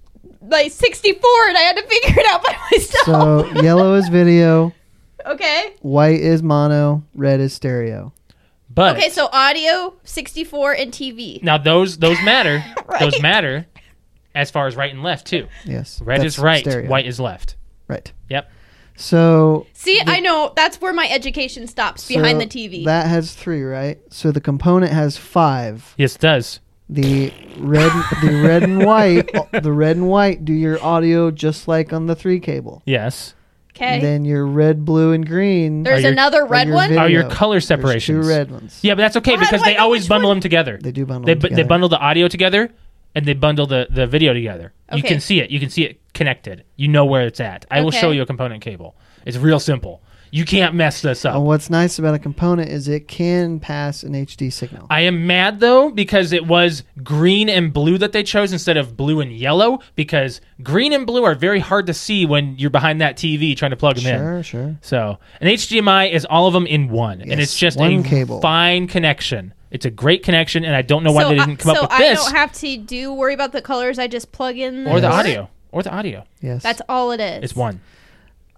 [SPEAKER 1] my 64 and I had to figure it out by [LAUGHS] myself.
[SPEAKER 2] so
[SPEAKER 1] [LAUGHS]
[SPEAKER 2] yellow is video,
[SPEAKER 1] okay.
[SPEAKER 2] white is mono, red is stereo.
[SPEAKER 3] But
[SPEAKER 1] Okay, so audio, 64, and TV.
[SPEAKER 3] now those those matter.
[SPEAKER 1] [LAUGHS] Right.
[SPEAKER 3] Those matter as far as right and left too.
[SPEAKER 2] Yes.
[SPEAKER 3] Red
[SPEAKER 2] that's
[SPEAKER 3] is right,
[SPEAKER 2] stereo.
[SPEAKER 3] white is left.
[SPEAKER 2] Right.
[SPEAKER 3] Yep.
[SPEAKER 2] So
[SPEAKER 1] See, I know that's where my education stops behind the TV.
[SPEAKER 2] That has three, right? So the component has five.
[SPEAKER 3] Yes, it does.
[SPEAKER 2] The red, the red and
[SPEAKER 1] [LAUGHS]
[SPEAKER 2] white, the red and white do your audio just like on the three cable.
[SPEAKER 3] Yes.
[SPEAKER 1] okay.
[SPEAKER 2] And then your red, blue, and green.
[SPEAKER 1] There's
[SPEAKER 3] your-
[SPEAKER 1] another red
[SPEAKER 2] your
[SPEAKER 1] one.
[SPEAKER 2] vid-
[SPEAKER 3] Oh, your
[SPEAKER 2] Video.
[SPEAKER 3] color
[SPEAKER 2] there's
[SPEAKER 3] separations.
[SPEAKER 2] Two red ones.
[SPEAKER 3] Yeah, but that's okay
[SPEAKER 1] Well, how
[SPEAKER 3] because
[SPEAKER 1] do I
[SPEAKER 3] they
[SPEAKER 1] know
[SPEAKER 3] always
[SPEAKER 1] which
[SPEAKER 3] bundle
[SPEAKER 1] one?
[SPEAKER 3] them together.
[SPEAKER 2] They do bundle.
[SPEAKER 3] They,
[SPEAKER 2] them
[SPEAKER 3] bu- they
[SPEAKER 2] together.
[SPEAKER 3] bundle the audio together and they bundle the, the video together. You
[SPEAKER 1] Okay.
[SPEAKER 3] can see it. You can see it connected. You know where it's at. I will
[SPEAKER 1] Okay.
[SPEAKER 3] show you a component cable. It's real simple. You can't mess this up.
[SPEAKER 2] And what's nice about a component is it can pass an HD signal.
[SPEAKER 3] I am mad though because it was green and blue that they chose instead of blue and yellow because green and blue are very hard to see when you're behind that TV trying to plug them in.
[SPEAKER 2] sure, sure.
[SPEAKER 3] So an HDMI is all of them in one, and it's
[SPEAKER 2] Yes,
[SPEAKER 3] just a
[SPEAKER 2] one cable.
[SPEAKER 3] fine connection. It's a great connection, and I don't know why
[SPEAKER 1] so
[SPEAKER 3] they
[SPEAKER 1] I-
[SPEAKER 3] didn't come
[SPEAKER 1] so
[SPEAKER 3] up with
[SPEAKER 1] I
[SPEAKER 3] this
[SPEAKER 1] don't have to do worry about the colors. I just plug in the
[SPEAKER 3] or the
[SPEAKER 2] Yes.
[SPEAKER 3] audio or the audio.
[SPEAKER 2] Yes.
[SPEAKER 1] That's all it is.
[SPEAKER 3] It's one.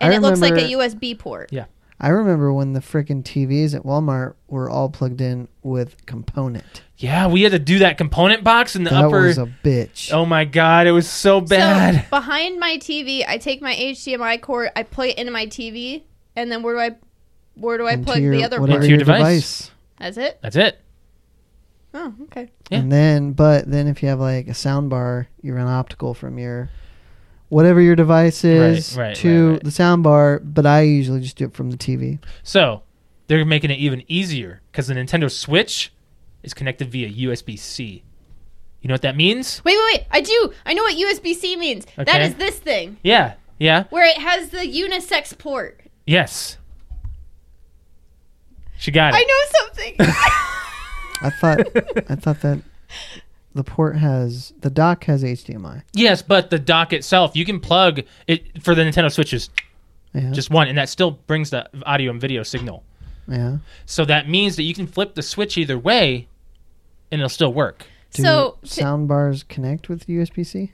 [SPEAKER 1] And
[SPEAKER 2] I
[SPEAKER 1] it looks like a
[SPEAKER 2] remember-
[SPEAKER 1] USB port.
[SPEAKER 3] Yeah.
[SPEAKER 2] I remember when the frickin' TVs at Walmart were all plugged in with component.
[SPEAKER 3] Yeah, we had to do that component box in the
[SPEAKER 2] That
[SPEAKER 3] upper.
[SPEAKER 2] was a bitch.
[SPEAKER 3] oh my god, it was so bad.
[SPEAKER 1] So behind my TV, I take my HDMI cord, I plug it into my TV, and then where do I where do I
[SPEAKER 2] Into
[SPEAKER 1] plug
[SPEAKER 2] your-
[SPEAKER 1] the other
[SPEAKER 2] whatever
[SPEAKER 1] one?
[SPEAKER 3] Into your device.
[SPEAKER 1] That's it.
[SPEAKER 3] That's it.
[SPEAKER 1] Oh, okay.
[SPEAKER 3] Yeah.
[SPEAKER 2] And then, but then if you have like a sound bar, you run optical from your whatever your device is
[SPEAKER 3] right,
[SPEAKER 2] to
[SPEAKER 3] right, right.
[SPEAKER 2] the sound bar. But I usually just do it from the TV.
[SPEAKER 3] So they're making it even easier because the Nintendo Switch is connected via USB C. You know what that means?
[SPEAKER 1] Wait, wait, wait. I do. I know what USB C means. That
[SPEAKER 3] Okay.
[SPEAKER 1] is this thing
[SPEAKER 3] Yeah. Yeah.
[SPEAKER 1] where it has the unisex port.
[SPEAKER 3] Yes. She got
[SPEAKER 1] I
[SPEAKER 3] it.
[SPEAKER 1] know something.
[SPEAKER 3] [LAUGHS]
[SPEAKER 1] [LAUGHS]
[SPEAKER 2] I thought, I thought that the port has the dock has HDMI.
[SPEAKER 3] Yes, but the dock itself, you can plug it for the Nintendo Switch is
[SPEAKER 2] Yeah,
[SPEAKER 3] just one, and that still brings the audio and video signal.
[SPEAKER 2] yeah.
[SPEAKER 3] So that means that you can flip the switch either way, and it'll still work.
[SPEAKER 2] Do
[SPEAKER 1] so, t-
[SPEAKER 2] sound bars connect with USB C?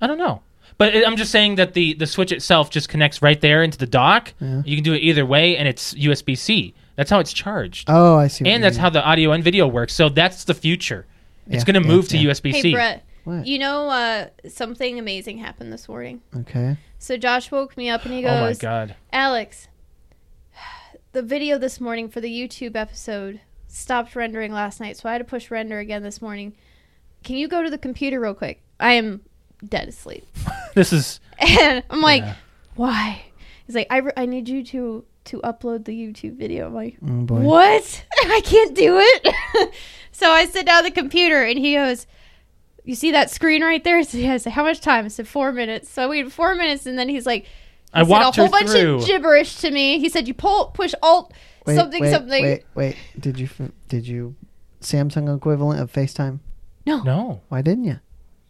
[SPEAKER 3] I don't know. But it, I'm just saying that the, the switch itself just connects right there into the dock.
[SPEAKER 2] Yeah.
[SPEAKER 3] You can do it either way, and it's USB C. That's how it's charged.
[SPEAKER 2] Oh, I see. what
[SPEAKER 3] and
[SPEAKER 2] you
[SPEAKER 3] that's
[SPEAKER 2] mean.
[SPEAKER 3] how the audio and video works. So that's the future. it's
[SPEAKER 2] Yeah,
[SPEAKER 3] going to
[SPEAKER 2] yeah,
[SPEAKER 3] move to
[SPEAKER 2] yeah.
[SPEAKER 3] USB C.
[SPEAKER 1] hey, Brett,
[SPEAKER 2] What?
[SPEAKER 1] you know uh, something amazing happened this morning.
[SPEAKER 2] Okay.
[SPEAKER 1] So Josh woke me up and he
[SPEAKER 3] oh my
[SPEAKER 1] goes,
[SPEAKER 3] God.
[SPEAKER 1] Alex, [SIGHS] the video this morning for the YouTube episode stopped rendering last night, so I had to push render again this morning. Can you go to the computer real quick? I am dead asleep. [LAUGHS]
[SPEAKER 3] This is
[SPEAKER 1] And I'm like,
[SPEAKER 3] Yeah.
[SPEAKER 1] why? He's like, I, re- I need you to to upload the YouTube video. I'm like,
[SPEAKER 2] Oh, boy.
[SPEAKER 1] what? [LAUGHS] I can't do it. [LAUGHS] so I sit down at the computer and he goes, You see that screen right there? [LAUGHS] I said, yeah. I said, How much time? I said, Four minutes. So I waited four minutes and then he's like, he
[SPEAKER 3] I
[SPEAKER 1] said
[SPEAKER 3] walked
[SPEAKER 1] a
[SPEAKER 3] her
[SPEAKER 1] whole bunch
[SPEAKER 3] through.
[SPEAKER 1] of gibberish to me. He said, You pull, push alt,
[SPEAKER 2] Wait,
[SPEAKER 1] something,
[SPEAKER 2] wait,
[SPEAKER 1] something.
[SPEAKER 2] Wait, wait. Did you f- did you Samsung equivalent of FaceTime?
[SPEAKER 3] no
[SPEAKER 2] Why didn't you?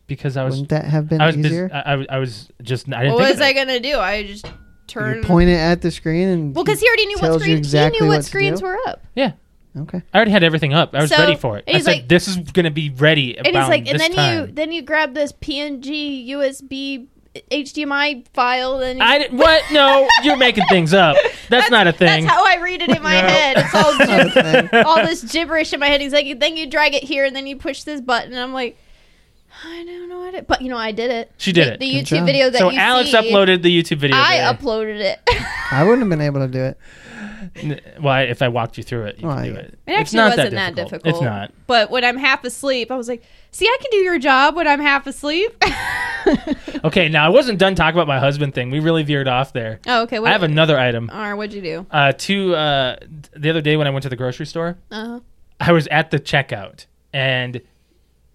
[SPEAKER 3] because I was
[SPEAKER 2] Wouldn't that have been
[SPEAKER 3] I was busy-
[SPEAKER 2] easier?
[SPEAKER 3] I, I- I was just I didn't
[SPEAKER 1] What
[SPEAKER 3] think
[SPEAKER 1] was
[SPEAKER 3] of
[SPEAKER 1] I
[SPEAKER 3] it.
[SPEAKER 1] going to do? I just
[SPEAKER 2] You
[SPEAKER 1] turned.
[SPEAKER 2] point it at the screen and
[SPEAKER 1] well, because he already knew
[SPEAKER 2] tells you
[SPEAKER 1] what, screen,
[SPEAKER 2] exactly
[SPEAKER 1] he knew what,
[SPEAKER 2] what to
[SPEAKER 1] screens
[SPEAKER 2] do.
[SPEAKER 1] were up.
[SPEAKER 2] okay.
[SPEAKER 3] I already had everything up. I was
[SPEAKER 1] So-
[SPEAKER 3] ready for it.
[SPEAKER 1] and
[SPEAKER 3] I
[SPEAKER 1] he's
[SPEAKER 3] said
[SPEAKER 1] like-
[SPEAKER 3] this is gonna be ready.
[SPEAKER 1] and he's
[SPEAKER 3] about
[SPEAKER 1] like, and
[SPEAKER 3] this
[SPEAKER 1] then
[SPEAKER 3] time.
[SPEAKER 1] [LAUGHS] you then you grab this PNG USB HDMI file, and
[SPEAKER 3] I didn't, what? No, you're making
[SPEAKER 1] [LAUGHS]
[SPEAKER 3] things up. That's, not a thing.
[SPEAKER 1] That's how I read it in my
[SPEAKER 3] No.
[SPEAKER 1] head. It's
[SPEAKER 3] [LAUGHS]
[SPEAKER 1] all
[SPEAKER 2] That's
[SPEAKER 1] gib-
[SPEAKER 2] not a thing.
[SPEAKER 1] all this gibberish in my head. He's like, then you drag it here, and then you push this button. And I'm like, I don't know what it. But you know, I did it.
[SPEAKER 3] She did
[SPEAKER 1] The,
[SPEAKER 3] it.
[SPEAKER 1] the
[SPEAKER 2] Good
[SPEAKER 1] YouTube
[SPEAKER 2] job.
[SPEAKER 1] video that
[SPEAKER 3] [LAUGHS] so
[SPEAKER 1] you
[SPEAKER 3] Alex
[SPEAKER 1] see,
[SPEAKER 3] uploaded the YouTube video.
[SPEAKER 1] I
[SPEAKER 3] today.
[SPEAKER 1] uploaded it.
[SPEAKER 2] I wouldn't have been able to do it.
[SPEAKER 3] N- Well, I- if I walked you through it, you
[SPEAKER 2] Well,
[SPEAKER 3] can do
[SPEAKER 2] yeah.
[SPEAKER 3] it.
[SPEAKER 1] It actually
[SPEAKER 3] it's not
[SPEAKER 1] wasn't
[SPEAKER 3] that
[SPEAKER 1] that
[SPEAKER 3] difficult.
[SPEAKER 1] difficult.
[SPEAKER 3] It's not.
[SPEAKER 1] [LAUGHS] but when I'm half asleep, I was like, see, I can do your job when I'm half asleep. [LAUGHS] Oh,
[SPEAKER 3] Okay, now I wasn't done talking about my husband thing. We really veered off there.
[SPEAKER 1] oh, okay. What,
[SPEAKER 3] I have another item.
[SPEAKER 1] All right, what'd you do?
[SPEAKER 3] Uh, two. Uh, th- the other day when I went to the grocery store,
[SPEAKER 1] Uh-huh.
[SPEAKER 3] I was at the checkout, and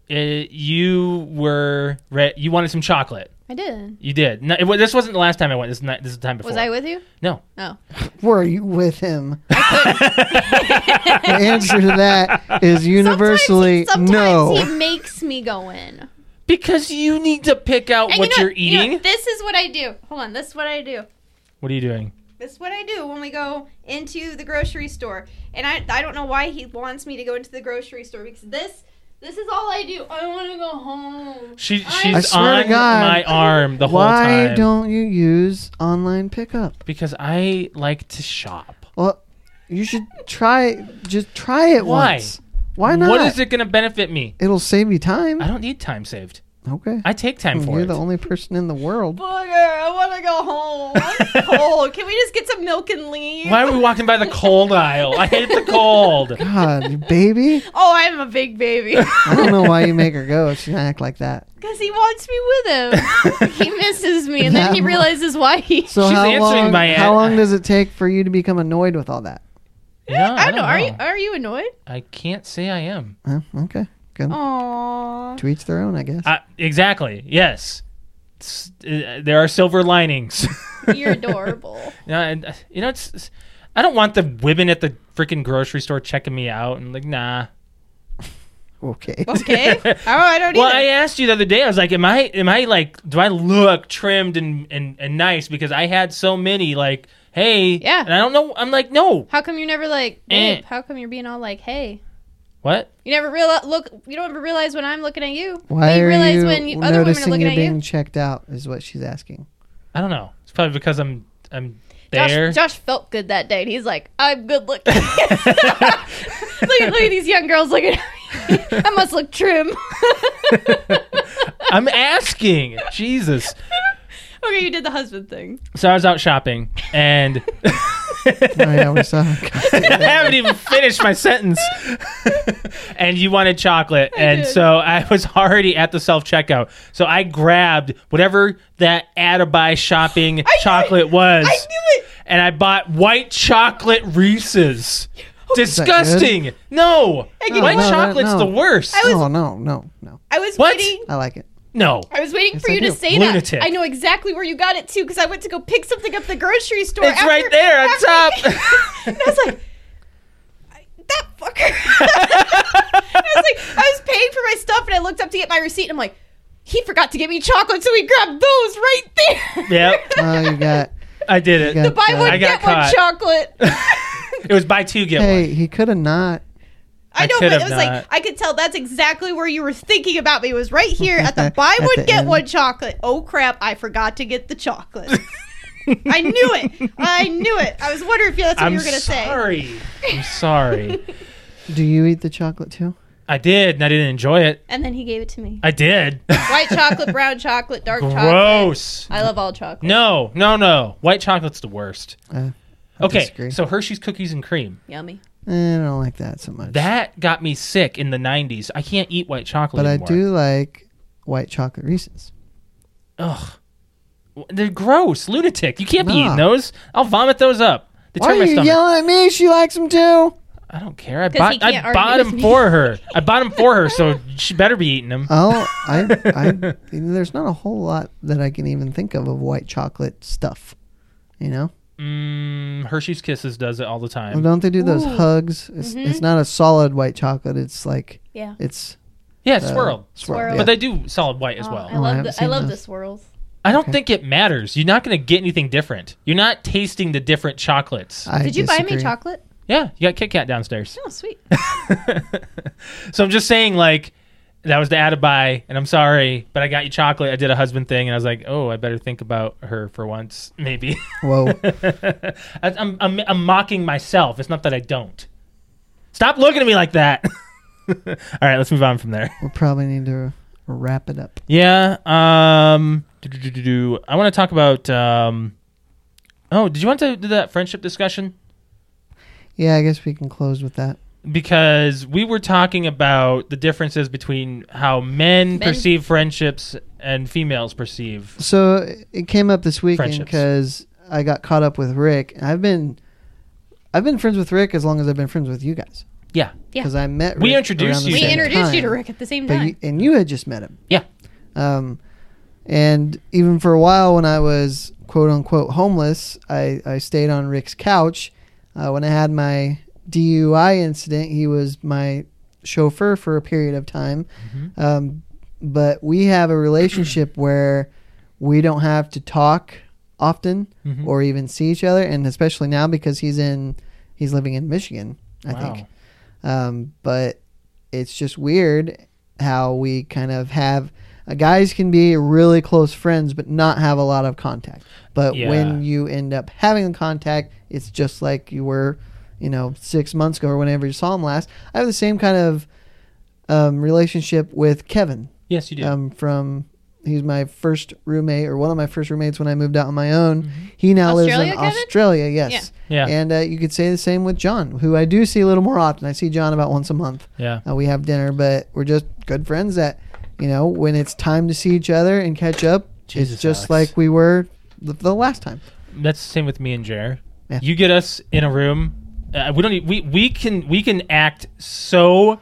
[SPEAKER 3] it, you were re- you wanted some chocolate.
[SPEAKER 1] I did.
[SPEAKER 3] You did. No, it, wa- this wasn't the last time I went. This is not, this is the time before.
[SPEAKER 1] Was I
[SPEAKER 3] [LAUGHS]
[SPEAKER 1] with you?
[SPEAKER 3] no.
[SPEAKER 1] Oh.
[SPEAKER 2] Were you with him?
[SPEAKER 1] [LAUGHS]
[SPEAKER 2] the answer to that is universally
[SPEAKER 1] sometimes, sometimes
[SPEAKER 2] no.
[SPEAKER 1] he makes me go in.
[SPEAKER 3] Because you need to pick out
[SPEAKER 1] And
[SPEAKER 3] what
[SPEAKER 1] you know,
[SPEAKER 3] you're
[SPEAKER 1] you know,
[SPEAKER 3] eating.
[SPEAKER 1] this is what I do. Hold on. This is what I do.
[SPEAKER 3] what are you doing?
[SPEAKER 1] This is what I do when we go into the grocery store. And I, I don't know why he wants me to go into the grocery store because this this is all I do. I want to go home.
[SPEAKER 3] She
[SPEAKER 1] I-
[SPEAKER 3] she's
[SPEAKER 1] I
[SPEAKER 2] swear to
[SPEAKER 3] on
[SPEAKER 2] God.
[SPEAKER 3] my arm the whole
[SPEAKER 2] Why
[SPEAKER 3] time.
[SPEAKER 2] don't you use online pickup?
[SPEAKER 3] Because I like to shop.
[SPEAKER 2] Well, you should try. Just try it
[SPEAKER 3] Why?
[SPEAKER 2] once. Why not?
[SPEAKER 3] What is it going to benefit me?
[SPEAKER 2] It'll save you time.
[SPEAKER 3] I don't need time saved.
[SPEAKER 2] Okay.
[SPEAKER 3] I take time for
[SPEAKER 2] You're
[SPEAKER 3] it.
[SPEAKER 2] the only person in
[SPEAKER 3] [LAUGHS]
[SPEAKER 2] the world.
[SPEAKER 1] Booger, I want to go home. [LAUGHS] I'm cold. Can we just get some milk and leave?
[SPEAKER 3] Why are we walking by the cold aisle? I hate the
[SPEAKER 2] [LAUGHS]
[SPEAKER 3] cold.
[SPEAKER 2] God, you baby.
[SPEAKER 1] [LAUGHS] Oh, I'm a big
[SPEAKER 3] [LAUGHS]
[SPEAKER 1] baby.
[SPEAKER 2] I don't know why you make her go. She didn't act like that.
[SPEAKER 1] Because he wants me with him. [LAUGHS] he misses me, and then he
[SPEAKER 2] That mu-
[SPEAKER 1] realizes why he.
[SPEAKER 2] So
[SPEAKER 3] She's
[SPEAKER 2] how
[SPEAKER 3] answering
[SPEAKER 2] long?
[SPEAKER 3] my-
[SPEAKER 2] how long does it take for you to become annoyed with all that?
[SPEAKER 3] No, I
[SPEAKER 1] I don't know. Are you are you annoyed?
[SPEAKER 3] I can't say I am.
[SPEAKER 2] Huh? Okay. Good.
[SPEAKER 1] Aww.
[SPEAKER 2] To each their own, I guess.
[SPEAKER 3] I, Uh, exactly. Yes. It's- uh, there are
[SPEAKER 1] [LAUGHS]
[SPEAKER 3] silver linings.
[SPEAKER 1] You're adorable.
[SPEAKER 3] [LAUGHS] Yeah, and, uh, you know, it's, it's- I don't want the women at the freaking grocery store checking me out and like, nah.
[SPEAKER 2] okay.
[SPEAKER 1] Okay. oh, I don't
[SPEAKER 3] Well,
[SPEAKER 1] either.
[SPEAKER 3] I asked you the other day. I was like, "Am I? Am I like? Do I look trimmed and and, and nice?" Because I had so many like, "Hey,"
[SPEAKER 1] Yeah.
[SPEAKER 3] and I don't know. I'm like, "No,
[SPEAKER 1] How come you're never like,
[SPEAKER 3] Eh.
[SPEAKER 1] babe? How come you're being all like, hey?
[SPEAKER 3] what?
[SPEAKER 1] You never realize. Look, you don't ever realize when I'm looking at you.
[SPEAKER 2] Why
[SPEAKER 1] you
[SPEAKER 2] are
[SPEAKER 1] realize
[SPEAKER 2] you
[SPEAKER 1] when you- other women are
[SPEAKER 2] noticing
[SPEAKER 1] looking
[SPEAKER 2] you're
[SPEAKER 1] at you.
[SPEAKER 2] being checked out? Is what she's asking. [LAUGHS]
[SPEAKER 3] I don't know. It's probably because I'm I'm
[SPEAKER 1] Josh,
[SPEAKER 3] there."
[SPEAKER 1] Josh felt good that day, and he's like, I'm good
[SPEAKER 2] [LAUGHS]
[SPEAKER 1] looking. [LAUGHS] look, at- look at these young girls looking at me. [LAUGHS] I must look trim.
[SPEAKER 3] [LAUGHS] I'm asking. Jesus.
[SPEAKER 1] [LAUGHS] okay, you did the husband thing.
[SPEAKER 3] So I was out shopping
[SPEAKER 1] [LAUGHS]
[SPEAKER 3] and [LAUGHS]
[SPEAKER 2] Oh yeah, we saw. her.
[SPEAKER 3] I haven't even finished my sentence. and you wanted chocolate. and
[SPEAKER 1] did.
[SPEAKER 3] so I was already at the self checkout. So I grabbed whatever that Attabuy shopping chocolate was.
[SPEAKER 1] I knew it.
[SPEAKER 3] and I bought white chocolate Reese's.
[SPEAKER 1] Oh,
[SPEAKER 2] that
[SPEAKER 3] Disgusting. No.
[SPEAKER 1] you know
[SPEAKER 3] white
[SPEAKER 1] what?
[SPEAKER 3] chocolate's
[SPEAKER 2] No.
[SPEAKER 3] the worst.
[SPEAKER 2] no, Oh, no, no, no.
[SPEAKER 1] I was
[SPEAKER 3] What?
[SPEAKER 1] waiting.
[SPEAKER 2] I like it.
[SPEAKER 3] no.
[SPEAKER 1] I was waiting for
[SPEAKER 2] I
[SPEAKER 1] you to
[SPEAKER 2] do.
[SPEAKER 1] say
[SPEAKER 3] Lunatic.
[SPEAKER 1] that. I know exactly where you got it too, because I went to go pick something up at the grocery store.
[SPEAKER 3] It's
[SPEAKER 1] after-
[SPEAKER 3] right there on
[SPEAKER 1] after- [LAUGHS]
[SPEAKER 3] top.
[SPEAKER 1] And I was like, I- that fucker. [LAUGHS] [LAUGHS]
[SPEAKER 3] [LAUGHS]
[SPEAKER 1] I was like, I was paying for my stuff, and I looked up to get my receipt, and I'm like, he forgot to get me chocolate, so he grabbed those right there.
[SPEAKER 3] Yep.
[SPEAKER 2] Oh, you got.
[SPEAKER 3] I did it.
[SPEAKER 2] You got-
[SPEAKER 1] the [LAUGHS] buy one
[SPEAKER 2] I
[SPEAKER 3] got
[SPEAKER 1] get one
[SPEAKER 3] caught.
[SPEAKER 1] chocolate.
[SPEAKER 3] [LAUGHS]
[SPEAKER 1] [LAUGHS]
[SPEAKER 3] It was buy two get one.
[SPEAKER 2] Hey, he could have not.
[SPEAKER 3] I
[SPEAKER 1] I know,
[SPEAKER 3] could
[SPEAKER 1] but it
[SPEAKER 3] have
[SPEAKER 1] was like
[SPEAKER 3] not.
[SPEAKER 1] I could tell that's exactly where you were thinking about me. Was right here at
[SPEAKER 2] [LAUGHS]
[SPEAKER 1] the buy
[SPEAKER 2] At
[SPEAKER 1] one
[SPEAKER 2] the
[SPEAKER 1] get
[SPEAKER 2] end.
[SPEAKER 1] one chocolate. Oh crap! I forgot to get the chocolate. I knew it. I knew it. I was wondering if that's what
[SPEAKER 3] I'm
[SPEAKER 1] you were gonna say.
[SPEAKER 3] sorry. I'm sorry.
[SPEAKER 2] Do you eat the chocolate too?
[SPEAKER 3] I did, and I didn't enjoy it.
[SPEAKER 1] And then he gave it to me.
[SPEAKER 3] I did. [LAUGHS]
[SPEAKER 1] White chocolate, brown chocolate, dark chocolate.
[SPEAKER 3] Gross.
[SPEAKER 1] I love all chocolate.
[SPEAKER 3] No, no, no. White chocolate's the worst.
[SPEAKER 2] Uh, I
[SPEAKER 3] okay,
[SPEAKER 2] disagree.
[SPEAKER 3] so Hershey's cookies and cream.
[SPEAKER 1] Yummy.
[SPEAKER 2] Eh, I don't like that so much.
[SPEAKER 3] That got me sick in the 90s. I can't eat white chocolate
[SPEAKER 2] but I
[SPEAKER 3] anymore.
[SPEAKER 2] do like white chocolate Reese's.
[SPEAKER 3] Ugh. They're gross. Lunatic. You can't be
[SPEAKER 2] Nah.
[SPEAKER 3] eating those. I'll vomit those up. They
[SPEAKER 2] Why
[SPEAKER 3] turn
[SPEAKER 2] are
[SPEAKER 3] my
[SPEAKER 2] you
[SPEAKER 3] stomach.
[SPEAKER 2] yelling at me? She likes them too.
[SPEAKER 3] I don't care. I
[SPEAKER 1] 'Cause he
[SPEAKER 3] bought
[SPEAKER 1] can't
[SPEAKER 3] I
[SPEAKER 1] argue
[SPEAKER 3] bought
[SPEAKER 1] with
[SPEAKER 3] them
[SPEAKER 1] me.
[SPEAKER 3] for her. I bought them for
[SPEAKER 1] [LAUGHS]
[SPEAKER 3] her, so she better be eating them.
[SPEAKER 2] Oh, I, I, there's not a whole lot that I can even think of of white chocolate stuff. You know,
[SPEAKER 3] Mm, Hershey's Kisses does it all the
[SPEAKER 2] Well,
[SPEAKER 3] time.
[SPEAKER 2] don't they do those
[SPEAKER 1] Ooh.
[SPEAKER 2] hugs? It's, it's
[SPEAKER 1] Mhm.
[SPEAKER 2] not a solid white chocolate. It's like
[SPEAKER 1] Yeah.
[SPEAKER 2] it's
[SPEAKER 3] Yeah,
[SPEAKER 2] uh,
[SPEAKER 3] swirl.
[SPEAKER 1] Swirl.
[SPEAKER 2] yeah.
[SPEAKER 3] But they do solid white as
[SPEAKER 1] Oh,
[SPEAKER 3] well.
[SPEAKER 1] I
[SPEAKER 2] Oh, I
[SPEAKER 1] love
[SPEAKER 2] haven't
[SPEAKER 1] the I
[SPEAKER 2] seen
[SPEAKER 1] love the
[SPEAKER 2] those.
[SPEAKER 1] swirls.
[SPEAKER 3] I don't
[SPEAKER 2] Okay.
[SPEAKER 3] think it matters. You're not going to get anything different. You're not tasting the different chocolates.
[SPEAKER 2] I
[SPEAKER 1] Did you buy me
[SPEAKER 2] disagree.
[SPEAKER 1] chocolate?
[SPEAKER 3] Yeah, you got Kit Kat downstairs. [LAUGHS]
[SPEAKER 1] Oh, sweet.
[SPEAKER 3] so I'm just saying, like, that was the attaby, and I'm sorry, but I got you chocolate. I did a husband thing, and I was like, oh, I better think about her for once, maybe. [LAUGHS]
[SPEAKER 2] Whoa.
[SPEAKER 3] I, I'm, I'm, I'm mocking myself. It's not that I don't. Stop looking at me like that. [LAUGHS] All right, let's move on from there.
[SPEAKER 2] We'll probably need to wrap it up.
[SPEAKER 3] Yeah. Um. do-do-do-do-do. I want to talk about. Um, oh, did you want to do that friendship discussion?
[SPEAKER 2] Yeah, I guess we can close with that.
[SPEAKER 3] Because we were talking about the differences between how men,
[SPEAKER 1] Men.
[SPEAKER 3] perceive friendships and females perceive.
[SPEAKER 2] So it came up this weekend
[SPEAKER 3] Friendships.
[SPEAKER 2] because I got caught up with Rick. And I've been, I've been friends with Rick as long as I've been friends with you guys.
[SPEAKER 3] Yeah.
[SPEAKER 1] Yeah.
[SPEAKER 2] Because I met.
[SPEAKER 3] We
[SPEAKER 2] Rick
[SPEAKER 3] introduced
[SPEAKER 2] around the
[SPEAKER 3] you
[SPEAKER 1] we
[SPEAKER 3] said
[SPEAKER 2] same
[SPEAKER 3] that.
[SPEAKER 1] introduced you to
[SPEAKER 2] time.
[SPEAKER 1] Rick at the same
[SPEAKER 2] But
[SPEAKER 1] time.
[SPEAKER 2] you, and you had just met him.
[SPEAKER 3] Yeah.
[SPEAKER 2] Um, and even for a while when I was quote unquote homeless, I, I stayed on Rick's couch. Uh, when I had my DUI incident, he was my chauffeur for a period of time. Um, but we have a relationship where we don't have to talk often
[SPEAKER 3] Mhm.
[SPEAKER 2] or even see each other, and especially now because he's in he's living in Michigan, I
[SPEAKER 3] Wow.
[SPEAKER 2] think. Um, but it's just weird how we kind of have uh, guys can be really close friends but not have a lot of contact. But
[SPEAKER 3] Yeah.
[SPEAKER 2] when you end up having contact, it's just like you were, you know, six months ago or whenever you saw him last. I have the same kind of um, relationship with Kevin
[SPEAKER 3] Yes, you do.
[SPEAKER 2] um, from. He's my first roommate, or one of my first roommates when I moved out on my own. He now
[SPEAKER 1] Australia,
[SPEAKER 2] lives in
[SPEAKER 1] Kevin?
[SPEAKER 2] Australia. Yes,
[SPEAKER 3] Mm-hmm. Yeah.
[SPEAKER 2] And uh, you could say the same with John, who I do see a little more often. I see John about once a month.
[SPEAKER 3] yeah.
[SPEAKER 2] Uh, we have dinner, but we're just good friends that, you know, when it's time to see each other and catch up,
[SPEAKER 3] Jesus,
[SPEAKER 2] it's just
[SPEAKER 3] Alex.
[SPEAKER 2] like we were the, the last time.
[SPEAKER 3] That's the same with me and Jer.
[SPEAKER 2] Yeah.
[SPEAKER 3] You get us in a room. Uh, we don't. e- We we can we can act so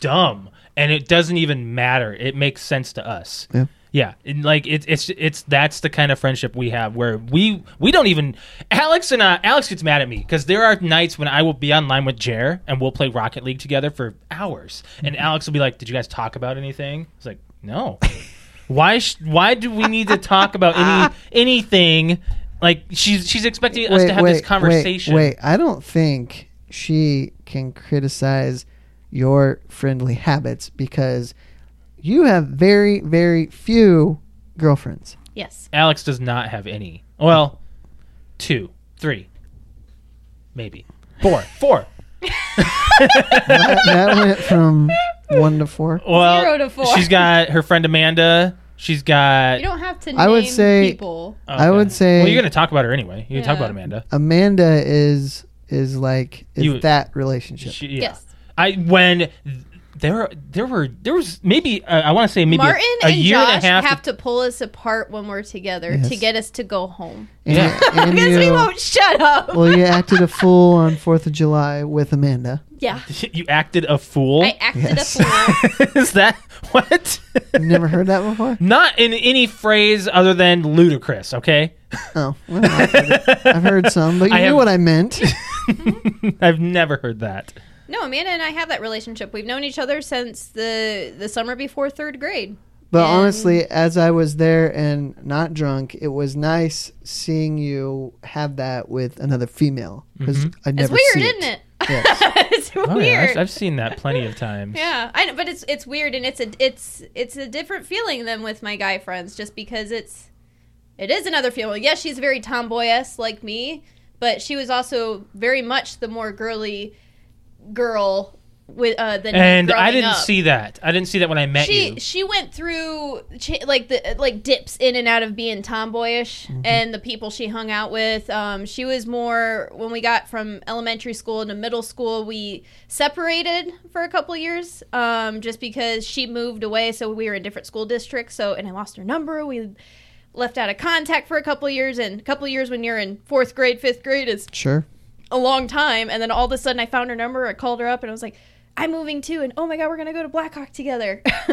[SPEAKER 3] dumb, and it doesn't even matter. It makes sense to us.
[SPEAKER 2] Yeah.
[SPEAKER 3] Yeah, and like it's it's it's that's the kind of friendship we have where we we don't even Alex and uh, Alex gets mad at me because there are nights when I will be online with Jer and we'll play Rocket League together for hours, and Alex will be like, "Did you guys talk about anything?" It's like, "No." why sh- why do we need to talk about any anything? Like she's she's expecting us to have this conversation.
[SPEAKER 2] Wait, wait, I don't think she can criticize your friendly habits because you have very, very few
[SPEAKER 3] [LAUGHS]
[SPEAKER 2] girlfriends.
[SPEAKER 1] yes.
[SPEAKER 3] Alex does not have any. Well, two, three, maybe
[SPEAKER 2] [LAUGHS]
[SPEAKER 3] four,
[SPEAKER 1] [LAUGHS]
[SPEAKER 3] four.
[SPEAKER 2] that, that went from one to four.
[SPEAKER 3] Well,
[SPEAKER 1] Zero to four.
[SPEAKER 3] she's got her friend Amanda. She's got.
[SPEAKER 1] You don't have to name
[SPEAKER 2] I would say-
[SPEAKER 1] people.
[SPEAKER 2] I would say-
[SPEAKER 3] Well, you're gonna talk about her anyway. You can talk
[SPEAKER 1] Yeah.
[SPEAKER 3] about Amanda.
[SPEAKER 2] Amanda is is like is
[SPEAKER 3] You-
[SPEAKER 2] that relationship.
[SPEAKER 3] She- yeah.
[SPEAKER 1] Yes.
[SPEAKER 3] I when there there were there was maybe uh, I want to say maybe a-
[SPEAKER 1] Martin
[SPEAKER 3] a,
[SPEAKER 1] and
[SPEAKER 3] year
[SPEAKER 1] Josh
[SPEAKER 3] and a half.
[SPEAKER 1] have to pull us apart when we're together
[SPEAKER 2] Yes.
[SPEAKER 1] to get us to go home.
[SPEAKER 2] And-
[SPEAKER 3] Yeah.
[SPEAKER 2] [LAUGHS]
[SPEAKER 3] [LAUGHS]
[SPEAKER 2] and
[SPEAKER 1] Because we
[SPEAKER 2] you-
[SPEAKER 1] won't shut up.
[SPEAKER 2] well, you acted a fool on Fourth of July with Amanda.
[SPEAKER 1] yeah.
[SPEAKER 3] [LAUGHS] you acted a fool.
[SPEAKER 1] I acted
[SPEAKER 2] Yes.
[SPEAKER 1] a fool.
[SPEAKER 3] [LAUGHS]
[SPEAKER 2] [LAUGHS]
[SPEAKER 3] Is that [LAUGHS] what?
[SPEAKER 2] You've never heard that
[SPEAKER 1] [LAUGHS]
[SPEAKER 2] before?
[SPEAKER 3] Not in any phrase other than ludicrous. Okay.
[SPEAKER 2] Oh, well, I've heard it. I've heard some, but you
[SPEAKER 3] I
[SPEAKER 2] knew
[SPEAKER 1] [LAUGHS]
[SPEAKER 3] have-
[SPEAKER 2] what I meant.
[SPEAKER 3] I've never heard that.
[SPEAKER 1] No, Amanda and I have that relationship. We've known each other since the the summer before third grade.
[SPEAKER 2] But
[SPEAKER 1] And-
[SPEAKER 2] honestly, as I was there and not drunk, it was nice seeing you have that with another female because
[SPEAKER 3] Mm-hmm.
[SPEAKER 2] I
[SPEAKER 1] It's
[SPEAKER 2] never
[SPEAKER 1] weird,
[SPEAKER 2] see
[SPEAKER 1] isn't it?
[SPEAKER 2] Yes.
[SPEAKER 1] [LAUGHS] it's weird.
[SPEAKER 3] Oh, yeah, I've, I've seen that plenty of
[SPEAKER 1] [LAUGHS]
[SPEAKER 3] times.
[SPEAKER 1] Yeah, I know, but it's it's weird, and it's a it's it's a different feeling than with my guy friends, just because it's it is another feeling. Yes, she's very tomboy-esque like me, but she was also very much the more girly girl with uh, the
[SPEAKER 3] And I
[SPEAKER 1] growing
[SPEAKER 3] didn't
[SPEAKER 1] up.
[SPEAKER 3] see that. I didn't see that when I met
[SPEAKER 1] She
[SPEAKER 3] you.
[SPEAKER 1] she went through cha- like the like dips in and out of being tomboyish
[SPEAKER 3] Mm-hmm.
[SPEAKER 1] and the people she hung out with. Um, she was more when we got from elementary school into middle school. We separated for a couple years um, just because she moved away, so we were in different school districts. So and I lost her number. We left out of contact for a couple years, and a couple years when you're in fourth grade, fifth grade is
[SPEAKER 2] Sure.
[SPEAKER 1] a long time and then all of a sudden I found her number, I called her up and I was like, I'm moving too and oh my god, we're gonna go to Blackhawk together. [LAUGHS]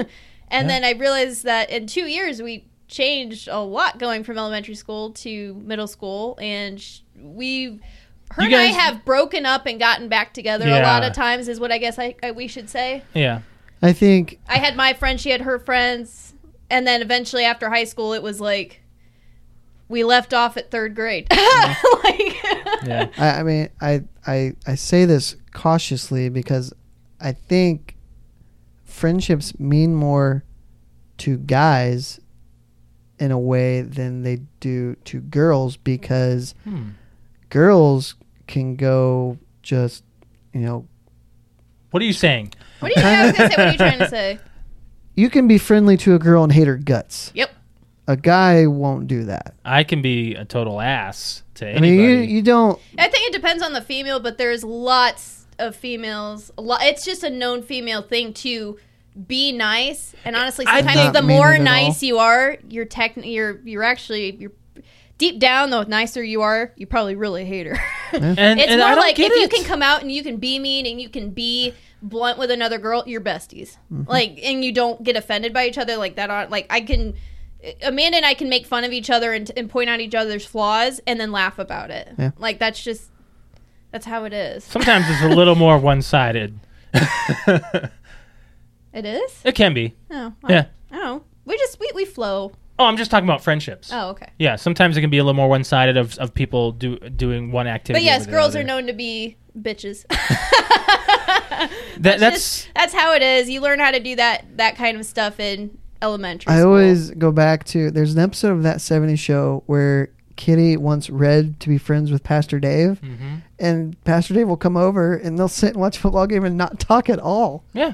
[SPEAKER 1] and then I realized that in two years we changed a lot going from elementary school to middle school and sh- we her
[SPEAKER 3] You
[SPEAKER 1] and I
[SPEAKER 3] guys-
[SPEAKER 1] have broken up and gotten back together a
[SPEAKER 3] Yeah.
[SPEAKER 1] lot of times is what I guess I, I we should say.
[SPEAKER 3] Yeah.
[SPEAKER 2] I think
[SPEAKER 1] I had my friends, she had her friends, and then eventually after high school it was like we left off at third grade. [LAUGHS] like
[SPEAKER 3] Mm-hmm.
[SPEAKER 1] [LAUGHS]
[SPEAKER 3] Yeah.
[SPEAKER 2] I, I mean I, I I say this cautiously because I think friendships mean more to guys in a way than they do to girls because
[SPEAKER 3] Hmm.
[SPEAKER 2] girls can go just you know
[SPEAKER 3] What are you saying?
[SPEAKER 1] What are you? I was gonna say. What are you trying to say?
[SPEAKER 2] you can be friendly to a girl and hate her guts.
[SPEAKER 1] Yep.
[SPEAKER 2] A guy won't do that.
[SPEAKER 3] I can be a total ass to
[SPEAKER 2] I mean,
[SPEAKER 3] anybody.
[SPEAKER 2] you, you don't.
[SPEAKER 1] I think it depends on the female, but there's lots of females. A lot. It's just a known female thing to be nice. And honestly,
[SPEAKER 3] I
[SPEAKER 1] sometimes
[SPEAKER 2] think-
[SPEAKER 1] the
[SPEAKER 2] Not mean it
[SPEAKER 1] more
[SPEAKER 2] at
[SPEAKER 1] nice
[SPEAKER 2] all.
[SPEAKER 1] you are, you're tech. You're you're actually you're deep down. The nicer you are, you probably really hate her. [LAUGHS]
[SPEAKER 3] and,
[SPEAKER 1] it's
[SPEAKER 3] and I
[SPEAKER 1] more
[SPEAKER 3] don't
[SPEAKER 1] like
[SPEAKER 3] get
[SPEAKER 1] if you
[SPEAKER 3] it.
[SPEAKER 1] can come out and you can be mean and you can be blunt with another girl, you're besties.
[SPEAKER 2] Mm-hmm.
[SPEAKER 1] Like, and you don't get offended by each other like that. On like, I can. Amanda and I can make fun of each other and, and point out each other's flaws and then laugh about it.
[SPEAKER 2] Yeah.
[SPEAKER 1] Like that's just that's how it is.
[SPEAKER 3] Sometimes
[SPEAKER 1] [LAUGHS]
[SPEAKER 3] it's a little more one-sided. it
[SPEAKER 1] It is.
[SPEAKER 3] can be.
[SPEAKER 1] Oh, well,
[SPEAKER 3] Yeah.
[SPEAKER 1] Oh, we just we, we flow.
[SPEAKER 3] Oh, I'm just talking about friendships.
[SPEAKER 1] Oh, okay.
[SPEAKER 3] Yeah, sometimes it can be a little more one-sided of, of people do, doing one
[SPEAKER 1] But
[SPEAKER 3] activity.
[SPEAKER 1] yes,
[SPEAKER 3] over the
[SPEAKER 1] girls are
[SPEAKER 3] other.
[SPEAKER 1] known to be
[SPEAKER 3] [LAUGHS]
[SPEAKER 1] bitches.
[SPEAKER 3] That, that's
[SPEAKER 1] Just- that's how it is. You learn how to do that that kind of stuff in elementary.
[SPEAKER 2] I
[SPEAKER 1] school.
[SPEAKER 2] always go back to. There's an episode of that '70s show where Kitty wants Red to be friends with Pastor Dave, and Pastor Dave will come over and they'll sit and watch a football game and not talk at all. [LAUGHS]
[SPEAKER 3] yeah,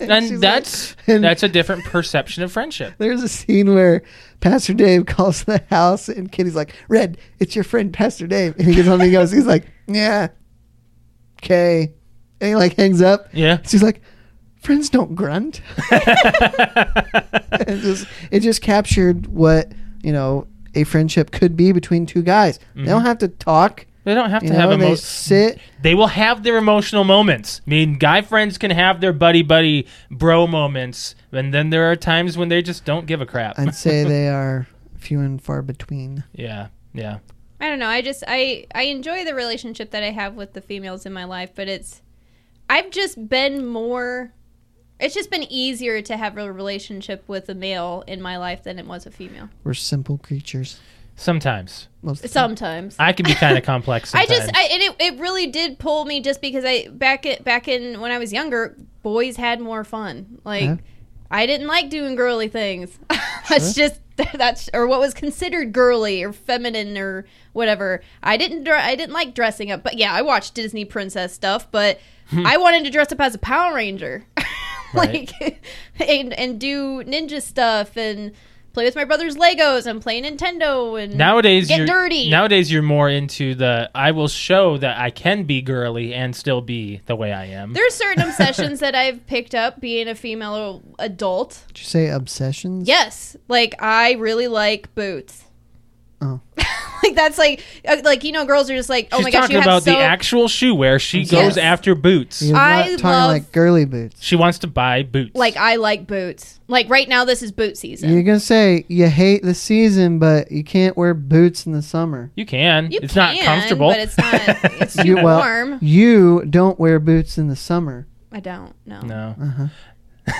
[SPEAKER 3] and,
[SPEAKER 2] she's like-
[SPEAKER 3] that's
[SPEAKER 2] [LAUGHS] and-
[SPEAKER 3] that's a different perception of friendship.
[SPEAKER 2] There's a scene where Pastor Dave [LAUGHS] calls the house and Kitty's like, "Red, it's your friend Pastor Dave," and he gets on and he goes, "He's like, yeah, okay," and he like hangs up.
[SPEAKER 3] Yeah,
[SPEAKER 2] She's like, "Friends don't grunt."
[SPEAKER 3] [LAUGHS]
[SPEAKER 2] [LAUGHS] it just it just captured what you know a friendship could be between two guys. They don't have to talk.
[SPEAKER 3] they don't Mm-hmm. have to
[SPEAKER 2] You know,
[SPEAKER 3] have
[SPEAKER 2] they
[SPEAKER 3] emotions. [LAUGHS]
[SPEAKER 2] sit.
[SPEAKER 3] They will have their emotional moments. I mean, guy friends can have their buddy buddy bro moments, and then there are times when they just don't give a crap.
[SPEAKER 2] I'd say they are few and far between.
[SPEAKER 3] [LAUGHS] yeah, yeah.
[SPEAKER 1] I don't know. I just I I enjoy the relationship that I have with the females in my life, but it's I've just been more it's just been easier to have a relationship with a male in my life than it was a female.
[SPEAKER 2] We're simple creatures.
[SPEAKER 3] Sometimes
[SPEAKER 2] Most of the time.
[SPEAKER 1] Sometimes.
[SPEAKER 3] I can be
[SPEAKER 2] [LAUGHS]
[SPEAKER 3] kind of complex.
[SPEAKER 1] I
[SPEAKER 3] Sometimes.
[SPEAKER 1] just I and it, it really did pull me just because I back it back in when I was younger, boys had more fun. Like
[SPEAKER 2] Yeah.
[SPEAKER 1] I didn't like doing girly things. [LAUGHS] that's just that's or what was considered girly or feminine or whatever. I didn't dr- I didn't like dressing up, but yeah, I watched Disney princess stuff,
[SPEAKER 3] [LAUGHS]
[SPEAKER 1] but I wanted to dress up as a Power Ranger.
[SPEAKER 3] Hmm.
[SPEAKER 1] [LAUGHS]
[SPEAKER 3] Right.
[SPEAKER 1] like [LAUGHS] and and do ninja stuff and play with my brother's Legos and play Nintendo and
[SPEAKER 3] Nowadays,
[SPEAKER 1] Get
[SPEAKER 3] you're,
[SPEAKER 1] dirty.
[SPEAKER 3] Nowadays, you're more into the I will show that I can be girly and still be the way I am.
[SPEAKER 1] There's certain obsessions that I've picked up being a female adult.
[SPEAKER 2] Did you say obsessions?
[SPEAKER 1] Yes, like I really like boots.
[SPEAKER 2] Oh.
[SPEAKER 1] [LAUGHS] like that's like uh, like you know girls are just like oh
[SPEAKER 3] She's
[SPEAKER 1] my gosh
[SPEAKER 3] talking
[SPEAKER 1] you have
[SPEAKER 3] about
[SPEAKER 1] so
[SPEAKER 3] the actual shoe where she
[SPEAKER 1] Yes.
[SPEAKER 3] goes after boots.
[SPEAKER 2] You're
[SPEAKER 1] I
[SPEAKER 2] not talking
[SPEAKER 1] love-
[SPEAKER 2] like girly boots.
[SPEAKER 3] She wants to buy boots.
[SPEAKER 1] like I like boots. Like right now this is boot season.
[SPEAKER 2] You're gonna say you hate the season, but you can't wear boots in the summer.
[SPEAKER 3] you can.
[SPEAKER 1] You
[SPEAKER 3] it's
[SPEAKER 1] can,
[SPEAKER 3] not comfortable.
[SPEAKER 1] but
[SPEAKER 3] [LAUGHS]
[SPEAKER 1] it's not. It's too
[SPEAKER 2] You, well,
[SPEAKER 1] warm.
[SPEAKER 2] you don't wear boots in the summer.
[SPEAKER 1] I don't know.
[SPEAKER 3] no.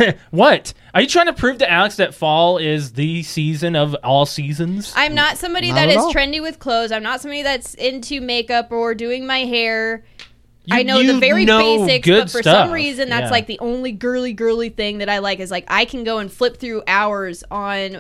[SPEAKER 3] [LAUGHS] what? Are you trying to prove to Alex that fall is the season of all seasons?
[SPEAKER 1] I'm not somebody
[SPEAKER 2] Not
[SPEAKER 1] that
[SPEAKER 2] at
[SPEAKER 1] is
[SPEAKER 2] all.
[SPEAKER 1] trendy with clothes. I'm not somebody that's into makeup or doing my hair.
[SPEAKER 3] You-
[SPEAKER 1] I know
[SPEAKER 3] you
[SPEAKER 1] the very
[SPEAKER 3] know
[SPEAKER 1] basics,
[SPEAKER 3] good
[SPEAKER 1] but for
[SPEAKER 3] stuff.
[SPEAKER 1] some reason, that's
[SPEAKER 3] Yeah.
[SPEAKER 1] like the only girly girly thing that I like is like I can go and flip through hours on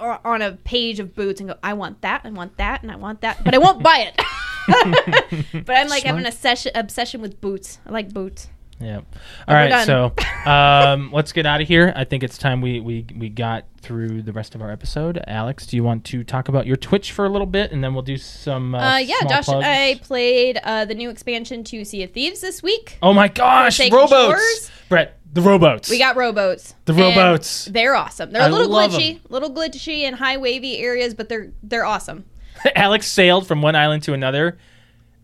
[SPEAKER 1] or on a page of boots and go, I want that, I want that, and I want that, but I [LAUGHS] won't buy it. but I'm like having a session obsession with boots. I like boots.
[SPEAKER 3] Yeah. All
[SPEAKER 1] [LAUGHS]
[SPEAKER 3] right. So um, let's get out of here. I think it's time we, we, we got through the rest of our episode. Alex, do you want to talk about your Twitch for a little bit, and then we'll do some.
[SPEAKER 1] Uh,
[SPEAKER 3] Uh,
[SPEAKER 1] yeah,
[SPEAKER 3] small
[SPEAKER 1] Josh,
[SPEAKER 3] plugs?
[SPEAKER 1] I played uh, the new expansion to Sea of Thieves this week.
[SPEAKER 3] Oh my gosh!
[SPEAKER 1] Taking
[SPEAKER 3] Robots,
[SPEAKER 1] showers?
[SPEAKER 3] Brett. The robots.
[SPEAKER 1] We got rowboats.
[SPEAKER 3] The
[SPEAKER 1] And
[SPEAKER 3] rowboats.
[SPEAKER 1] They're awesome. They're
[SPEAKER 3] I
[SPEAKER 1] a little
[SPEAKER 3] love
[SPEAKER 1] glitchy, little glitchy in high wavy areas, but they're they're awesome.
[SPEAKER 3] [LAUGHS] Alex sailed from one island to another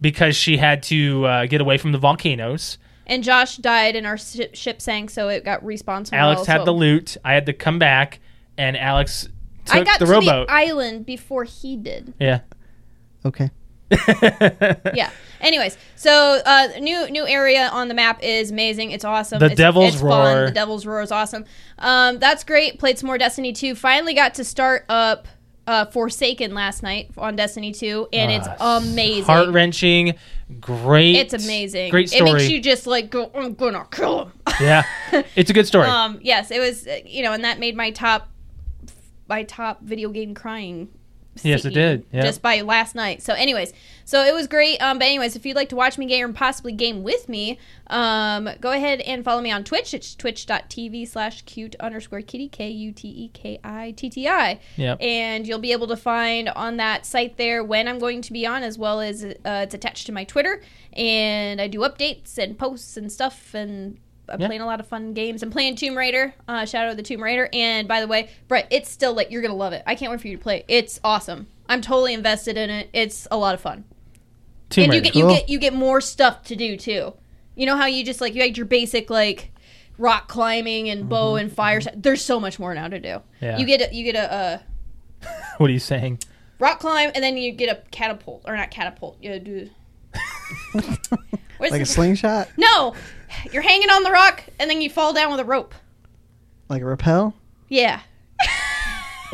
[SPEAKER 3] because she had to uh, get away from the volcanoes.
[SPEAKER 1] And Josh died, and our ship, ship sank, so it got respawned. somewhere
[SPEAKER 3] Alex
[SPEAKER 1] else,
[SPEAKER 3] had
[SPEAKER 1] so-
[SPEAKER 3] the loot. I had to come back, and Alex took
[SPEAKER 1] I got
[SPEAKER 3] the
[SPEAKER 1] to
[SPEAKER 3] rowboat.
[SPEAKER 1] the island before he did.
[SPEAKER 3] yeah.
[SPEAKER 2] Okay.
[SPEAKER 1] [LAUGHS] Yeah. Anyways, so uh, new new area on the map is amazing. It's awesome.
[SPEAKER 3] The
[SPEAKER 1] it's,
[SPEAKER 3] Devil's
[SPEAKER 1] it's
[SPEAKER 3] Roar.
[SPEAKER 1] Fun. The Devil's Roar is awesome. Um, that's great. Played some more Destiny 2. Finally got to start up uh, Forsaken last night on Destiny 2, and it's amazing.
[SPEAKER 3] Ah, Heart wrenching. Great.
[SPEAKER 1] it's amazing.
[SPEAKER 3] Great story.
[SPEAKER 1] It makes you just like go, I'm gonna kill him.
[SPEAKER 3] yeah.
[SPEAKER 1] [LAUGHS]
[SPEAKER 3] It's a good story.
[SPEAKER 1] Um, yes, it was. uh, You know, and that made my top, my top video game crying.
[SPEAKER 3] Yes, it
[SPEAKER 1] scene
[SPEAKER 3] did, yeah.
[SPEAKER 1] Just by last night. So, anyways, so it was great. Um, but anyways, if you'd like to watch me game or possibly game with me, um, go ahead and follow me on Twitch. It's twitch.tv slash cute underscore kitty k u t e k i t t i.
[SPEAKER 3] Yep.
[SPEAKER 1] And you'll be able to find on that site there when I'm going to be on, as well as uh, it's attached to my Twitter. And I do updates and posts and stuff. And I'm
[SPEAKER 3] Yeah.
[SPEAKER 1] playing a lot of fun games. I'm playing Tomb Raider, uh, Shadow of the Tomb Raider. And by the way, Brett, it's still like you're gonna love it. I can't wait for you to play. it. It's awesome. I'm totally invested in it. It's a lot of fun.
[SPEAKER 3] Tomb
[SPEAKER 1] and you
[SPEAKER 3] Raider.
[SPEAKER 1] get you
[SPEAKER 2] Cool.
[SPEAKER 1] get you get more stuff to do too. You know how you just like you had your basic like rock climbing and bow and fire. There's so much more now to do.
[SPEAKER 3] Mm-hmm. Yeah.
[SPEAKER 1] You get a, you get a. Uh,
[SPEAKER 3] what are you saying?
[SPEAKER 1] rock climb, and then you get a catapult or not catapult. You do what's
[SPEAKER 2] Like a
[SPEAKER 1] this-
[SPEAKER 2] slingshot?
[SPEAKER 1] No, you're hanging on the rock, and then you fall down with a rope.
[SPEAKER 2] Like a rappel?
[SPEAKER 1] Yeah, [LAUGHS]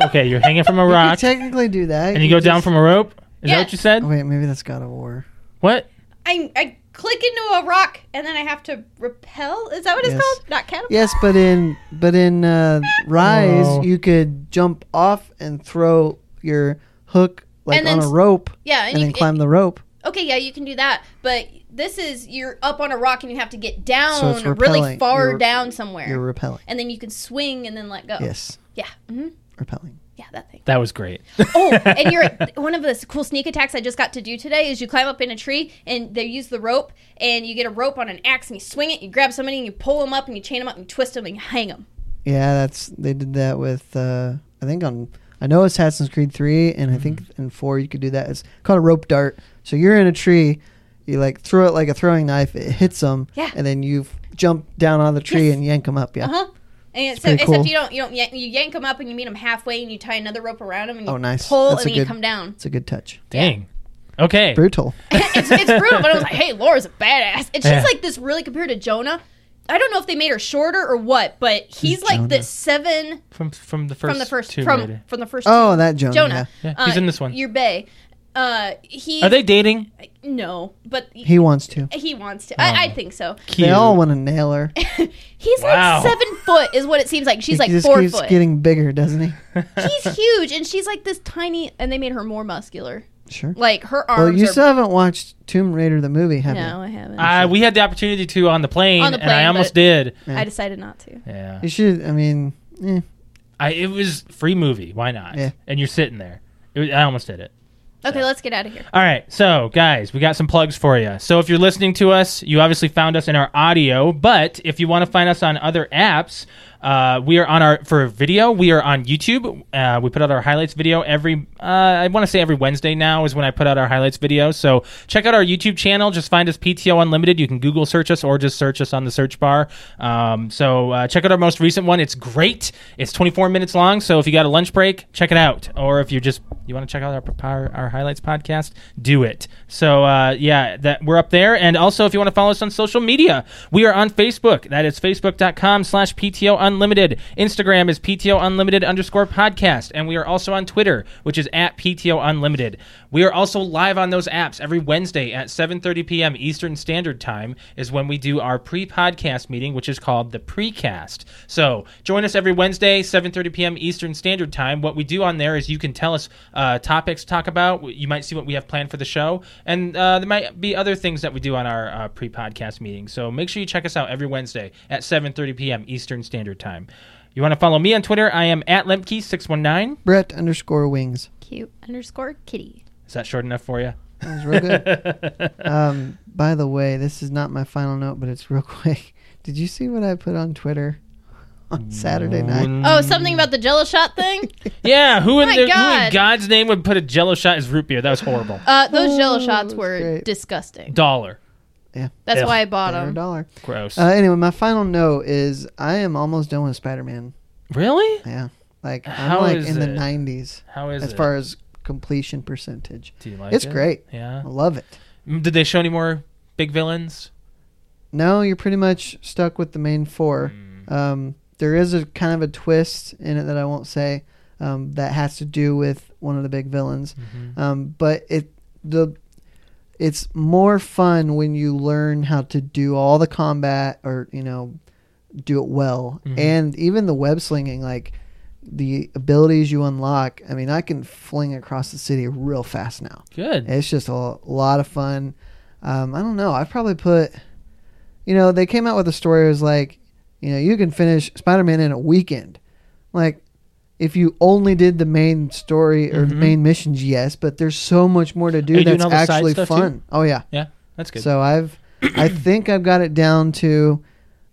[SPEAKER 3] Okay, you're hanging from a
[SPEAKER 2] You
[SPEAKER 3] rock,
[SPEAKER 2] technically do that.
[SPEAKER 3] and you go down
[SPEAKER 2] just-
[SPEAKER 3] from a rope. Is that what
[SPEAKER 1] Yeah.
[SPEAKER 3] you said?
[SPEAKER 2] Wait, maybe that's God of War.
[SPEAKER 3] What?
[SPEAKER 1] I I click into a rock, and then I have to repel. Is that what it's
[SPEAKER 2] Yes.
[SPEAKER 1] called? Not catapult.
[SPEAKER 2] Yes, but in but in uh, Rise,
[SPEAKER 3] Whoa.
[SPEAKER 2] you could jump off and throw your hook like
[SPEAKER 1] And then
[SPEAKER 2] on a
[SPEAKER 1] s-
[SPEAKER 2] rope,
[SPEAKER 1] Yeah,
[SPEAKER 2] and,
[SPEAKER 1] and, you
[SPEAKER 2] then climb the rope.
[SPEAKER 1] okay, yeah, you can do that, but this is you're up on a rock, and you have to get down
[SPEAKER 2] So it's
[SPEAKER 1] really
[SPEAKER 2] rappelling.
[SPEAKER 1] far
[SPEAKER 2] You're-
[SPEAKER 1] down somewhere,
[SPEAKER 2] You're repelling.
[SPEAKER 1] and then you can swing and then let go.
[SPEAKER 2] Yes,
[SPEAKER 1] Oh. Yeah. hmm
[SPEAKER 2] repelling.
[SPEAKER 1] Yeah, that thing.
[SPEAKER 3] That was great. [LAUGHS]
[SPEAKER 2] [LAUGHS]
[SPEAKER 1] Oh, and you're one of the cool sneak attacks I just got to do today is you climb up in a tree and they use the rope and you get a rope on an axe and you swing it, you grab somebody and you pull them up and you chain them up and you twist them and you hang them.
[SPEAKER 2] Yeah, that's they did that with uh, I think on I know Assassin's Creed three, and I think
[SPEAKER 1] Mm-hmm.
[SPEAKER 2] in four you could do that. It's called a rope dart. So you're in a tree, you like throw it like a throwing knife. It hits them,
[SPEAKER 1] Yeah.
[SPEAKER 2] and then you f- jump down on the tree and yank them up. Yeah.
[SPEAKER 1] Uh huh. And
[SPEAKER 2] It's
[SPEAKER 1] so,
[SPEAKER 2] pretty
[SPEAKER 1] except
[SPEAKER 2] cool.
[SPEAKER 1] you don't, you don't, yank, you yank them up and you meet them halfway and you tie another rope around them and you
[SPEAKER 2] Oh, nice.
[SPEAKER 1] pull
[SPEAKER 2] That's a
[SPEAKER 1] and then you
[SPEAKER 2] good-
[SPEAKER 1] come
[SPEAKER 2] [LAUGHS]
[SPEAKER 1] down. [LAUGHS]
[SPEAKER 2] It's a good touch.
[SPEAKER 3] Dang. Okay.
[SPEAKER 2] Brutal.
[SPEAKER 1] it's, it's brutal, but I was like, hey, Laura's a badass. And she's
[SPEAKER 3] Yeah.
[SPEAKER 1] like this really compared to Jonah. I don't know if they made her shorter or what, but he's like
[SPEAKER 2] Jonah.
[SPEAKER 1] the seven
[SPEAKER 3] From from the first
[SPEAKER 1] from the first
[SPEAKER 3] Tomb
[SPEAKER 1] from
[SPEAKER 3] Raider.
[SPEAKER 1] from the first
[SPEAKER 2] Oh, that Jonah.
[SPEAKER 1] Jonah. Uh,
[SPEAKER 3] Yeah, he's in this one.
[SPEAKER 1] Your Bay. Uh, he.
[SPEAKER 3] Are they dating?
[SPEAKER 1] No, but
[SPEAKER 2] yeah.
[SPEAKER 1] he,
[SPEAKER 2] He wants to.
[SPEAKER 1] he wants to. I,
[SPEAKER 3] Oh.
[SPEAKER 1] I think so. [LAUGHS]
[SPEAKER 2] They all want to nail her.
[SPEAKER 1] He's
[SPEAKER 3] Wow.
[SPEAKER 1] like seven foot, is what it seems like. She's like
[SPEAKER 2] he just
[SPEAKER 1] four
[SPEAKER 2] keeps
[SPEAKER 1] foot.
[SPEAKER 2] getting bigger, doesn't he?
[SPEAKER 3] [LAUGHS]
[SPEAKER 2] [LAUGHS]
[SPEAKER 1] He's huge, and she's like this tiny. And they made her more muscular.
[SPEAKER 2] Sure.
[SPEAKER 1] Like her arms.
[SPEAKER 2] Well, you
[SPEAKER 1] are,
[SPEAKER 2] still haven't watched Tomb Raider the movie, have
[SPEAKER 1] no,
[SPEAKER 2] you?
[SPEAKER 1] I haven't.
[SPEAKER 3] Uh, we had the opportunity to on the plane,
[SPEAKER 1] On the
[SPEAKER 3] and I
[SPEAKER 1] plane,
[SPEAKER 3] almost
[SPEAKER 1] but-
[SPEAKER 3] did.
[SPEAKER 1] I decided not to.
[SPEAKER 3] Yeah.
[SPEAKER 2] You should. I mean, eh.
[SPEAKER 3] I, it was free movie. Why not?
[SPEAKER 2] Yeah.
[SPEAKER 3] And you're sitting there. It was, I almost did it.
[SPEAKER 1] Okay, let's get out of here.
[SPEAKER 3] All right, so guys, we got some plugs for you. So if you're listening to us, you obviously found us in our audio, but if you want to find us on other apps, uh, we are on our for video. We are on YouTube. Uh, we put out our highlights video every. Uh, I want to say every Wednesday now is when I put out our highlights video. So check out our YouTube channel. Just find us PTO Unlimited. You can Google search us or just search us on the search bar. Um, so uh, check out our most recent one. It's great. It's 24 minutes long. So if you got a lunch break, check it out. Or if you just you want to check out our, our our highlights podcast, do it. So uh, yeah, that we're up there. And also, if you want to follow us on social media, we are on Facebook. That is facebook.com/slash PTO Unlimited. Instagram is PTO Unlimited underscore podcast. And we are also on Twitter, which is at PTO Unlimited. We are also live on those apps every Wednesday at 7.30 p.m. Eastern Standard Time is when we do our pre-podcast meeting, which is called the Precast. So join us every Wednesday, 7.30 p.m. Eastern Standard Time. What we do on there is you can tell us uh, topics to talk about. You might see what we have planned for the show. And uh, there might be other things that we do on our uh, pre-podcast meeting. So make sure you check us out every Wednesday at 7.30 p.m. Eastern Standard Time. You want to follow me on Twitter? I am at Lemke619.
[SPEAKER 2] Brett underscore wings.
[SPEAKER 1] Cute underscore kitty.
[SPEAKER 3] Is that short enough for you?
[SPEAKER 2] That was real
[SPEAKER 3] [LAUGHS]
[SPEAKER 2] good. um, by the way, this is not my final note, but it's real [LAUGHS] quick. Did you see what I put on Twitter on Saturday night?
[SPEAKER 1] Oh, something about the Jello shot thing.
[SPEAKER 3] Yeah, who in,
[SPEAKER 1] My
[SPEAKER 3] their, who in
[SPEAKER 1] God.
[SPEAKER 3] God's name would put a jello shot as root beer? That was horrible.
[SPEAKER 1] Uh,
[SPEAKER 2] [LAUGHS]
[SPEAKER 1] those Jello
[SPEAKER 2] Oh,
[SPEAKER 1] shots
[SPEAKER 2] that's
[SPEAKER 1] were
[SPEAKER 2] great.
[SPEAKER 1] disgusting.
[SPEAKER 3] Dollar.
[SPEAKER 1] That's
[SPEAKER 3] Ugh.
[SPEAKER 1] why I bought
[SPEAKER 2] Dollar,
[SPEAKER 1] them.
[SPEAKER 2] dollar.
[SPEAKER 3] Gross.
[SPEAKER 2] Uh, anyway, my final note is I am almost done with Spider Man.
[SPEAKER 3] really?
[SPEAKER 2] Yeah, like I'm
[SPEAKER 3] How
[SPEAKER 2] like
[SPEAKER 3] is
[SPEAKER 2] in the
[SPEAKER 3] it?
[SPEAKER 2] '90s
[SPEAKER 3] How is
[SPEAKER 2] as
[SPEAKER 3] it?
[SPEAKER 2] far as completion percentage.
[SPEAKER 3] Do you like
[SPEAKER 2] it's
[SPEAKER 3] it?
[SPEAKER 2] great.
[SPEAKER 3] Yeah.
[SPEAKER 2] I love it.
[SPEAKER 3] Mm, Did they show any more big villains?
[SPEAKER 2] No, you're pretty much stuck with the main four. Um, there is a kind of a twist in it that I won't say um, that has to do with one of the big villains. Um, but it the it's more fun when you learn how to do all the combat or you know do it well
[SPEAKER 3] Mhm.
[SPEAKER 2] and even the web slinging like the abilities you unlock i mean i can fling across the city real fast now
[SPEAKER 3] Good.
[SPEAKER 2] it's just a lot of fun. Um, I don't know. I've probably put, you know, they came out with a story. It was like, you know, you can finish Spider Man in a weekend. Like, if you only did the main story or the
[SPEAKER 3] Mhm.
[SPEAKER 2] main missions, yes, but there's so much more to
[SPEAKER 3] Are
[SPEAKER 2] do
[SPEAKER 3] you doing
[SPEAKER 2] that's
[SPEAKER 3] all the side
[SPEAKER 2] actually
[SPEAKER 3] stuff,
[SPEAKER 2] fun. Oh, yeah.
[SPEAKER 3] That's good.
[SPEAKER 2] So I've, I think I've got it down to,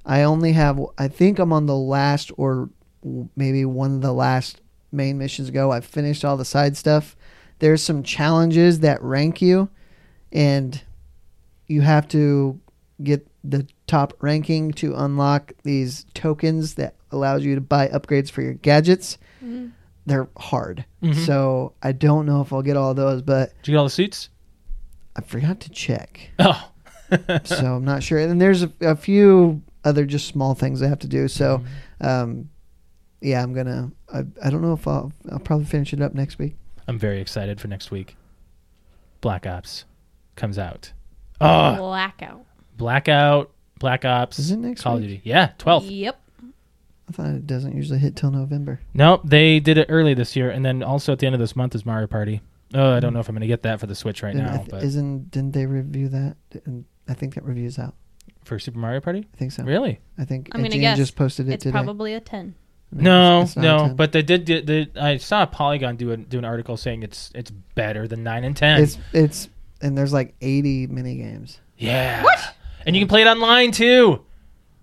[SPEAKER 2] I only have, I think I'm on the last or w- maybe one of the last main missions go. I've finished all the side stuff. There's some challenges that rank you, and you have to get the top ranking to unlock these tokens that allows you to buy upgrades for your gadgets.
[SPEAKER 1] Mhm.
[SPEAKER 2] They're hard.
[SPEAKER 3] Mhm.
[SPEAKER 2] So I don't know if I'll get all those, but
[SPEAKER 3] Did you get all the suits?
[SPEAKER 2] I forgot to check
[SPEAKER 3] Oh. [LAUGHS]
[SPEAKER 2] so I'm not sure. And there's a, a few other just small things I have to do. So,
[SPEAKER 3] Mm-hmm.
[SPEAKER 2] um, yeah, I'm gonna. I, I don't know if I'll. I'll probably finish it up next week.
[SPEAKER 3] I'm very excited for next week. Black Ops comes out. Oh,
[SPEAKER 1] Blackout.
[SPEAKER 3] Blackout, Black Ops.
[SPEAKER 2] Is it next
[SPEAKER 3] Call
[SPEAKER 2] week?
[SPEAKER 3] of Duty. Yeah, 12th.
[SPEAKER 1] Yep.
[SPEAKER 2] I thought it doesn't usually hit till November.
[SPEAKER 3] Nope, they did it early this year. And then also at the end of this month is Mario Party. Oh, I don't know if I'm going to get that for the Switch right
[SPEAKER 2] Didn't- I
[SPEAKER 3] now.
[SPEAKER 2] th-
[SPEAKER 3] But
[SPEAKER 2] Isn't didn't they review that? And I think that review's out.
[SPEAKER 3] for Super Mario Party?
[SPEAKER 2] I think so.
[SPEAKER 3] Really?
[SPEAKER 2] I think
[SPEAKER 1] I'm gonna
[SPEAKER 2] IGN
[SPEAKER 1] guess
[SPEAKER 2] just posted it
[SPEAKER 1] It's
[SPEAKER 2] today.
[SPEAKER 1] probably a 10.
[SPEAKER 2] I mean,
[SPEAKER 3] No,
[SPEAKER 2] it's- it's not a
[SPEAKER 3] no,
[SPEAKER 2] 10.
[SPEAKER 3] but they did. do- They, I saw Polygon do, a, do an article saying it's it's better than nine and ten.
[SPEAKER 2] it's it's and there's like 80 mini games.
[SPEAKER 3] yeah, what? And you can play it online too.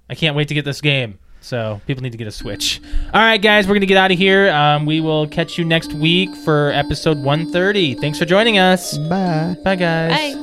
[SPEAKER 3] I can't wait to get this game. So people need to get a Switch. All right, guys, we're gonna get out of here. Um, we will catch you next week for episode one thirty. Thanks for joining us.
[SPEAKER 2] Bye.
[SPEAKER 3] Bye, guys.
[SPEAKER 1] Bye.